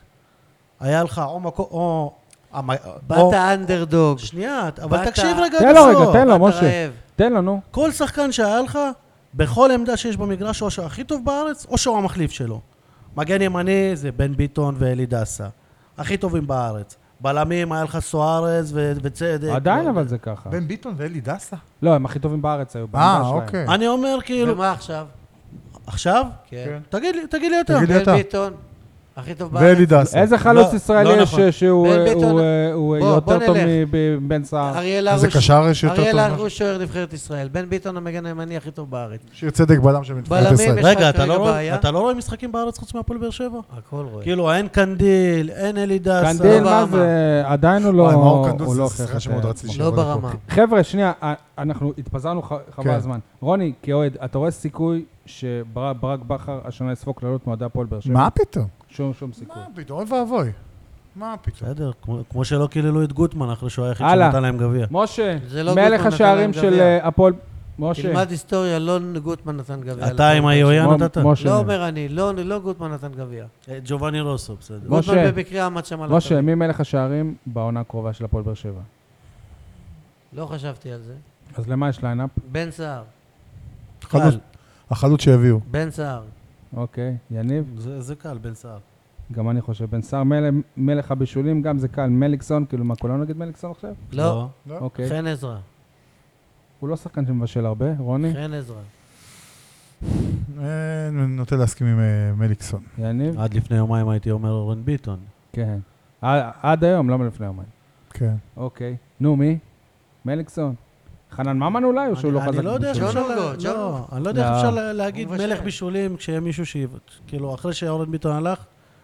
Speaker 3: היה לך או מקום, או... המ- או-
Speaker 4: באת אנדרדוג.
Speaker 3: שנייה, אבל
Speaker 4: באת-
Speaker 3: תקשיב רגע
Speaker 2: תן
Speaker 3: עד
Speaker 2: לו
Speaker 3: הסוף.
Speaker 2: רגע, תן לו,
Speaker 4: אתה
Speaker 2: משה.
Speaker 4: רעב.
Speaker 2: תן לו, נו.
Speaker 3: כל שחקן שהיה לך, בכל עמדה שיש במגרש, או שהוא הכי טוב בארץ, או שהוא המחליף שלו. מגן ימני זה בן ביטון ואלי דסה. הכי טובים בארץ. בלמים היה לך סוארז ו- וצדק.
Speaker 2: עדיין אבל זה ככה.
Speaker 5: בן ביטון ואלי דסה?
Speaker 2: לא, הם הכי טובים בארץ היו.
Speaker 5: אה,
Speaker 2: בעמדה שלהם.
Speaker 5: אוקיי.
Speaker 3: אני אומר כאילו...
Speaker 4: ומה עכשיו?
Speaker 3: עכשיו?
Speaker 4: כן.
Speaker 3: תגיד לי, תגיד לי יותר.
Speaker 5: תגיד לי
Speaker 4: בן
Speaker 5: אתה.
Speaker 4: ביטון, הכי טוב בארץ.
Speaker 5: ואלי דסה.
Speaker 2: איזה חלוץ
Speaker 3: לא,
Speaker 2: ישראלי
Speaker 3: לא
Speaker 2: יש
Speaker 3: נכון.
Speaker 2: שהוא
Speaker 4: בן
Speaker 2: אה,
Speaker 4: ביטון-
Speaker 2: הוא, אה, הוא אה,
Speaker 4: בוא,
Speaker 2: יותר
Speaker 4: בוא
Speaker 2: טוב
Speaker 4: נלך.
Speaker 2: מבן סער?
Speaker 4: אריאל
Speaker 5: איזה
Speaker 4: הרוש,
Speaker 5: קשר יש יותר
Speaker 4: אריאל
Speaker 5: טוב? מה-
Speaker 4: הרוש שוער נבחרת ישראל. בן ביטון המגן הימני הכי טוב בארץ.
Speaker 5: שיר צדק בלם של
Speaker 4: בלמים
Speaker 5: מדינת ישראל.
Speaker 4: יש-
Speaker 3: רגע,
Speaker 4: לך
Speaker 3: אתה לא
Speaker 4: כרגע
Speaker 3: רואה-
Speaker 4: בעיה?
Speaker 3: אתה לא רואה משחקים בארץ חוץ מהפועל באר שבע?
Speaker 4: הכל רואה.
Speaker 3: כאילו, אין קנדיל, אין אלי דסה.
Speaker 2: קנדיל,
Speaker 4: לא
Speaker 2: מה
Speaker 4: ברמה.
Speaker 2: זה, עדיין הוא לא
Speaker 5: וואי, מאור קנדוס
Speaker 2: הוא
Speaker 5: זה
Speaker 2: לא
Speaker 5: שחקן
Speaker 2: הוכיח את
Speaker 5: שמאוד
Speaker 2: עצמו.
Speaker 5: רציתי שיבוא
Speaker 4: לא
Speaker 5: לפה.
Speaker 4: ברמה.
Speaker 2: חבר'ה, שנייה, א- אנחנו התפזרנו ח- חבל
Speaker 5: כן.
Speaker 2: הזמן. רוני, כאוהד, אתה רואה סיכוי שברק בכר השנה יספוג כללות מועדי הפועל באר שבע?
Speaker 5: מה פתאום?
Speaker 2: שום שום סיכוי.
Speaker 5: מה פתאום? אוי ואבוי. מה פתאום?
Speaker 3: בסדר, כמו- כמו שלא קיללו את גוטמן אחרי שהוא היחיד
Speaker 2: הלאה.
Speaker 3: שנתן להם גביע.
Speaker 2: משה,
Speaker 4: זה לא
Speaker 2: מלך
Speaker 4: גוטמן נתן
Speaker 2: השערים
Speaker 4: להם
Speaker 2: של
Speaker 4: גביע. כאילו,
Speaker 2: אה, הפועל... משה,
Speaker 4: תלמד היסטוריה, לא גוטמן נתן גביע.
Speaker 3: אתה עם היויה
Speaker 2: מו-
Speaker 3: נתת?
Speaker 2: משה,
Speaker 4: לא אומר אני, לא לא גוטמן נתן גביע.
Speaker 3: אה, ג'ובאני רוסו, בסדר.
Speaker 2: משה.
Speaker 4: גוטמן במקרה עמד שם על
Speaker 2: משה,
Speaker 4: הקו.
Speaker 2: מי מלך השערים בעונה הקרובה של הפועל באר שבע?
Speaker 4: לא חשבתי על זה.
Speaker 2: אז למה יש ליינאפ?
Speaker 4: בן סער,
Speaker 5: חלוץ. החלוץ שהביאו.
Speaker 4: בן סער.
Speaker 2: אוקיי, יניב?
Speaker 3: זה זה קל, בן סער.
Speaker 2: גם אני חושב, בן סער מל- מלך הבישולים, גם זה קל, מליקסון, כאילו מה, כולנו נגיד מליקסון עכשיו?
Speaker 3: כן.
Speaker 4: לא,
Speaker 2: אוקיי.
Speaker 4: חן עזרא.
Speaker 2: הוא לא שחקן שמבשל הרבה, רוני,
Speaker 4: חן עזרא.
Speaker 5: אה, נוטה להסכים עם אה, מליקסון.
Speaker 3: כן.
Speaker 2: יניב,
Speaker 3: עד לפני יומיים הייתי אומר אורן ביטון.
Speaker 2: כן. ע- עד היום, למה לפני יומיים?
Speaker 5: כן.
Speaker 2: אוקיי. נו, מי? מליקסון. חנן ממן אולי, או שהוא
Speaker 3: אני-
Speaker 2: לא חזק?
Speaker 3: אני לא יודע איך
Speaker 2: בבישולים?
Speaker 4: ג'ון
Speaker 3: אפשר לה-
Speaker 4: אוגו, ג'ון
Speaker 3: לא,
Speaker 4: אוגו.
Speaker 3: אני לא יודע איך
Speaker 2: לא.
Speaker 3: אפשר לה- להגיד
Speaker 4: הוא מבשל.
Speaker 3: מלך בישולים כשיהיה מישהו ש... כאילו, אחרי שאורן ביטון הלך,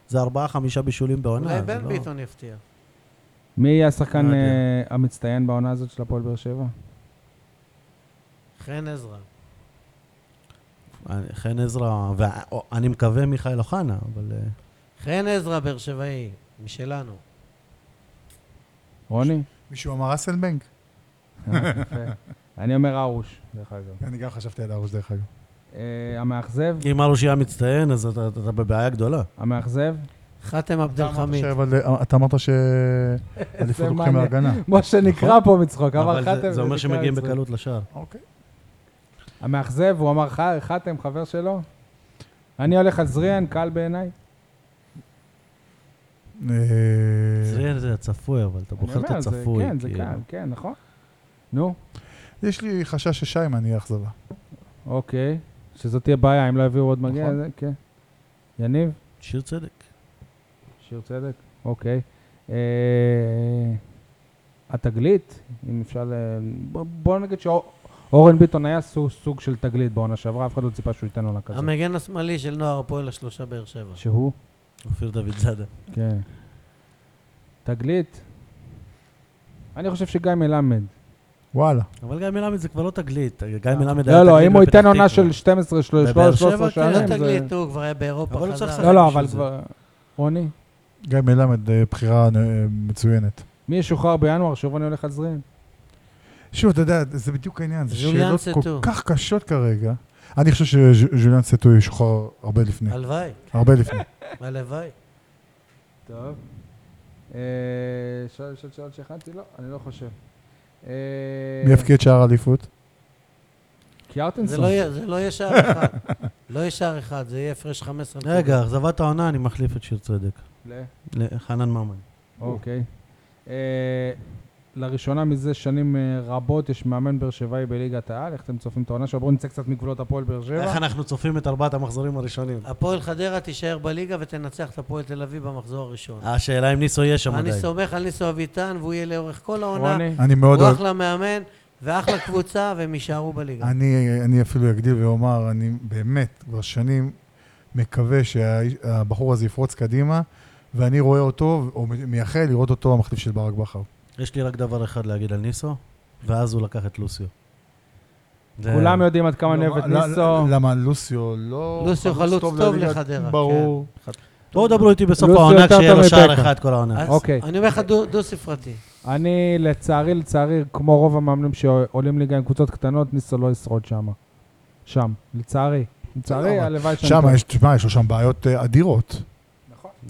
Speaker 3: זה ארבעה, חמישה בישולים בעונה.
Speaker 4: אולי
Speaker 3: זה
Speaker 4: בן
Speaker 3: לא-
Speaker 4: ביטון יפתיע.
Speaker 2: מי יהיה השחקן
Speaker 3: לא יודע.
Speaker 2: אה, המצטיין בעונה הזאת של הפועל באר שבע?
Speaker 4: חן עזרא.
Speaker 3: אני- חן עזרא, ואני מקווה מיכאל אוחנה, אבל... אה,
Speaker 4: חן עזרא, באר שבעי, משלנו.
Speaker 3: [laughs]
Speaker 2: רוני?
Speaker 5: מישהו אמר אסלבנק?
Speaker 2: אה, יפה. אני אומר ארוש, דרך אגב.
Speaker 5: אני גם חשבתי על הראש דרך אגב.
Speaker 2: אה, המאכזב?
Speaker 3: אם ארוש יהיה מצטיין, אז אתה אתה בבעיה גדולה.
Speaker 2: המאכזב?
Speaker 4: חאתם עבד אל
Speaker 5: אתה אמרת
Speaker 4: חמיד.
Speaker 5: ש- אבל, אה, אתה אמרת [laughs] שאליפות לוקחים
Speaker 2: מעניין.
Speaker 5: להגנה.
Speaker 2: משה נקרע פה מצחוק, אמר
Speaker 3: נכון. אבל
Speaker 2: חתם.
Speaker 3: זה- זה אומר
Speaker 2: נקרע
Speaker 3: שמגיעים
Speaker 2: מצחוק.
Speaker 3: בקלות לשער.
Speaker 5: אוקיי.
Speaker 2: המאכזב, הוא אמר "ח- חתם, חבר שלו? אני הולך על זריאן, קל בעיניי.
Speaker 5: אה,
Speaker 3: זה זה הצפוי, אבל אתה בוחר
Speaker 2: כן. אני
Speaker 3: את
Speaker 2: אומר, זה-
Speaker 3: הצפוי.
Speaker 2: כן, זה
Speaker 3: כאילו.
Speaker 2: קל, כן, נכון? נו,
Speaker 5: יש לי חשש ששיימן יהיה אכזבה.
Speaker 2: אוקיי. שזאת תהיה בעיה, אם לא יביאו עוד מגיע,
Speaker 5: נכון.
Speaker 2: זה- כן. יניב,
Speaker 3: שיר צדק.
Speaker 2: שיר צדק, אוקיי. אה, התגלית, אם אפשר ל... בוא- בוא נגיד שאורן ביטון היה סוג- סוג של תגלית בעונה שעברה, אף אחד לא ציפה שהוא ייתן עונה כזאת.
Speaker 4: המגן השמאלי של נוער הפועל השלושה באר שבע.
Speaker 2: שהוא?
Speaker 3: אופיר דוד זאדה.
Speaker 2: כן. תגלית? אני חושב שגיא מלמד.
Speaker 5: וואלה.
Speaker 3: אבל גיא מלמד זה כבר לא תגלית. גיא מלמד היה
Speaker 2: לא, לא,
Speaker 3: תגלית
Speaker 2: אם הוא ייתן
Speaker 3: בפתח
Speaker 2: עונה
Speaker 3: תקווה.
Speaker 2: של 12, 13
Speaker 3: בבאר שבע,
Speaker 2: 13
Speaker 3: כן.
Speaker 4: לא
Speaker 2: שערים, זה...
Speaker 4: תגלית, הוא כבר היה באירופה,
Speaker 3: אבל הוא צריך
Speaker 4: חזר.
Speaker 2: לא, לא, אבל
Speaker 3: בשביל
Speaker 2: כבר... רוני,
Speaker 5: גיא מלמד, אה, בחירה אה, מצוינת.
Speaker 2: מי ישוחרר בינואר? שוב אני הולך על זרין.
Speaker 5: שוב, אתה יודע, זה בדיוק העניין. זה
Speaker 4: ז'וליאן
Speaker 5: שאלות כל
Speaker 4: סטו.
Speaker 5: כך קשות כרגע. אני חושב שז'וליאן סטו ישוחרר הרבה לפני.
Speaker 4: הלוואי,
Speaker 5: הרבה לפני.
Speaker 4: אה. הלוואי.
Speaker 2: טוב. אה, אפשר לשאול שאלות שהכנתי? לא, אני לא חושב. אה,
Speaker 5: מי יפקיע את שער האליפות?
Speaker 4: זה
Speaker 2: קיארטנסון.
Speaker 4: לא יהיה- זה לא יהיה שער אחד. לא יהיה שער אחד, זה יהיה הפרש 15. נקודות.
Speaker 3: רגע, אכזבת העונה, אני מחליף את שיר צדק.
Speaker 2: ל-
Speaker 3: לחנן ממן.
Speaker 2: אוקיי. אה, לראשונה מזה שנים אה, רבות יש מאמן באר שבעי בליגת העל. איך אתם צופים את העונה שלו? בואו נצא קצת מגבולות הפועל באר שבע.
Speaker 3: איך אנחנו צופים את ארבעת המחזורים הראשונים?
Speaker 4: הפועל חדרה תישאר בליגה ותנצח את הפועל תל אביב במחזור הראשון.
Speaker 2: אה,
Speaker 3: השאלה אם ניסו יהיה אה, שם
Speaker 4: אני
Speaker 3: עדיין.
Speaker 4: סומך על ניסו אביטן, והוא יהיה לאורך כל העונה.
Speaker 2: רוני?
Speaker 5: אני מאוד
Speaker 4: הוא
Speaker 5: אוהב...
Speaker 4: אחלה מאמן ואחלה קבוצה, והם יישארו בליגה.
Speaker 5: אני, אני אפילו אגדיל ואומר, אני באמת כבר שנים מקווה שהבחור הזה יפרוץ קדימה, ואני רואה אותו, או מייחל לראות אותו המחליף של ברק בכר.
Speaker 3: יש לי רק דבר אחד להגיד על ניסו, ואז הוא לקח את לוסיו. זה-
Speaker 2: כולם יודעים עד כמה אני אוהב את
Speaker 5: לא,
Speaker 2: ניסו.
Speaker 5: למה לוסיו לא...
Speaker 4: לוסיו חלוץ טוב
Speaker 5: לליגה?
Speaker 4: לחדרה, כן.
Speaker 5: ברור.
Speaker 3: בואו דברו איתי בסוף
Speaker 2: לוסיו
Speaker 3: העונה,
Speaker 2: יותר
Speaker 3: כשיהיה
Speaker 2: טוב
Speaker 3: לו שער
Speaker 2: מבקע.
Speaker 3: אחד כל העונה.
Speaker 4: אז
Speaker 2: אוקיי.
Speaker 4: אני אומר לך דו- דו-ספרתי.
Speaker 2: אני, לצערי, לצערי, כמו רוב המאמנים שעולים ליגה עם קבוצות קטנות, ניסו לא ישרוד שם. שם, לצערי. לצערי,
Speaker 5: לא, אבל
Speaker 2: הלוואי שאני...
Speaker 5: שם,
Speaker 2: טועה.
Speaker 5: יש- תשמע, יש לו שם בעיות אה, אדירות.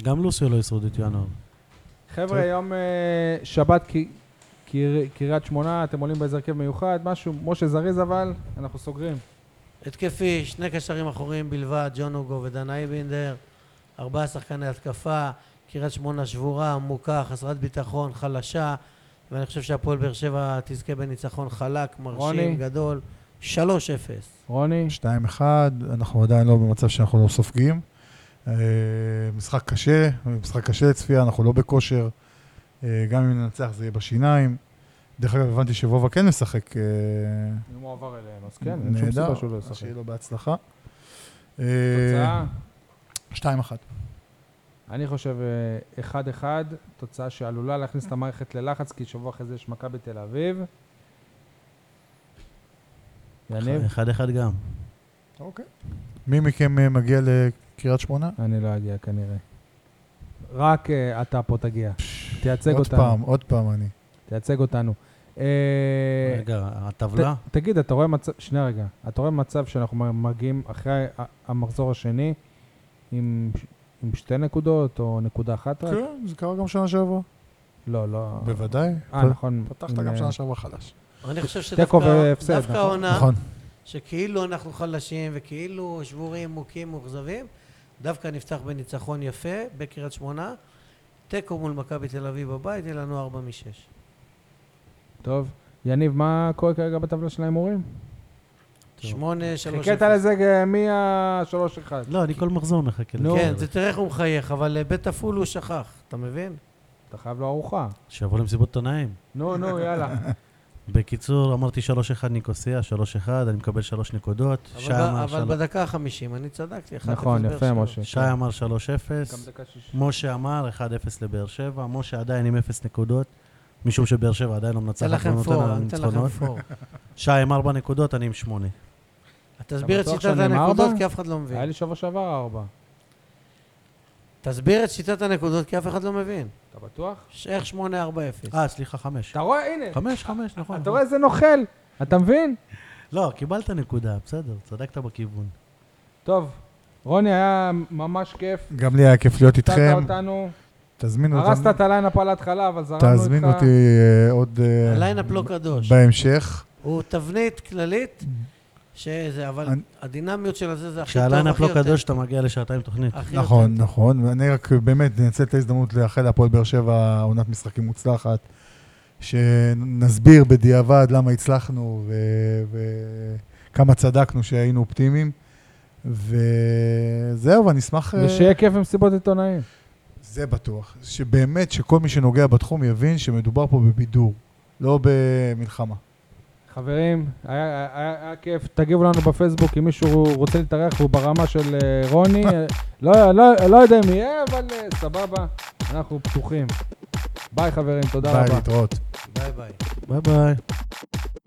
Speaker 3: גם לוסיו לא ישרוד את ינואר.
Speaker 2: חבר'ה, יום אה, שבת קי- קיר- קריית שמונה, אתם עולים באיזה הרכב מיוחד, משהו, משה זריז אבל, אנחנו סוגרים.
Speaker 4: התקפי, שני קשרים אחוריים בלבד, ג'ון אוגו ודן אייבינדר. ארבעה שחקני התקפה, קריית שמונה שבורה, עמוקה, חסרת ביטחון, חלשה, ואני חושב שהפועל באר שבע תזכה בניצחון חלק, מרשים,
Speaker 2: רוני.
Speaker 4: גדול, 3-0.
Speaker 2: רוני?
Speaker 5: 2-1, אנחנו עדיין לא במצב שאנחנו לא סופגים. אה, משחק קשה, משחק קשה לצפייה, אנחנו לא בכושר. אה, גם אם ננצח זה יהיה בשיניים. דרך אגב, הבנתי שוובה כן משחק. אה,
Speaker 2: אם הוא עבר אלינו, אז כן, אין שום
Speaker 5: נהדר,
Speaker 2: סיבה שהוא לא
Speaker 5: אז
Speaker 2: ישחק.
Speaker 5: שיהיה לו בהצלחה. אה,
Speaker 2: תוצאה?
Speaker 5: 2-1.
Speaker 2: אני חושב אה, 1-1, תוצאה שעלולה להכניס את המערכת ללחץ, כי שבוע אחרי זה יש מכבי תל אביב. יניב?
Speaker 3: אחד אחד גם.
Speaker 5: אוקיי. מי מכם אה, מגיע לקריית שמונה?
Speaker 2: אני לא אגיע כנראה. רק אה, אתה פה תגיע. תייצג
Speaker 5: עוד
Speaker 2: אותנו.
Speaker 5: פעם, עוד פעם אני.
Speaker 2: תייצג אותנו. אה,
Speaker 3: רגע,
Speaker 2: ת-
Speaker 3: הטבלה?
Speaker 2: תגיד, אתה רואה מצב, שנייה רגע, אתה רואה מצב שאנחנו מגיעים אחרי ה- המחזור השני עם ש- עם שתי נקודות או נקודה אחת רק?
Speaker 5: כן, זה קרה גם שנה שעברה.
Speaker 2: לא, לא.
Speaker 5: בוודאי.
Speaker 2: אה, נכון.
Speaker 5: פתחת
Speaker 2: אה,
Speaker 5: גם שנה שעברה חלש.
Speaker 4: אני חושב
Speaker 2: תיקו
Speaker 4: שדווקא
Speaker 2: והפסד,
Speaker 4: דווקא
Speaker 2: נכון?
Speaker 4: העונה,
Speaker 5: נכון.
Speaker 4: שכאילו אנחנו חלשים וכאילו שבורים, מוכים, מאוכזבים, דווקא נפתח בניצחון יפה בקריית שמונה, תיקו מול מכבי תל אביב בבית, יהיה לנו 4 מ-6.
Speaker 2: טוב. יניב, מה קורה כרגע בטבלה של ההימורים?
Speaker 4: 8, 3,
Speaker 2: חיכית לזה אה, מהשלוש אחד.
Speaker 3: לא, אני כל מחזור מחכה.
Speaker 2: נו.
Speaker 3: לזה.
Speaker 4: כן, זה תראה איך הוא מחייך, אבל אה, בית עפול הוא שכח, אתה מבין?
Speaker 2: אתה חייב לו ארוחה.
Speaker 3: שיבוא למסיבות עיתונאים.
Speaker 2: נו, נו, יאללה.
Speaker 3: בקיצור, אמרתי 3-1 ניקוסיה, 3-1, אני מקבל 3 נקודות.
Speaker 4: אבל
Speaker 3: שי
Speaker 4: ב-
Speaker 3: אמר
Speaker 4: אבל
Speaker 3: 3.
Speaker 4: בדקה החמישים, אני צדקתי. אחד
Speaker 2: נכון,
Speaker 4: אפס באר
Speaker 2: יפה,
Speaker 4: שבע.
Speaker 2: משה.
Speaker 3: שי אמר 3-0.
Speaker 2: גם דקה שישית.
Speaker 3: משה אמר 1-0 לבאר שבע. משה עדיין עם 0 נקודות, משום שבאר שבע עדיין לא
Speaker 4: אתן
Speaker 3: מנצחת.
Speaker 4: לכם
Speaker 3: לא
Speaker 4: פור,
Speaker 3: נותן לה
Speaker 4: אני אתן לכם
Speaker 3: ניצחונות.
Speaker 4: פור.
Speaker 2: [laughs]
Speaker 3: שי עם 4 נקודות, אני עם 8.
Speaker 4: תסביר את
Speaker 2: בטוח
Speaker 4: שיטת
Speaker 2: שאני עם ארבע?
Speaker 4: הנקודות, כי אף אחד לא מבין.
Speaker 2: היה לי שבוע שעבר ארבע.
Speaker 4: תסביר את שיטת הנקודות, כי אף אחד לא מבין.
Speaker 2: אתה בטוח?
Speaker 4: ש- איך 8-4-0?
Speaker 3: אה, סליחה, 5.
Speaker 2: אתה רואה, הנה.
Speaker 3: 5, 5, נכון.
Speaker 2: אתה רואה איזה נוכל. אתה מבין?
Speaker 3: לא, קיבלת נקודה, בסדר, צדקת בכיוון.
Speaker 2: טוב, רוני, היה ממש כיף.
Speaker 5: גם לי היה כיף להיות
Speaker 2: הפתעת
Speaker 5: איתכם.
Speaker 2: אותנו.
Speaker 5: תזמינו
Speaker 2: הרסת
Speaker 5: אותנו.
Speaker 2: את הליינאפ על ההתחלה, אבל זרמנו איתך.
Speaker 5: תזמינו אותי אה, עוד אה,
Speaker 4: הליינאפ לא קדוש.
Speaker 5: בהמשך.
Speaker 4: הוא תבנית כללית,
Speaker 2: אה.
Speaker 4: שזה, אבל
Speaker 5: אני-
Speaker 4: הדינמיות של הזה זה הכי טוב,
Speaker 3: כשהליינאפ
Speaker 4: הכי
Speaker 3: לא
Speaker 4: יותר-
Speaker 3: קדוש, אתה מגיע לשעתיים תוכנית.
Speaker 4: הכי
Speaker 5: נכון,
Speaker 4: יותר-
Speaker 5: נכון. ואני רק באמת אנצל את ההזדמנות לאחל להפועל באר שבע עונת משחקים מוצלחת, שנסביר בדיעבד למה הצלחנו וכמה צדקנו שהיינו אופטימיים. וזהו, ואני אשמח... אה,
Speaker 2: ושיהיה כיף במסיבות עיתונאים.
Speaker 5: זה בטוח. שבאמת, שכל מי שנוגע בתחום יבין שמדובר פה בבידור, לא במלחמה.
Speaker 2: חברים, היה- היה היה כיף. תגיבו לנו בפייסבוק אם מישהו רוצה להתארח והוא ברמה של אה, רוני. אה, לא- לא לא יודע אם יהיה, אבל אה, סבבה, אנחנו פתוחים. ביי חברים, תודה
Speaker 5: ביי,
Speaker 2: רבה.
Speaker 5: להתראות.
Speaker 4: ביי ביי.
Speaker 3: ביי ביי.